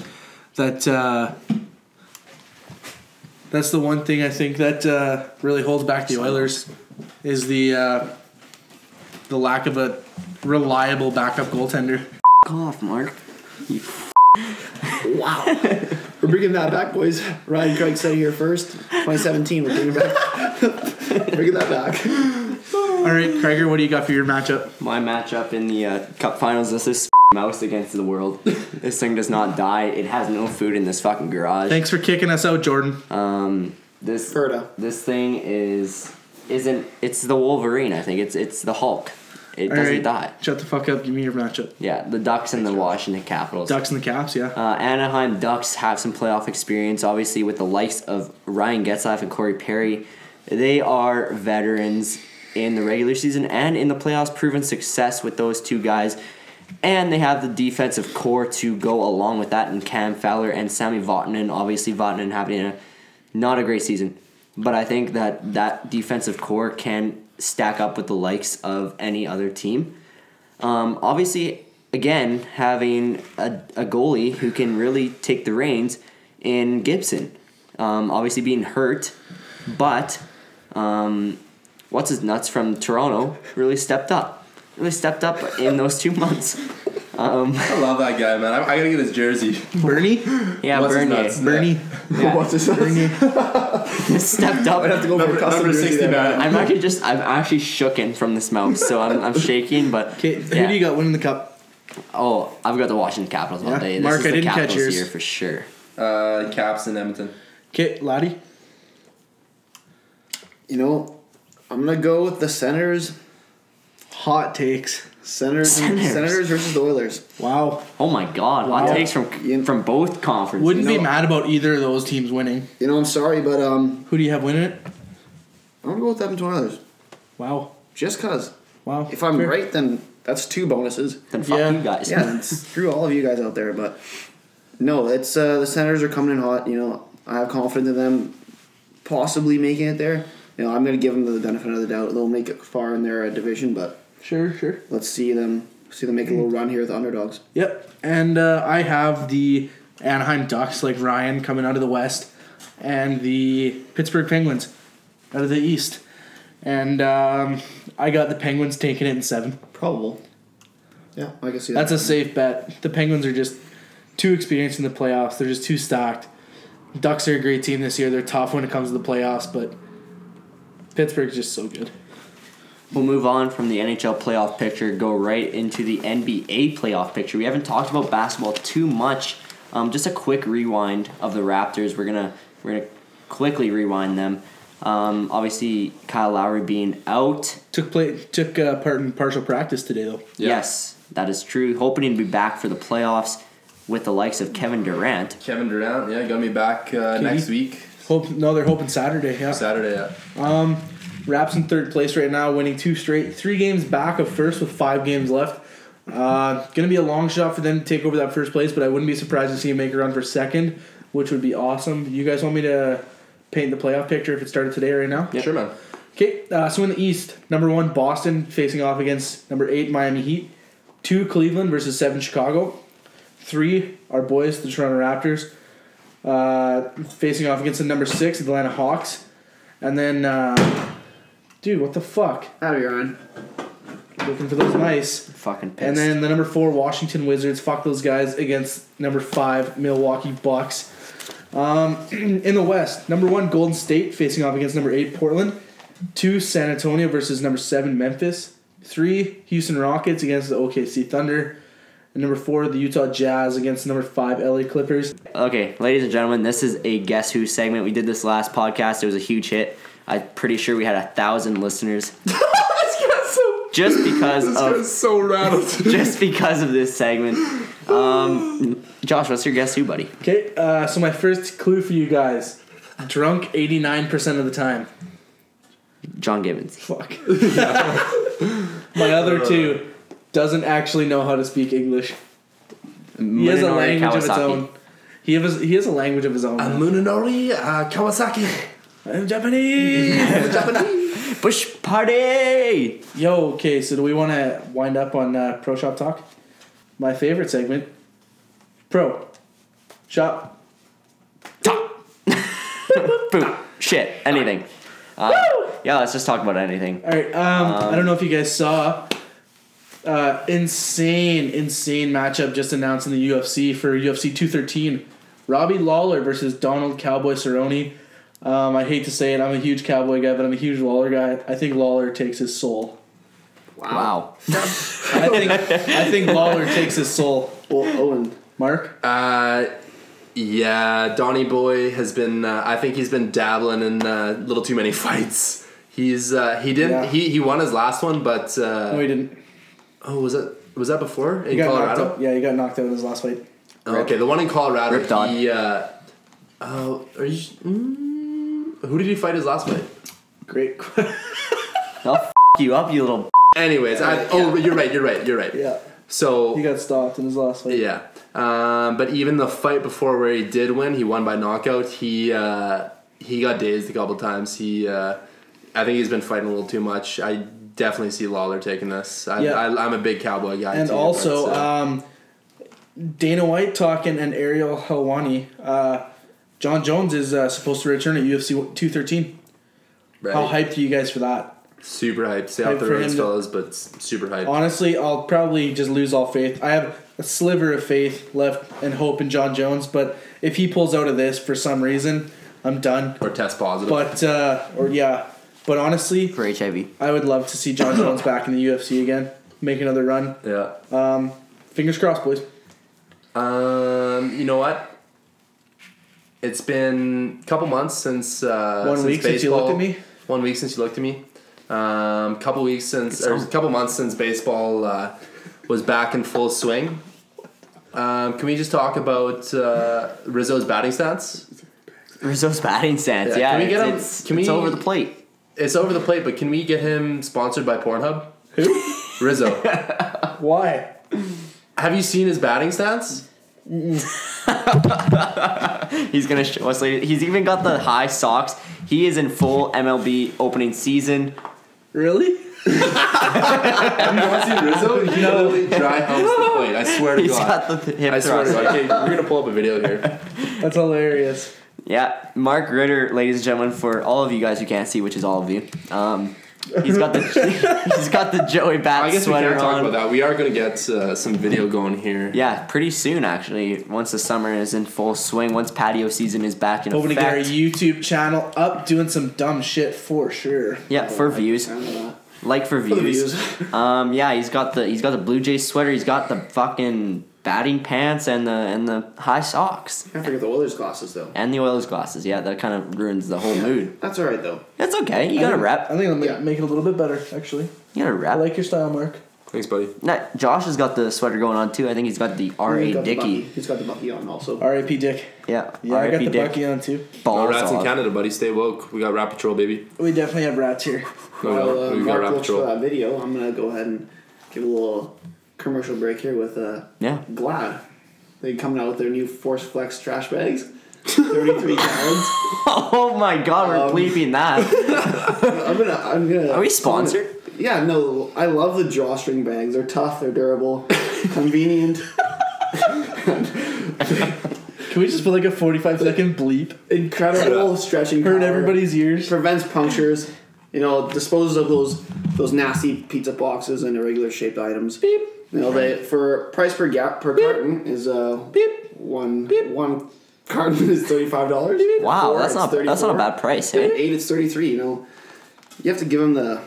[SPEAKER 3] that uh, that's the one thing I think that uh, really holds back the Oilers is the uh, the lack of a reliable backup goaltender.
[SPEAKER 2] F- off, Mark.
[SPEAKER 4] We're bringing that back, boys. Ryan Craig said here first. 2017, we're bringing back. bringing that back.
[SPEAKER 3] All right, Craiger, what do you got for your matchup?
[SPEAKER 2] My matchup in the uh, Cup Finals this is mouse against the world. this thing does not die. It has no food in this fucking garage.
[SPEAKER 3] Thanks for kicking us out, Jordan.
[SPEAKER 2] Um, this
[SPEAKER 4] Ferda.
[SPEAKER 2] this thing is isn't it's the Wolverine. I think it's it's the Hulk. It
[SPEAKER 3] All
[SPEAKER 2] doesn't
[SPEAKER 3] right,
[SPEAKER 2] die.
[SPEAKER 3] shut the fuck up. Give me your matchup.
[SPEAKER 2] Yeah, the Ducks and the Washington Capitals.
[SPEAKER 3] Ducks and the Caps, yeah.
[SPEAKER 2] Uh, Anaheim Ducks have some playoff experience, obviously with the likes of Ryan Getzlaff and Corey Perry. They are veterans in the regular season and in the playoffs, proven success with those two guys. And they have the defensive core to go along with that, and Cam Fowler and Sammy Vatanen. Obviously, Vatanen having a not a great season, but I think that that defensive core can stack up with the likes of any other team. Um, obviously, again, having a, a goalie who can really take the reins in Gibson. um, obviously being hurt, but um, what's his nuts from Toronto really stepped up. Really stepped up in those two months.
[SPEAKER 1] I love that guy, man. I, I gotta get his jersey.
[SPEAKER 3] Bernie?
[SPEAKER 2] Yeah,
[SPEAKER 1] What's his
[SPEAKER 2] Bernier
[SPEAKER 1] nuts?
[SPEAKER 3] Bernie?
[SPEAKER 4] What's this? Bernie.
[SPEAKER 2] stepped up.
[SPEAKER 4] I'd have to go for
[SPEAKER 1] Number,
[SPEAKER 4] a custom
[SPEAKER 1] number
[SPEAKER 4] jersey
[SPEAKER 1] sixty
[SPEAKER 4] there.
[SPEAKER 1] nine.
[SPEAKER 2] I'm actually just I'm actually shooken from this mouth, so I'm, I'm shaking. But
[SPEAKER 3] Okay, who
[SPEAKER 2] yeah.
[SPEAKER 3] do you got winning the cup?
[SPEAKER 2] Oh, I've got the Washington Capitals all
[SPEAKER 3] Yeah.
[SPEAKER 2] day. This
[SPEAKER 3] Mark,
[SPEAKER 2] is
[SPEAKER 3] I
[SPEAKER 2] the
[SPEAKER 3] didn't catch
[SPEAKER 2] Capitals
[SPEAKER 3] yours.
[SPEAKER 2] year for sure.
[SPEAKER 1] Uh, Caps in Edmonton.
[SPEAKER 3] Okay, Lottie?
[SPEAKER 4] You know, I'm gonna go with the Senators.
[SPEAKER 3] Hot takes.
[SPEAKER 4] Senators,
[SPEAKER 2] Senators.
[SPEAKER 4] Senators. versus the Oilers.
[SPEAKER 3] Wow.
[SPEAKER 2] Oh my God! Hot
[SPEAKER 4] Wow.
[SPEAKER 2] takes from
[SPEAKER 4] You-
[SPEAKER 2] from both conferences.
[SPEAKER 3] Wouldn't
[SPEAKER 4] You
[SPEAKER 3] be
[SPEAKER 4] know-
[SPEAKER 3] mad about either of those teams winning.
[SPEAKER 4] You know, I'm sorry, but um,
[SPEAKER 3] Who do you have winning it?
[SPEAKER 4] I'm gonna go with Edmonton Oilers.
[SPEAKER 3] Wow.
[SPEAKER 4] Just cause.
[SPEAKER 3] Wow.
[SPEAKER 4] If I'm
[SPEAKER 3] Fair.
[SPEAKER 4] right, then that's two bonuses.
[SPEAKER 2] then fuck
[SPEAKER 3] Yeah.
[SPEAKER 2] you guys.
[SPEAKER 4] Yeah, screw all of you guys out there, but no, it's uh, the Senators are coming in hot. You know, I have confidence in them possibly making it there. You know, I'm gonna give them the benefit of the doubt. They'll make it far in their uh, division, but
[SPEAKER 3] Sure, sure.
[SPEAKER 4] let's see them see them make a little run here with the underdogs.
[SPEAKER 3] Yep. And uh, I have the Anaheim Ducks, like Ryan, coming out of the West, and the Pittsburgh Penguins out of the East. And um, I got the Penguins taking it in seven.
[SPEAKER 4] Probable. Yeah, I can see that.
[SPEAKER 3] That's a safe bet. The Penguins are just too experienced in the playoffs. They're just too stacked. Ducks are a great team this year. They're tough when it comes to the playoffs, but Pittsburgh's just so good.
[SPEAKER 2] We'll move on from the NHL playoff picture, go right into the NBA playoff picture. We haven't talked about basketball too much. Um, just a quick rewind of the Raptors. We're gonna we're gonna quickly rewind them. Um, obviously, Kyle Lowry being out.
[SPEAKER 3] Took play took uh, part in partial practice today though.
[SPEAKER 2] Yes, that is true. Hoping to be back for the playoffs with the likes of Kevin Durant.
[SPEAKER 1] Kevin Durant. Yeah, got me back uh,
[SPEAKER 3] KD?
[SPEAKER 1] next week,
[SPEAKER 3] Hope no, they're hoping Saturday. Yeah.
[SPEAKER 1] Saturday. Yeah.
[SPEAKER 3] Raps in third place right now, winning two straight, three games back of first with five games left. Uh, gonna be a long shot for them to take over that first place, but I wouldn't be surprised to see them make a run for second, which would be awesome. You guys want me to paint the playoff picture if it started today right now?
[SPEAKER 1] Sure, man.
[SPEAKER 3] Okay, uh, so in the East, number one Boston facing off against number eight Miami Heat, two Cleveland versus seven Chicago, three our boys the Toronto Raptors, uh, facing off against the number six Atlanta Hawks, and then uh, dude, what the fuck?
[SPEAKER 4] out of your own.
[SPEAKER 3] Looking for those mice.
[SPEAKER 2] Fucking pissed.
[SPEAKER 3] And then the number four Washington Wizards, fuck those guys against number five Milwaukee Bucks. Um, in the West, number one Golden State facing off against number eight Portland, two San Antonio versus number seven Memphis, three Houston Rockets against the OKC Thunder, and number four the Utah Jazz against number five LA Clippers.
[SPEAKER 2] Okay, ladies and gentlemen, this is a Guess Who segment. We did this last podcast. It was a huge hit. I'm pretty sure we had a thousand listeners. just because of
[SPEAKER 1] so rattled.
[SPEAKER 2] just because of this segment. Um, Josh, what's your Guess Who, buddy?
[SPEAKER 3] Okay, uh, so my first clue for you guys: drunk eighty nine percent of the time.
[SPEAKER 2] John Gibbons.
[SPEAKER 3] Fuck. My other two doesn't actually know how to speak English. He has a
[SPEAKER 2] Munenori
[SPEAKER 3] language of its
[SPEAKER 2] Kawasaki.
[SPEAKER 3] own. He has he has a language of his own. I'm,
[SPEAKER 1] Munenori uh, Kawasaki.
[SPEAKER 3] Japanese.
[SPEAKER 2] Bush party.
[SPEAKER 3] Yo, okay. So do we want to wind up on uh, pro shop talk? My favorite segment. Pro shop.
[SPEAKER 2] Top. Boom. Shit. Anything. Uh, yeah, let's just talk about anything.
[SPEAKER 3] All right. Um, I don't know if you guys saw. Uh, insane, insane matchup just announced in the UFC for UFC 213. Robbie Lawler versus Donald Cowboy Cerrone. Um, I hate to say it, I'm a huge Cowboy guy, but I'm a huge Lawler guy. I think Lawler takes his soul.
[SPEAKER 2] Wow.
[SPEAKER 3] I think I think Lawler takes his soul.
[SPEAKER 4] Well, Owen.
[SPEAKER 3] Mark,
[SPEAKER 1] Uh, yeah, Donny Boy has been. Uh, I think he's been dabbling in a little too many fights. He's uh, he didn't
[SPEAKER 3] Yeah.
[SPEAKER 1] he, he won his last one, but uh,
[SPEAKER 3] no, he didn't.
[SPEAKER 1] oh was that was that before in
[SPEAKER 3] He got knocked
[SPEAKER 1] Colorado?
[SPEAKER 3] out. Yeah, he got knocked out in his last fight.
[SPEAKER 1] Oh, okay, the one in Colorado.
[SPEAKER 2] Ripped on.
[SPEAKER 1] He, uh, oh, are you? Mm, who did he fight his last fight?
[SPEAKER 3] Great.
[SPEAKER 2] I'll f- you up, you little.
[SPEAKER 1] Anyways, I, oh, you're right. You're right. You're right.
[SPEAKER 3] Uh, yeah,
[SPEAKER 1] So
[SPEAKER 3] he got stopped in his last fight.
[SPEAKER 1] Yeah. Um, but even the fight before where he did win, he won by knockout. He uh, he got dazed a couple times. He uh, I think he's been fighting a little too much. I definitely see Lawler taking this. I,
[SPEAKER 3] Yeah.
[SPEAKER 1] I, I'm a big cowboy guy.
[SPEAKER 3] and
[SPEAKER 1] too,
[SPEAKER 3] also
[SPEAKER 1] but, uh,
[SPEAKER 3] um, Dana White talking and Ariel Helwani. Uh, John Jones is uh, supposed to return at UFC 213.
[SPEAKER 1] Right.
[SPEAKER 3] How hyped are you guys for that?
[SPEAKER 1] Super hyped. Stay off
[SPEAKER 3] Hyped
[SPEAKER 1] the
[SPEAKER 3] for
[SPEAKER 1] roads,
[SPEAKER 3] him to-
[SPEAKER 1] fellas, but s- super hyped.
[SPEAKER 3] Honestly, I'll probably just lose all faith. I have a sliver of faith left and hope in John Jones, but if he pulls out of this for some reason, I'm done.
[SPEAKER 1] or test positive.
[SPEAKER 3] But uh, or yeah, but honestly,
[SPEAKER 2] for HIV.
[SPEAKER 3] I would love to see John Jones back in the UFC again, make another run.
[SPEAKER 1] yeah.
[SPEAKER 3] Fingers crossed, boys.
[SPEAKER 1] Um, you know what? It's been a couple months since uh,
[SPEAKER 3] One
[SPEAKER 1] since
[SPEAKER 3] week since you
[SPEAKER 1] baseball-
[SPEAKER 3] looked at me?
[SPEAKER 1] One week since you looked at me. Um, couple weeks since, or a couple months since baseball uh, was back in full swing. Um, can we just talk about uh, Rizzo's batting stats?
[SPEAKER 2] Rizzo's batting stance.
[SPEAKER 1] Yeah,
[SPEAKER 2] Yeah,
[SPEAKER 1] can we get
[SPEAKER 2] it's,
[SPEAKER 1] him-
[SPEAKER 2] it's,
[SPEAKER 1] can
[SPEAKER 2] it's
[SPEAKER 1] we-
[SPEAKER 2] over the plate.
[SPEAKER 1] It's over the plate, but can we get him sponsored by Pornhub? Who? Rizzo.
[SPEAKER 3] Why?
[SPEAKER 1] Have you seen his batting stats?
[SPEAKER 2] He's gonna show us later. He's even got the high socks. He is in full MLB opening season.
[SPEAKER 3] Really?
[SPEAKER 1] Have you not seen Rizzo? He literally dry humps the plate. I swear to
[SPEAKER 2] He's
[SPEAKER 1] God.
[SPEAKER 2] got the th- hip
[SPEAKER 1] I swear to
[SPEAKER 2] thrust.
[SPEAKER 1] God. Okay, we're gonna pull up a video here.
[SPEAKER 3] That's hilarious.
[SPEAKER 2] Yeah, Mark Ritter, ladies and gentlemen, for all of you guys who can't see, which is all of you. Um, he's got the he's got the Joey
[SPEAKER 1] I
[SPEAKER 2] Bat
[SPEAKER 1] guess we
[SPEAKER 2] sweater
[SPEAKER 1] can talk
[SPEAKER 2] on.
[SPEAKER 1] about that. We are gonna get uh, some video going here.
[SPEAKER 2] Yeah, pretty soon actually. Once the summer is in full swing, once patio season is back in
[SPEAKER 3] Hoping to get our
[SPEAKER 2] effect.
[SPEAKER 3] YouTube channel up, doing some dumb shit for sure.
[SPEAKER 2] Yeah, for views. Like for views. Um, yeah, he's got the he's got the Blue Jays sweater. He's got the fucking batting pants and the and the high socks
[SPEAKER 4] Can't forget the Oilers glasses though.
[SPEAKER 2] and the Oilers glasses. Yeah, that kind of ruins the whole mood.
[SPEAKER 4] That's all right though.
[SPEAKER 2] It's okay. You got to
[SPEAKER 3] I
[SPEAKER 2] rep.
[SPEAKER 3] think it'll make,
[SPEAKER 4] Yeah.
[SPEAKER 3] make it a little bit better, actually.
[SPEAKER 2] You got to
[SPEAKER 3] I
[SPEAKER 2] rep.
[SPEAKER 3] like your style, Mark.
[SPEAKER 1] Thanks, buddy.
[SPEAKER 2] Nah, Josh has got the sweater going on too. I think he's got the R
[SPEAKER 4] He's
[SPEAKER 2] A
[SPEAKER 4] got the Bucky-
[SPEAKER 2] Dicky.
[SPEAKER 4] He's got the Bucky on also.
[SPEAKER 3] R.I.P. Dick.
[SPEAKER 2] Yeah,
[SPEAKER 3] Yeah, I got
[SPEAKER 2] R.I.P.
[SPEAKER 3] the
[SPEAKER 2] Dick.
[SPEAKER 3] Bucky on too.
[SPEAKER 1] No
[SPEAKER 2] Balls
[SPEAKER 1] rats in
[SPEAKER 2] off.
[SPEAKER 1] Canada, buddy. Stay woke. We got Rat Patrol, baby.
[SPEAKER 3] We definitely have rats here.
[SPEAKER 1] No,
[SPEAKER 4] While
[SPEAKER 1] no,
[SPEAKER 4] uh,
[SPEAKER 1] we got
[SPEAKER 4] Mark
[SPEAKER 1] Rat
[SPEAKER 4] looks for
[SPEAKER 1] Patrol.
[SPEAKER 4] that video, I'm gonna go ahead and give a little commercial break here with uh,
[SPEAKER 2] Yeah.
[SPEAKER 4] Glad. They coming out with their new Force Flex trash bags. 33 gallons.
[SPEAKER 2] Oh my God, we're
[SPEAKER 4] Um,
[SPEAKER 2] bleeping that.
[SPEAKER 4] I'm gonna. I'm gonna.
[SPEAKER 2] Are we sponsored?
[SPEAKER 4] Yeah, no. I love the drawstring bags. They're tough. They're durable. convenient.
[SPEAKER 3] Can we just put like a 45 second bleep?
[SPEAKER 4] Incredible stretching.
[SPEAKER 3] Hurt
[SPEAKER 4] power.
[SPEAKER 3] everybody's ears.
[SPEAKER 4] prevents punctures. You know, disposes of those those nasty pizza boxes and irregular shaped items. Beep. You know, they for price per gap per carton is uh beep one one carton is thirty five dollars.
[SPEAKER 2] Wow, that's not that's not a bad price,
[SPEAKER 4] And
[SPEAKER 2] eh?
[SPEAKER 4] eight it's thirty three. You know, you have to give them the,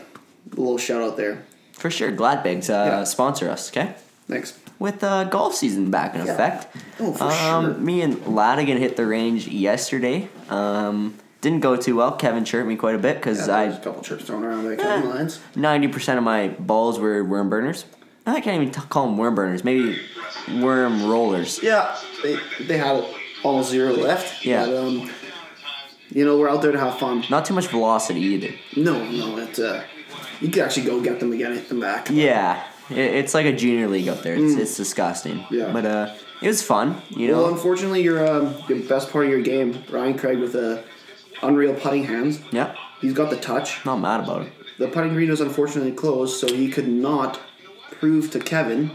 [SPEAKER 4] the little shout out there.
[SPEAKER 2] For sure, Gladbigs uh, sponsor us, okay?
[SPEAKER 4] Thanks.
[SPEAKER 2] with uh, golf season back in effect.
[SPEAKER 4] Oh, for
[SPEAKER 2] um,
[SPEAKER 4] sure.
[SPEAKER 2] Me and Ladigan hit the range yesterday. Um, didn't go too well. Kevin chirped me quite a bit because
[SPEAKER 4] Yeah, there's a
[SPEAKER 2] I
[SPEAKER 4] couple trips thrown around by Kevin
[SPEAKER 2] Eh.
[SPEAKER 4] Lyons.
[SPEAKER 2] ninety percent of my balls were worm burners. I can't even t- call them worm burners. Maybe worm rollers.
[SPEAKER 4] Yeah, they they had almost zero left.
[SPEAKER 2] Yeah.
[SPEAKER 4] But, um, you know, we're out there to have fun.
[SPEAKER 2] Not too much velocity either.
[SPEAKER 4] No, no, it. Uh, you could actually go get them again, hit them back.
[SPEAKER 2] Yeah, it, it's like a junior league up there. It's, it's disgusting.
[SPEAKER 4] Mm. Yeah.
[SPEAKER 2] But uh, it was fun. You know.
[SPEAKER 4] Well, unfortunately, your um, your best part of your game, Ryan Craig with a unreal putting hands.
[SPEAKER 2] yeah.
[SPEAKER 4] He's got the touch.
[SPEAKER 2] Not mad about it.
[SPEAKER 4] The putting green was unfortunately closed, so he could not prove to Kevin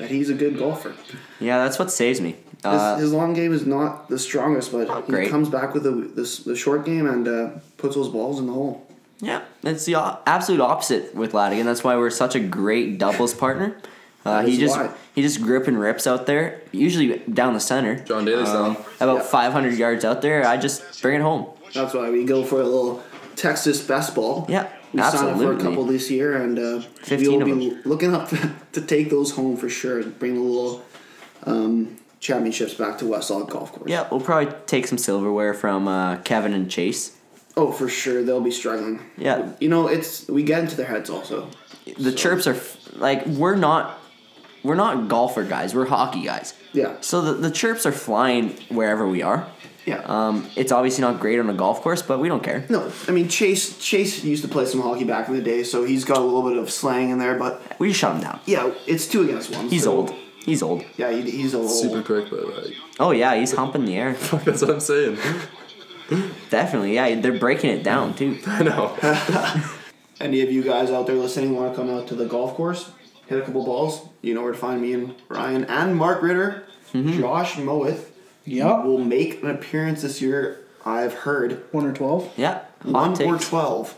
[SPEAKER 4] that he's a good golfer. His,
[SPEAKER 2] Yeah, that's what saves me. Uh,
[SPEAKER 4] his long game is not the strongest, but he
[SPEAKER 2] great.
[SPEAKER 4] comes back with the this, the short game and uh, puts those balls in the hole.
[SPEAKER 2] Yeah, it's the o- absolute opposite with Ladigan. That's why we're such a great doubles partner. Uh,
[SPEAKER 4] That
[SPEAKER 2] he
[SPEAKER 4] is
[SPEAKER 2] just
[SPEAKER 4] why.
[SPEAKER 2] he just grip and rips out there, usually down the center,
[SPEAKER 1] John Daly style.
[SPEAKER 2] about
[SPEAKER 4] Yeah.
[SPEAKER 2] 500 yards out there. I just bring it home.
[SPEAKER 4] That's why we go for a little Texas best ball.
[SPEAKER 2] Yeah,
[SPEAKER 4] we signed up for
[SPEAKER 2] absolutely.
[SPEAKER 4] a couple this year, and uh,
[SPEAKER 2] 15
[SPEAKER 4] we'll
[SPEAKER 2] of
[SPEAKER 4] be looking up to take those home for sure and bring the little um, championships back to Westall Golf Course.
[SPEAKER 2] Yeah, we'll probably take some silverware from uh, Kevin and Chase.
[SPEAKER 4] Oh, for sure, they'll be struggling.
[SPEAKER 2] Yeah.
[SPEAKER 4] You know, it's we get into their heads also.
[SPEAKER 2] The chirps are f- like we're not we're not golfer guys. We're hockey guys.
[SPEAKER 4] Yeah.
[SPEAKER 2] So the, the chirps are flying wherever we are.
[SPEAKER 4] Yeah.
[SPEAKER 2] Um, it's obviously not great on a golf course, but we don't care.
[SPEAKER 4] no, I mean Chase. Chase used to play some hockey back in the day, so he's got a little bit of slang in there. But
[SPEAKER 2] We just shut him down.
[SPEAKER 4] yeah, it's two against one.
[SPEAKER 2] He's
[SPEAKER 4] so-
[SPEAKER 2] old. He's old.
[SPEAKER 4] Yeah, he, he's a little
[SPEAKER 1] Super
[SPEAKER 4] old.
[SPEAKER 1] quick, but like,
[SPEAKER 2] Oh yeah, he's humping the air.
[SPEAKER 1] that's what I'm saying.
[SPEAKER 2] Definitely, yeah. They're breaking it down too.
[SPEAKER 1] I know.
[SPEAKER 4] Any of you guys out there listening want to come out to the golf course,
[SPEAKER 8] Mm-hmm.
[SPEAKER 4] hit a couple balls, you know where to find me and Ryan and Mark Ritter, Josh Mowith,
[SPEAKER 8] Yep.
[SPEAKER 4] will make an appearance this year. I've heard
[SPEAKER 8] One or twelve.
[SPEAKER 2] Yeah.
[SPEAKER 4] one
[SPEAKER 2] Hot
[SPEAKER 4] or
[SPEAKER 2] takes.
[SPEAKER 4] twelve,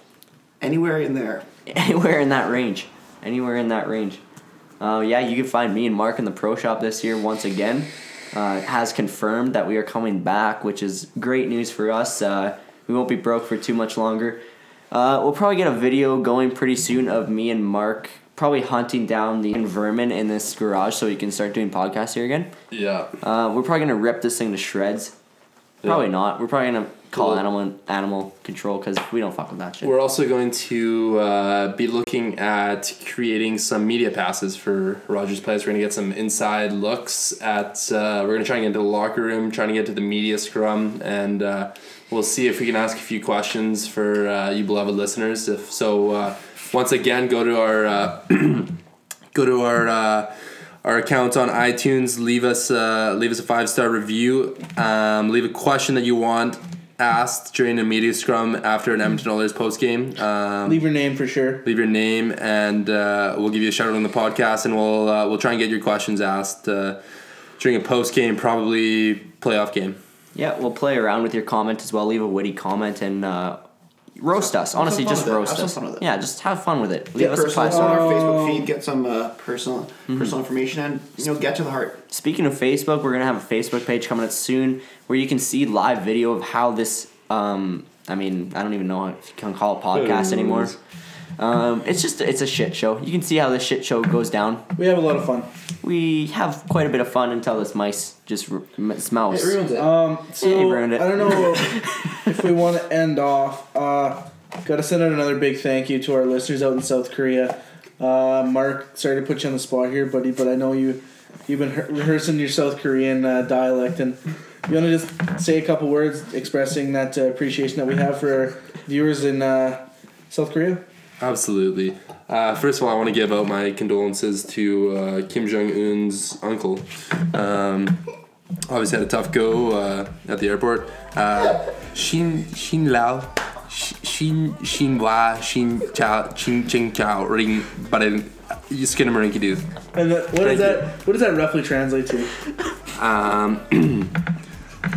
[SPEAKER 4] anywhere in there.
[SPEAKER 2] Anywhere in that range. Anywhere in that range. Uh, yeah, you can find me and Mark in the pro shop this year once again. Uh, has confirmed that we are coming back, which is great news for us. Uh, we won't be broke for too much longer. Uh, we'll probably get a video going pretty soon of me and Mark probably hunting down the vermin in this garage so we can start doing podcasts here again.
[SPEAKER 1] Yeah.
[SPEAKER 2] Uh, we're probably gonna rip this thing to shreds. Probably not. We're probably gonna call
[SPEAKER 1] Cool.
[SPEAKER 2] animal animal control because we don't fuck with that shit.
[SPEAKER 1] We're also going to uh, be looking at creating some media passes for Rogers Place. We're going to get some inside looks at. Uh, we're going to try and get into the locker room, trying to get to the media scrum, and uh, we'll see if we can ask a few questions for uh, you beloved listeners. If so, uh, once again, go to our uh, go to our. Uh, our account on iTunes. Leave us uh, leave us a five star review. Um, leave a question that you want asked during a media scrum after an Edmonton Oilers post game. Um,
[SPEAKER 3] Leave your name for sure.
[SPEAKER 1] leave your name, and uh, we'll give you a shout out on the podcast, and we'll uh, we'll try and get your questions asked uh, during a post game, probably playoff game.
[SPEAKER 2] Yeah, we'll play around with your comment as well. Leave a witty comment and uh, roast us. Honestly,
[SPEAKER 4] fun
[SPEAKER 2] just
[SPEAKER 4] with it.
[SPEAKER 2] roast
[SPEAKER 4] Have some
[SPEAKER 2] us.
[SPEAKER 4] fun with it.
[SPEAKER 2] Yeah, just have fun with it. Leave us
[SPEAKER 4] Get
[SPEAKER 2] a Mm-hmm.
[SPEAKER 4] personal
[SPEAKER 2] five
[SPEAKER 4] on
[SPEAKER 2] star.
[SPEAKER 4] our
[SPEAKER 8] Oh.
[SPEAKER 4] Facebook feed. Get some uh, personal personal information and you know get to the heart.
[SPEAKER 2] Speaking of Facebook, we're gonna have a Facebook page coming up soon where you can see live video of how this. Um, I mean, I don't even know if you can call it podcast anymore. Um, it's just it's a shit show. You can see how this shit show goes down.
[SPEAKER 3] We have a lot of fun.
[SPEAKER 2] We have quite a bit of fun until this mice just r- m- smells.
[SPEAKER 4] it.
[SPEAKER 3] Um, so
[SPEAKER 2] Yeah, you ruined it.
[SPEAKER 3] I don't know if we want to end off. Uh, Got to send out another big thank you to our listeners out in South Korea. Uh, Mark, sorry to put you on the spot here, buddy, but I know you you've been rehe- rehearsing your South Korean uh, dialect, and you want to just say a couple words expressing that uh, appreciation that we have for our viewers in uh, South Korea.
[SPEAKER 1] Absolutely. Uh, first of all, I want to give out my condolences to uh, Kim Jong Un's uncle. Um, obviously had a tough go uh, at the airport. Uh, Shin Shin Lao, Sh- Shin Shin Hua, Shin Chao, Chin Ching Chao, Ring, but I uh, you skin him rinky dude.
[SPEAKER 3] And that, what
[SPEAKER 1] Thank
[SPEAKER 3] does
[SPEAKER 1] you.
[SPEAKER 3] that what does that roughly translate to?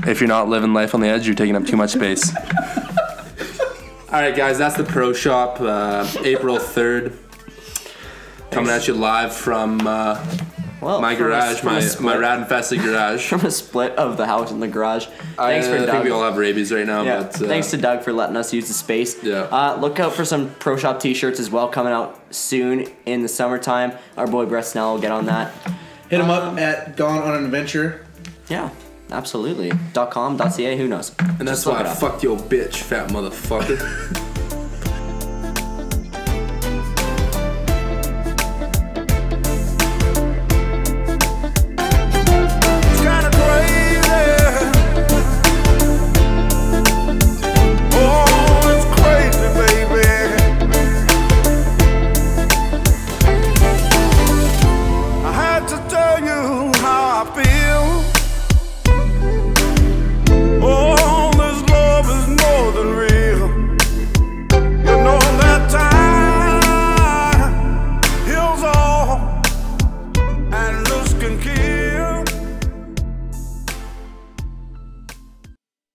[SPEAKER 1] If you're not living life on the edge, you're taking up too much space. All right, guys, that's the Pro Shop, uh, April 3rd. Coming at you live from uh,
[SPEAKER 2] Well,
[SPEAKER 1] my
[SPEAKER 2] from a-
[SPEAKER 1] garage,
[SPEAKER 2] from a
[SPEAKER 1] my, my
[SPEAKER 2] split-
[SPEAKER 1] rad infested garage.
[SPEAKER 2] from a split of the house and the garage. Thanks
[SPEAKER 1] I, uh,
[SPEAKER 2] for
[SPEAKER 1] I
[SPEAKER 2] Doug.
[SPEAKER 1] think we all have rabies right now.
[SPEAKER 2] yeah.
[SPEAKER 1] But, uh,
[SPEAKER 2] Thanks to Doug for letting us use the space.
[SPEAKER 1] Yeah.
[SPEAKER 2] Uh, look out for some Pro Shop T-shirts as well coming out soon in the summertime. Our boy Brett Snell will get on that.
[SPEAKER 3] Hit them up at Gone on an Adventure.
[SPEAKER 2] Yeah, absolutely. Dot .com, dot .ca, who knows?
[SPEAKER 1] and that's
[SPEAKER 2] look
[SPEAKER 1] why
[SPEAKER 2] it
[SPEAKER 1] I
[SPEAKER 2] up.
[SPEAKER 1] fucked your bitch, fat motherfucker.
[SPEAKER 5] It's kinda crazy. Oh, it's crazy, baby. I had to tell you how I feel. Oh,